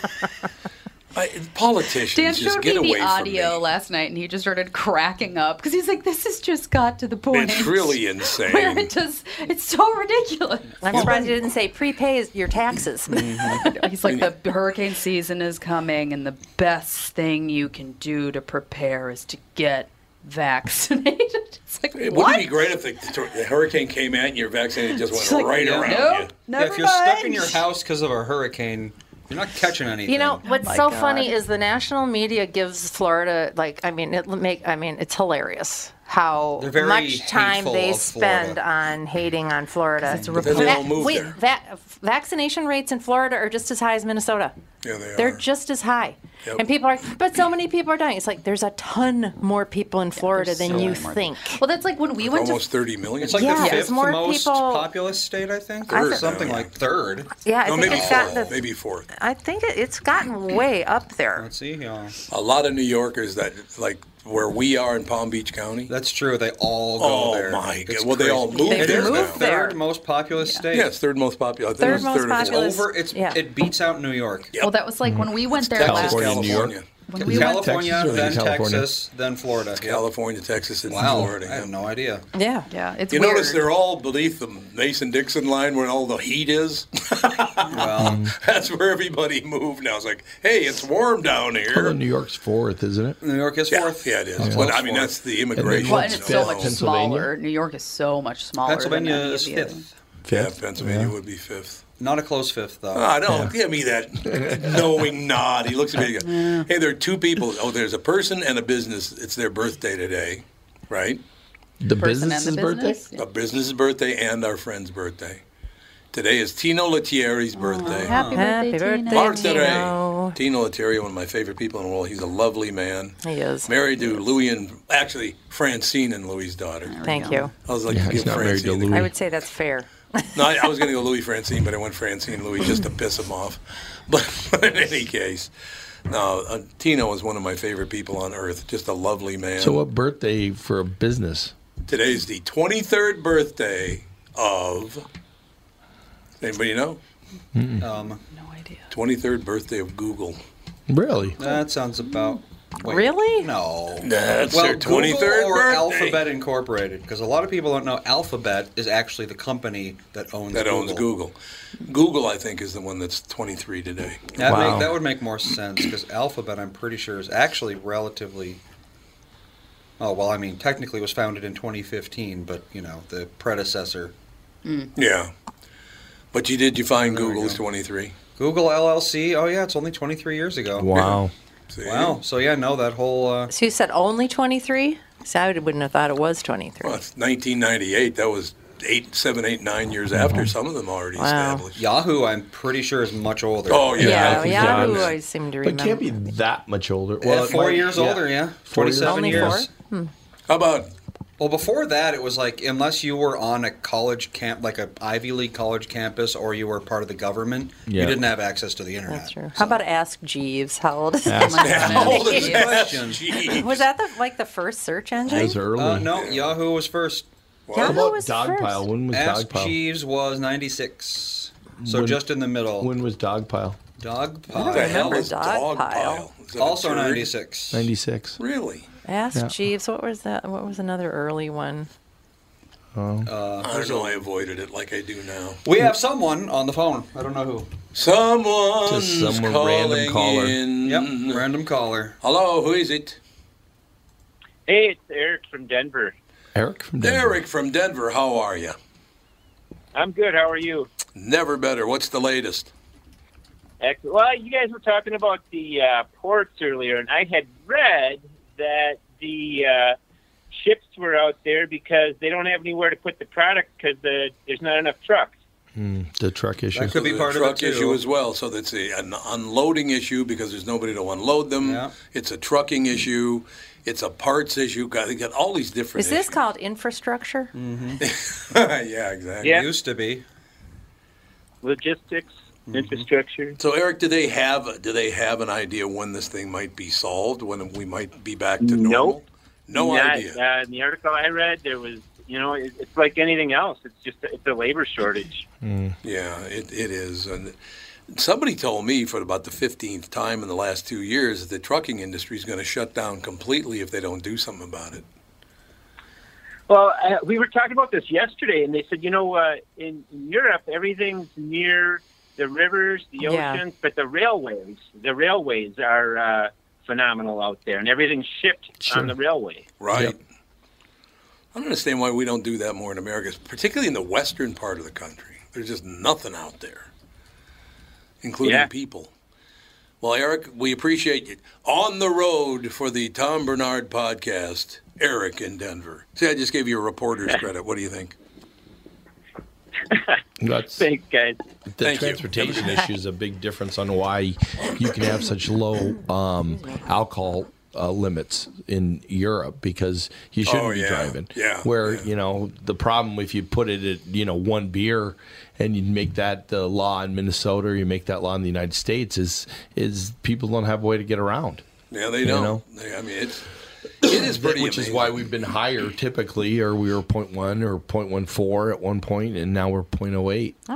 Speaker 2: I, politicians
Speaker 9: Dan showed me the audio last night, and he just started cracking up because he's like, "This has just got to the point
Speaker 2: It's
Speaker 9: [laughs]
Speaker 2: really
Speaker 9: where
Speaker 2: insane.
Speaker 9: it just it's so ridiculous."
Speaker 7: I'm surprised you didn't say prepay your
Speaker 9: [laughs]
Speaker 7: taxes.
Speaker 9: he's like, "The hurricane season is coming, and the best thing you can do to prepare is to get vaccinated." [laughs] It's like,
Speaker 2: It
Speaker 9: what?
Speaker 2: wouldn't it be great if the, the hurricane came at and your vaccine just went
Speaker 9: It's like,
Speaker 2: right
Speaker 9: yeah.
Speaker 2: around
Speaker 9: Nope.
Speaker 2: you?
Speaker 5: Yeah, if you're stuck in your house because of a hurricane, you're not catching anything.
Speaker 7: You know what's so funny is the national media gives Florida like I mean it make I mean it's hilarious how
Speaker 5: They're very
Speaker 7: much time
Speaker 5: hateful
Speaker 7: they
Speaker 5: of Florida.
Speaker 7: spend on hating on Florida. It's
Speaker 2: But then they all move
Speaker 7: Wait,
Speaker 2: there.
Speaker 7: va- vaccination rates in Florida are just as high as Minnesota.
Speaker 2: Yeah, they
Speaker 7: They're
Speaker 2: are.
Speaker 7: just as high.
Speaker 2: Yep.
Speaker 7: And people are, but so many people are dying. It's like there's a ton more people in Florida than you think.
Speaker 9: Well, that's like when we went to
Speaker 2: Almost 30 million.
Speaker 5: It's like
Speaker 7: Yeah,
Speaker 5: the
Speaker 7: there's
Speaker 5: fifth
Speaker 7: more
Speaker 5: most
Speaker 7: people-
Speaker 5: populous state, I think,
Speaker 7: I
Speaker 5: or
Speaker 7: think-
Speaker 5: something like third.
Speaker 7: Yeah, I
Speaker 2: no,
Speaker 7: think
Speaker 2: maybe
Speaker 7: it's
Speaker 2: fourth.
Speaker 7: got the-
Speaker 2: Maybe fourth.
Speaker 7: I think it, it's gotten way up there. Let's
Speaker 5: see. Yeah.
Speaker 2: A lot of New Yorkers that like where we are in Palm Beach County.
Speaker 5: That's true. They all go
Speaker 2: oh
Speaker 5: there.
Speaker 2: my
Speaker 5: It's
Speaker 2: god! Well, they all
Speaker 5: crazy.
Speaker 2: move
Speaker 5: It
Speaker 2: there.
Speaker 5: is the
Speaker 2: now.
Speaker 5: third most populous state.
Speaker 2: Yeah, it's third most popular. I think it's
Speaker 9: Third most
Speaker 2: third or fourth.
Speaker 9: populous-
Speaker 5: Over, it's
Speaker 9: yeah.
Speaker 5: it beats out New York.
Speaker 9: Well, that was like when we went there
Speaker 5: Texas,
Speaker 9: last
Speaker 5: California.
Speaker 4: When
Speaker 5: we
Speaker 4: went-
Speaker 5: California,
Speaker 2: Texas or
Speaker 5: then
Speaker 2: California?
Speaker 5: Texas, then Florida.
Speaker 2: California, Texas, and
Speaker 5: wow,
Speaker 2: Florida,
Speaker 5: I have no idea.
Speaker 7: Yeah.
Speaker 9: Yeah. It's
Speaker 2: you
Speaker 9: weird.
Speaker 2: notice they're all beneath the Mason-Dixon line where all the heat is. well, [laughs] that's where everybody moved now. It's like, hey, it's warm down
Speaker 11: Although
Speaker 2: here.
Speaker 11: New York's fourth, isn't it?
Speaker 5: New York is fourth.
Speaker 2: Yeah, it is.
Speaker 11: Yeah.
Speaker 2: But I mean, that's the
Speaker 11: And then
Speaker 2: immigration.
Speaker 9: Well, and it's so
Speaker 2: stuff.
Speaker 9: much smaller. New York is so much smaller.
Speaker 5: Pennsylvania
Speaker 9: than any
Speaker 5: is
Speaker 9: of the other-
Speaker 5: fifth.
Speaker 2: Yeah, Pennsylvania would be fifth.
Speaker 5: Not a close fifth, though.
Speaker 2: Ah, don't give me that knowing nod. He looks at me. and goes, Hey, there are two people. Oh, there's a person and a business. It's their birthday today, right?
Speaker 11: The
Speaker 9: Person and the business's birthday? business,
Speaker 2: A business's birthday and our friend's birthday. Today is Tino Lettieri's birthday.
Speaker 7: happy Happy birthday, birthday, Tino.
Speaker 2: Martere. Tino Lettieri, one of my favorite people in the world. He's a lovely man.
Speaker 7: He is.
Speaker 2: Married to Louis and actually Francine and Louis' daughter.
Speaker 7: Thank you.
Speaker 2: I was like,
Speaker 11: Yeah,
Speaker 2: you
Speaker 11: he's
Speaker 2: give
Speaker 11: not married to
Speaker 2: Francine the-
Speaker 7: I would say that's fair. [laughs]
Speaker 2: no, I, I was going to go Louis Francine, but I went Francine Louis just to piss him off. [laughs] But, in any case, no, uh, Tino is one of my favorite people on earth. Just a lovely man.
Speaker 11: So, what birthday for a business?
Speaker 2: Today's the 23rd birthday of. Anybody know?
Speaker 5: Um,
Speaker 2: no idea. 23rd birthday of Google.
Speaker 11: Really?
Speaker 5: That sounds about. wait,
Speaker 7: Really?
Speaker 5: No.
Speaker 2: That's
Speaker 5: well,
Speaker 2: their 23rd
Speaker 5: Google or
Speaker 2: birthday.
Speaker 5: Alphabet Incorporated, because a lot of people don't know Alphabet is actually the company that owns
Speaker 2: That
Speaker 5: Google.
Speaker 2: owns Google. Google, I think, is the one that's 23 today.
Speaker 5: That, make, that would make more sense because Alphabet, I'm pretty sure, is actually relatively. Oh well, I mean, technically, it was founded in 2015, but you know, the predecessor.
Speaker 2: Yeah. But you did you find Google is 23?
Speaker 5: Google LLC. Oh yeah, it's only 23 years ago.
Speaker 2: Wow.
Speaker 5: Wow. So yeah, no, that whole. Uh,
Speaker 7: So you said only 23? So I wouldn't have thought it was 23.
Speaker 2: Well, it's 1998. That was eight, seven, eight, nine years
Speaker 11: Mm-hmm.
Speaker 2: after some of them already
Speaker 7: Wow.
Speaker 2: established.
Speaker 5: Yahoo, I'm pretty sure is much older.
Speaker 2: Oh,
Speaker 7: Yeah,
Speaker 2: yeah. Yahoo's
Speaker 7: Yahoo,
Speaker 2: on.
Speaker 7: I seem to
Speaker 11: But it
Speaker 7: remember.
Speaker 11: can't be that much older.
Speaker 5: Well,
Speaker 11: it
Speaker 5: four
Speaker 11: might-
Speaker 5: years older, yeah.
Speaker 11: Four years.
Speaker 5: 27
Speaker 7: Only
Speaker 5: years.
Speaker 7: four? Hmm.
Speaker 2: How about?
Speaker 5: Well, before that, it was like unless you were on a college camp, like a Ivy League college campus, or you were part of the government,
Speaker 7: Yeah.
Speaker 5: you didn't have access to the internet. That's
Speaker 7: How about Ask Jeeves? How old is [laughs]
Speaker 5: Ask
Speaker 7: that?
Speaker 5: Jeeves. How old is Ask Jeeves?
Speaker 7: [laughs] Was that the, like the first search engine?
Speaker 5: Uh, no, Yahoo was first.
Speaker 7: Yahoo How about was Dogpile? first.
Speaker 11: When was
Speaker 5: Ask
Speaker 11: Dogpile?
Speaker 5: Jeeves was 96. So
Speaker 11: When-
Speaker 5: just in the middle.
Speaker 11: When was Dogpile?
Speaker 5: Dogpile.
Speaker 7: I don't remember Dogpile.
Speaker 2: Is that a
Speaker 5: Also
Speaker 2: turd?
Speaker 5: 96.
Speaker 11: 96.
Speaker 2: Really?
Speaker 7: Ask
Speaker 11: Yeah.
Speaker 7: Jeeves. What was that? What was another early one?
Speaker 11: Oh.
Speaker 5: Uh,
Speaker 2: I don't know. I avoided it like I do now.
Speaker 5: We have someone on the phone. I don't know who.
Speaker 2: Someone.
Speaker 11: Just someone, random caller.
Speaker 5: Yep, random caller.
Speaker 2: Hello, who is it?
Speaker 14: Hey, it's Eric from Denver.
Speaker 11: Eric from Denver.
Speaker 2: Derek from Denver. How are you?
Speaker 14: I'm good. How are you?
Speaker 2: Never better. What's the latest?
Speaker 14: Excellent. Well, you guys were talking about the uh, ports earlier, and I had read that the uh, ships were out there because they don't have anywhere to put the product because the, there's not enough trucks.
Speaker 11: Mm, the truck issue.
Speaker 2: So the truck issue as well. So that's a, an unloading issue because there's nobody to unload them. It's a trucking issue. It's a parts issue. God, They got all these different.
Speaker 7: Is this called infrastructure?
Speaker 5: Mm.
Speaker 2: issues. [laughs] yeah, exactly.
Speaker 14: Yeah.
Speaker 5: Used to be. Mm-hmm.
Speaker 14: Logistics, infrastructure.
Speaker 2: So, Eric, do they have do they have an idea when this thing might be solved? When we might be back to normal? No
Speaker 14: Not-
Speaker 2: idea.
Speaker 14: Uh, in the article I read, there was, you know, it, it's like anything else. It's just it's a labor shortage.
Speaker 2: Yeah, it, it is. And somebody told me for about the 15th time in the last two years that the trucking industry is going to shut down completely if they don't do something about it.
Speaker 14: Well, uh, we were talking about this yesterday, and they said, you know, uh, in Europe, everything's near the rivers, the
Speaker 7: Yeah.
Speaker 14: oceans, but the railways, the railways are uh, phenomenal out there, and everything's shipped on the railway.
Speaker 2: Right. I don't understand why we don't do that more in America, particularly in the western part of the country. There's just nothing out there, including
Speaker 14: Yeah.
Speaker 2: people. Well, Eric, we appreciate you. On the road for the Tom Bernard podcast, Eric in Denver. See, I just gave you a reporter's credit. What do you think?
Speaker 14: Thanks, guys.
Speaker 11: The
Speaker 2: Thank you.
Speaker 11: transportation
Speaker 2: Have a good
Speaker 11: issue is a big difference on why you can have such low um, alcohol uh, limits in Europe because you shouldn't
Speaker 2: Oh,
Speaker 11: be
Speaker 2: yeah.
Speaker 11: driving.
Speaker 2: Yeah,
Speaker 11: Where you know the problem if you put it at you know one beer and you make that the law in Minnesota or you make that law in the United States is is people don't have a way to get around.
Speaker 2: Yeah, they
Speaker 11: You
Speaker 2: don't.
Speaker 11: know? [clears throat]
Speaker 2: They, I mean, it's It is pretty
Speaker 11: which is why we've been higher typically, or we were 0.1 or 0.14 at one point, and now we're 0.08.
Speaker 7: Oh,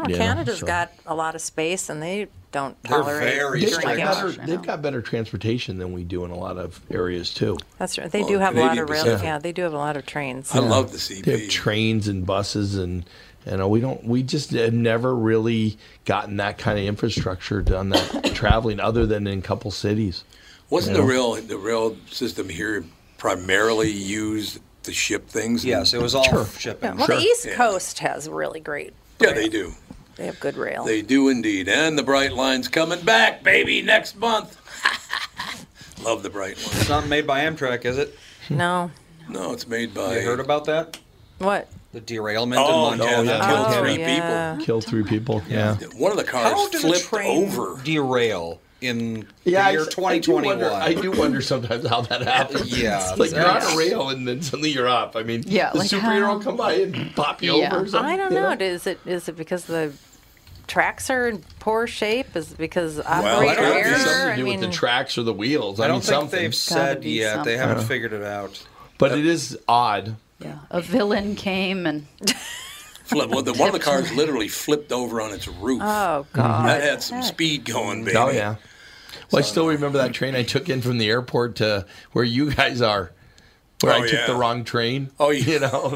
Speaker 11: you know,
Speaker 7: Canada's
Speaker 11: so.
Speaker 7: got a lot of space and they don't
Speaker 11: They're
Speaker 7: tolerate.
Speaker 11: They've got
Speaker 7: drinking.
Speaker 11: better- They've got better transportation than we do in a lot of areas too.
Speaker 7: That's right. They
Speaker 2: Well,
Speaker 7: do have a lot
Speaker 2: Canadian
Speaker 7: of rail.
Speaker 11: Pacific.
Speaker 7: Yeah, they do have a lot of trains.
Speaker 11: Yeah.
Speaker 2: the CB.
Speaker 11: They have trains and buses and you know we don't we just have never really gotten that kind of infrastructure done that [coughs] traveling other than in a couple cities.
Speaker 2: Wasn't
Speaker 11: you
Speaker 2: the
Speaker 11: know?
Speaker 2: rail the rail system here primarily used to ship things?
Speaker 5: Yes, it was all Sure. shipping.
Speaker 7: Yeah, well, the East Coast has really great.
Speaker 2: Yeah, they do.
Speaker 7: They have good rail.
Speaker 2: They do indeed. And the bright line's coming back, baby, next month. [laughs] Love the bright line.
Speaker 5: It's not [laughs] made by Amtrak, is it?
Speaker 7: No.
Speaker 2: No, it's made by.
Speaker 5: You heard about that?
Speaker 7: What?
Speaker 5: The derailment
Speaker 2: Oh,
Speaker 5: in
Speaker 2: no,
Speaker 5: Montana.
Speaker 2: that killed Oh, three yeah. people.
Speaker 11: Killed three people. Yeah.
Speaker 2: One of the cars
Speaker 5: How did
Speaker 2: flipped
Speaker 5: a train
Speaker 2: over.
Speaker 5: Derail in
Speaker 11: Yeah,
Speaker 5: the
Speaker 11: I
Speaker 5: year
Speaker 11: s- I do
Speaker 5: 2021.
Speaker 11: wonder- I do wonder sometimes how that happens.
Speaker 5: Yeah,
Speaker 11: It's like you're on
Speaker 5: that's-
Speaker 11: a rail and then suddenly you're up. I mean,
Speaker 7: Yeah,
Speaker 11: the
Speaker 7: like
Speaker 11: superhero
Speaker 7: how-
Speaker 11: will come by and pop you over. Or something,
Speaker 7: I don't
Speaker 11: you
Speaker 7: know. Is it is it because the tracks are in poor shape? Is it because
Speaker 11: Well, I
Speaker 7: operator
Speaker 11: don't know if it's
Speaker 7: error?
Speaker 11: something
Speaker 7: I
Speaker 11: to do with
Speaker 7: mean,
Speaker 11: the tracks or the wheels. I,
Speaker 5: I don't
Speaker 11: mean,
Speaker 5: think
Speaker 11: something.
Speaker 5: they've said yet. They haven't figured it out.
Speaker 11: But it is odd.
Speaker 9: A villain
Speaker 7: [laughs]
Speaker 9: came and
Speaker 2: Flip, well, the, one of the cars literally flipped over on its roof.
Speaker 9: Oh,
Speaker 7: God.
Speaker 2: That had some speed going, baby.
Speaker 11: Mm-hmm. Oh yeah. Well, I still remember that train I took in from the airport to where you guys are, where
Speaker 2: Oh,
Speaker 11: I took
Speaker 2: yeah.
Speaker 11: the wrong train.
Speaker 2: Oh, yeah.
Speaker 11: you know. [laughs]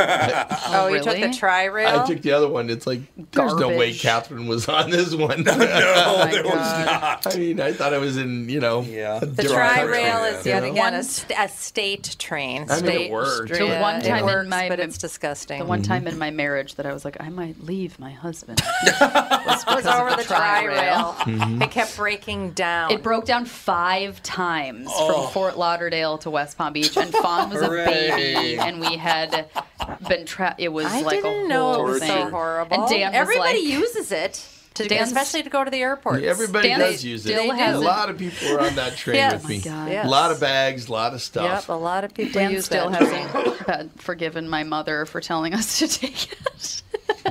Speaker 7: oh, you took the tri rail.
Speaker 11: I took the other one. It's like there's no way
Speaker 7: Garbage.
Speaker 11: Catherine was on this one. [laughs] no,
Speaker 2: there was not.
Speaker 11: I mean, I thought I was in you know yeah.
Speaker 7: The tri rail is yet again a, st- a state train.
Speaker 11: I mean, it
Speaker 7: state
Speaker 11: worked.
Speaker 7: stra-
Speaker 9: The
Speaker 7: yeah,
Speaker 9: one
Speaker 7: it
Speaker 9: time in
Speaker 7: works,
Speaker 9: my-
Speaker 7: but it's disgusting.
Speaker 9: the one
Speaker 11: Mm-hmm.
Speaker 9: time in my marriage that I was like, I might leave my husband.
Speaker 7: was over the tri rail. [laughs]
Speaker 9: Mhm.
Speaker 7: It kept [laughs] breaking down.
Speaker 9: It broke down five times
Speaker 7: Oh.
Speaker 9: from Fort Lauderdale to West Palm Beach, and Fawn was a
Speaker 7: Hooray.
Speaker 9: baby, and we had been trapped. It was
Speaker 7: I
Speaker 9: like
Speaker 7: didn't
Speaker 9: a
Speaker 7: know it
Speaker 9: whole
Speaker 7: was
Speaker 9: thing.
Speaker 7: so horrible.
Speaker 9: And Dan was
Speaker 7: everybody
Speaker 9: like,
Speaker 7: uses it, to,
Speaker 9: Dan's-
Speaker 7: especially to go to the airport.
Speaker 11: Everybody does use it.
Speaker 9: still
Speaker 11: A
Speaker 9: has it.
Speaker 11: lot of people were on that train
Speaker 7: Yes.
Speaker 11: with
Speaker 7: Oh
Speaker 11: me.
Speaker 7: my God. Yes.
Speaker 11: A lot of bags, a lot of stuff.
Speaker 7: Yep, a lot of people
Speaker 9: Dan
Speaker 7: use
Speaker 9: still
Speaker 7: that.
Speaker 9: hasn't [laughs] had forgiven my mother for telling us to take
Speaker 11: [laughs]
Speaker 9: it.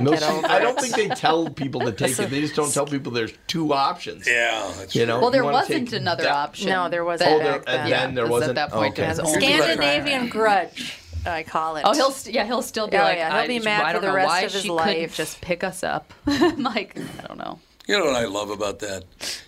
Speaker 11: No,
Speaker 9: Get
Speaker 11: she-
Speaker 9: over
Speaker 11: I don't
Speaker 9: it.
Speaker 11: think they tell people to take it. They just don't tell people there's two options.
Speaker 2: Yeah, that's
Speaker 11: you know.
Speaker 9: well,
Speaker 11: you
Speaker 9: there
Speaker 11: wanna
Speaker 9: wasn't
Speaker 11: take
Speaker 9: another
Speaker 11: that-
Speaker 9: option.
Speaker 7: No, there wasn't
Speaker 11: Oh, there-
Speaker 7: back
Speaker 11: and
Speaker 7: then.
Speaker 11: then there
Speaker 9: because
Speaker 11: wasn't-
Speaker 9: At that point,
Speaker 11: okay.
Speaker 9: it was
Speaker 11: The
Speaker 9: only
Speaker 7: Scandinavian grudge, I call it.
Speaker 9: Oh, he'll st- yeah, he'll still be
Speaker 7: Yeah,
Speaker 9: like,
Speaker 7: yeah, he'll
Speaker 9: I,
Speaker 7: be mad
Speaker 9: I
Speaker 7: for
Speaker 9: don't
Speaker 7: the
Speaker 9: know
Speaker 7: rest
Speaker 9: why
Speaker 7: of his
Speaker 9: she couldn't [laughs]
Speaker 7: life."
Speaker 9: just pick us up. I'm like, I don't know.
Speaker 2: You know what I love about that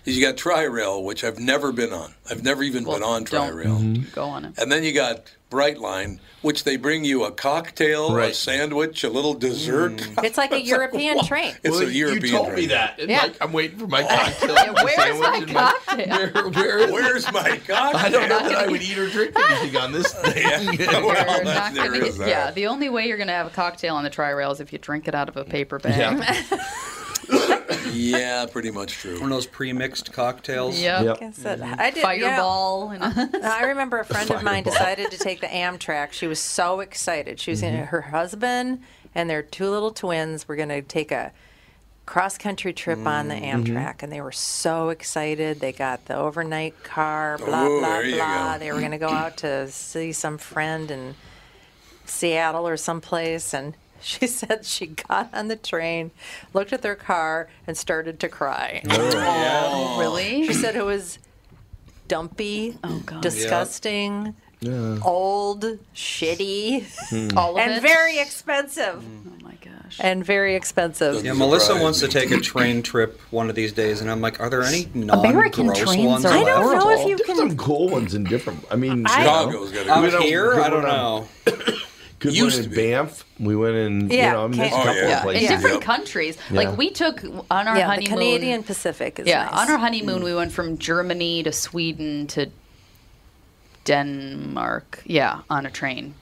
Speaker 2: is you got Tri-Rail, which I've never been on. I've never even been on Tri-Rail.
Speaker 9: Mm-hmm. Go on it.
Speaker 2: And then you got Brightline, which they bring you a cocktail, a sandwich, a little dessert.
Speaker 7: It's like a European train.
Speaker 2: It's
Speaker 11: Mm. Well,
Speaker 2: a European
Speaker 11: You told me
Speaker 2: train.
Speaker 11: that. And
Speaker 2: Yeah.
Speaker 11: like, I'm waiting for my cocktail.
Speaker 7: Where's my
Speaker 11: and my-
Speaker 7: cocktail?
Speaker 11: Where- where is
Speaker 2: Where's my cocktail?
Speaker 11: I don't know
Speaker 9: [laughs]
Speaker 11: that I would eat or drink anything on
Speaker 2: [laughs]
Speaker 11: this thing.
Speaker 9: You're not gonna get- yeah, the only way you're going to have a cocktail on the tri rail is if you drink it out of a
Speaker 2: [laughs]
Speaker 9: paper bag.
Speaker 11: [laughs]
Speaker 2: Yeah. yeah, pretty much true. One
Speaker 5: of those pre-mixed cocktails.
Speaker 9: Yep. Yep.
Speaker 7: Like I said, I did,
Speaker 9: Fireball
Speaker 7: Yeah. [laughs] I remember a friend of mine decided to take the Amtrak. She was so excited. She was in
Speaker 9: Mhm.
Speaker 7: her husband and their two little twins were going to take a cross country trip on the
Speaker 9: Mhm.
Speaker 7: Amtrak, and they were so excited. They got the overnight car. Blah
Speaker 9: Ooh,
Speaker 7: blah
Speaker 9: there you
Speaker 7: blah.
Speaker 9: go.
Speaker 7: They were going to go out to see some friend in Seattle or someplace, and. [laughs] She said she got on the train, looked at their car, and started to cry.
Speaker 9: Oh, really?
Speaker 7: She said it was dumpy, disgusting,
Speaker 5: Mm.
Speaker 11: Yeah.
Speaker 7: old, shitty,
Speaker 11: Hmm.
Speaker 9: All of
Speaker 7: Mm. and
Speaker 9: it?
Speaker 7: very expensive. Oh my gosh! And very expensive.
Speaker 5: Yeah, Melissa wants to
Speaker 11: [clears throat]
Speaker 5: take a train trip one of these days, and I'm like, are there any non-gross ones?
Speaker 7: I don't
Speaker 5: left?
Speaker 7: know if you
Speaker 11: There's some cool ones in different. I mean,
Speaker 5: I- Chicago's got a Out
Speaker 11: We
Speaker 5: here?
Speaker 11: good
Speaker 5: I don't
Speaker 11: one on- [coughs]
Speaker 5: know.
Speaker 11: Good one in Banff. We went in.
Speaker 9: Yeah,
Speaker 11: you know, I mean, there's a
Speaker 9: Ca-
Speaker 11: couple
Speaker 9: yeah,
Speaker 11: places.
Speaker 9: in different countries.
Speaker 11: Yeah.
Speaker 9: Like we took on our
Speaker 7: Yeah, the
Speaker 9: honeymoon.
Speaker 7: Canadian Pacific is
Speaker 9: yeah.
Speaker 7: nice.
Speaker 9: On our
Speaker 11: Mm.
Speaker 9: honeymoon, we went from Germany to Sweden to Denmark. Yeah, on a train.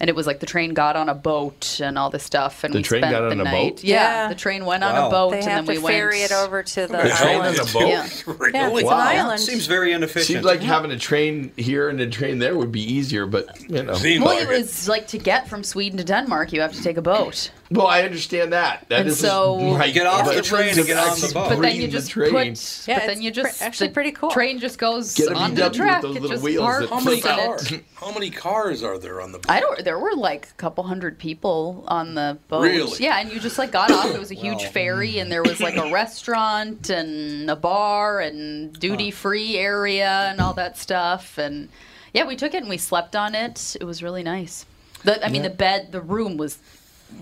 Speaker 9: And it was like the train got on a boat and all this stuff, and
Speaker 11: The
Speaker 9: we
Speaker 11: train
Speaker 9: spent
Speaker 11: got on
Speaker 9: the
Speaker 11: a
Speaker 9: night.
Speaker 11: boat?
Speaker 9: Yeah, the train went on
Speaker 5: Wow.
Speaker 9: a boat,
Speaker 7: They
Speaker 9: and
Speaker 7: have
Speaker 9: then we
Speaker 7: to
Speaker 9: went.
Speaker 7: ferry it over to the.
Speaker 11: The train
Speaker 7: island.
Speaker 11: and a boat. [laughs]
Speaker 9: Yeah.
Speaker 7: Yeah, it's an island.
Speaker 5: Seems very inefficient.
Speaker 11: Seems like having a train here and a train there would be easier, but you know.
Speaker 9: well, it was like to get from Sweden to Denmark, you have to take a boat.
Speaker 11: Well, I understand that. That
Speaker 9: and
Speaker 11: is
Speaker 9: so
Speaker 11: like- Get off the
Speaker 9: but-
Speaker 11: train and get on the boat.
Speaker 9: But then you
Speaker 11: Bring the
Speaker 9: just
Speaker 11: train.
Speaker 9: put.
Speaker 7: Yeah,
Speaker 9: but then you
Speaker 7: it's pre-
Speaker 9: just
Speaker 7: actually
Speaker 9: the
Speaker 7: pretty cool.
Speaker 9: Train just goes
Speaker 11: Get a
Speaker 9: on
Speaker 11: VW
Speaker 9: the
Speaker 11: with
Speaker 9: track.
Speaker 11: those
Speaker 9: it
Speaker 11: little
Speaker 9: just
Speaker 11: wheels that
Speaker 9: parks
Speaker 2: How many,
Speaker 9: in it.
Speaker 2: cars, how many cars are there on the
Speaker 9: I don't. There were like a couple hundred people on the boat.
Speaker 2: Really?
Speaker 9: Yeah, and you just like got off. It
Speaker 11: [laughs]
Speaker 9: was a huge ferry, and there was like a restaurant and a bar and duty free area and all that stuff. And Yeah, we took it and we slept on it. It was really nice. The, I mean,
Speaker 5: Yeah.
Speaker 9: the bed, the room was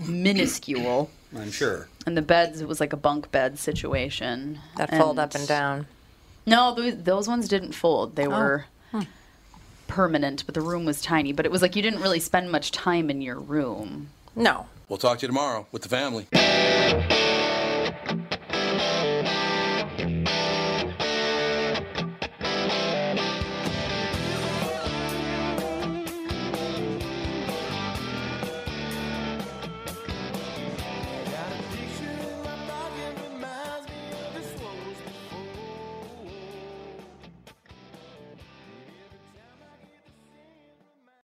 Speaker 9: minuscule,
Speaker 5: I'm sure.
Speaker 9: and the beds it was like a bunk bed situation
Speaker 7: That fold up and down.
Speaker 9: No, those, those ones didn't fold. They
Speaker 7: Oh.
Speaker 9: were permanent, but the room was tiny. But it was like you didn't really spend much time in your room.
Speaker 7: No.
Speaker 2: We'll talk to you tomorrow with the family.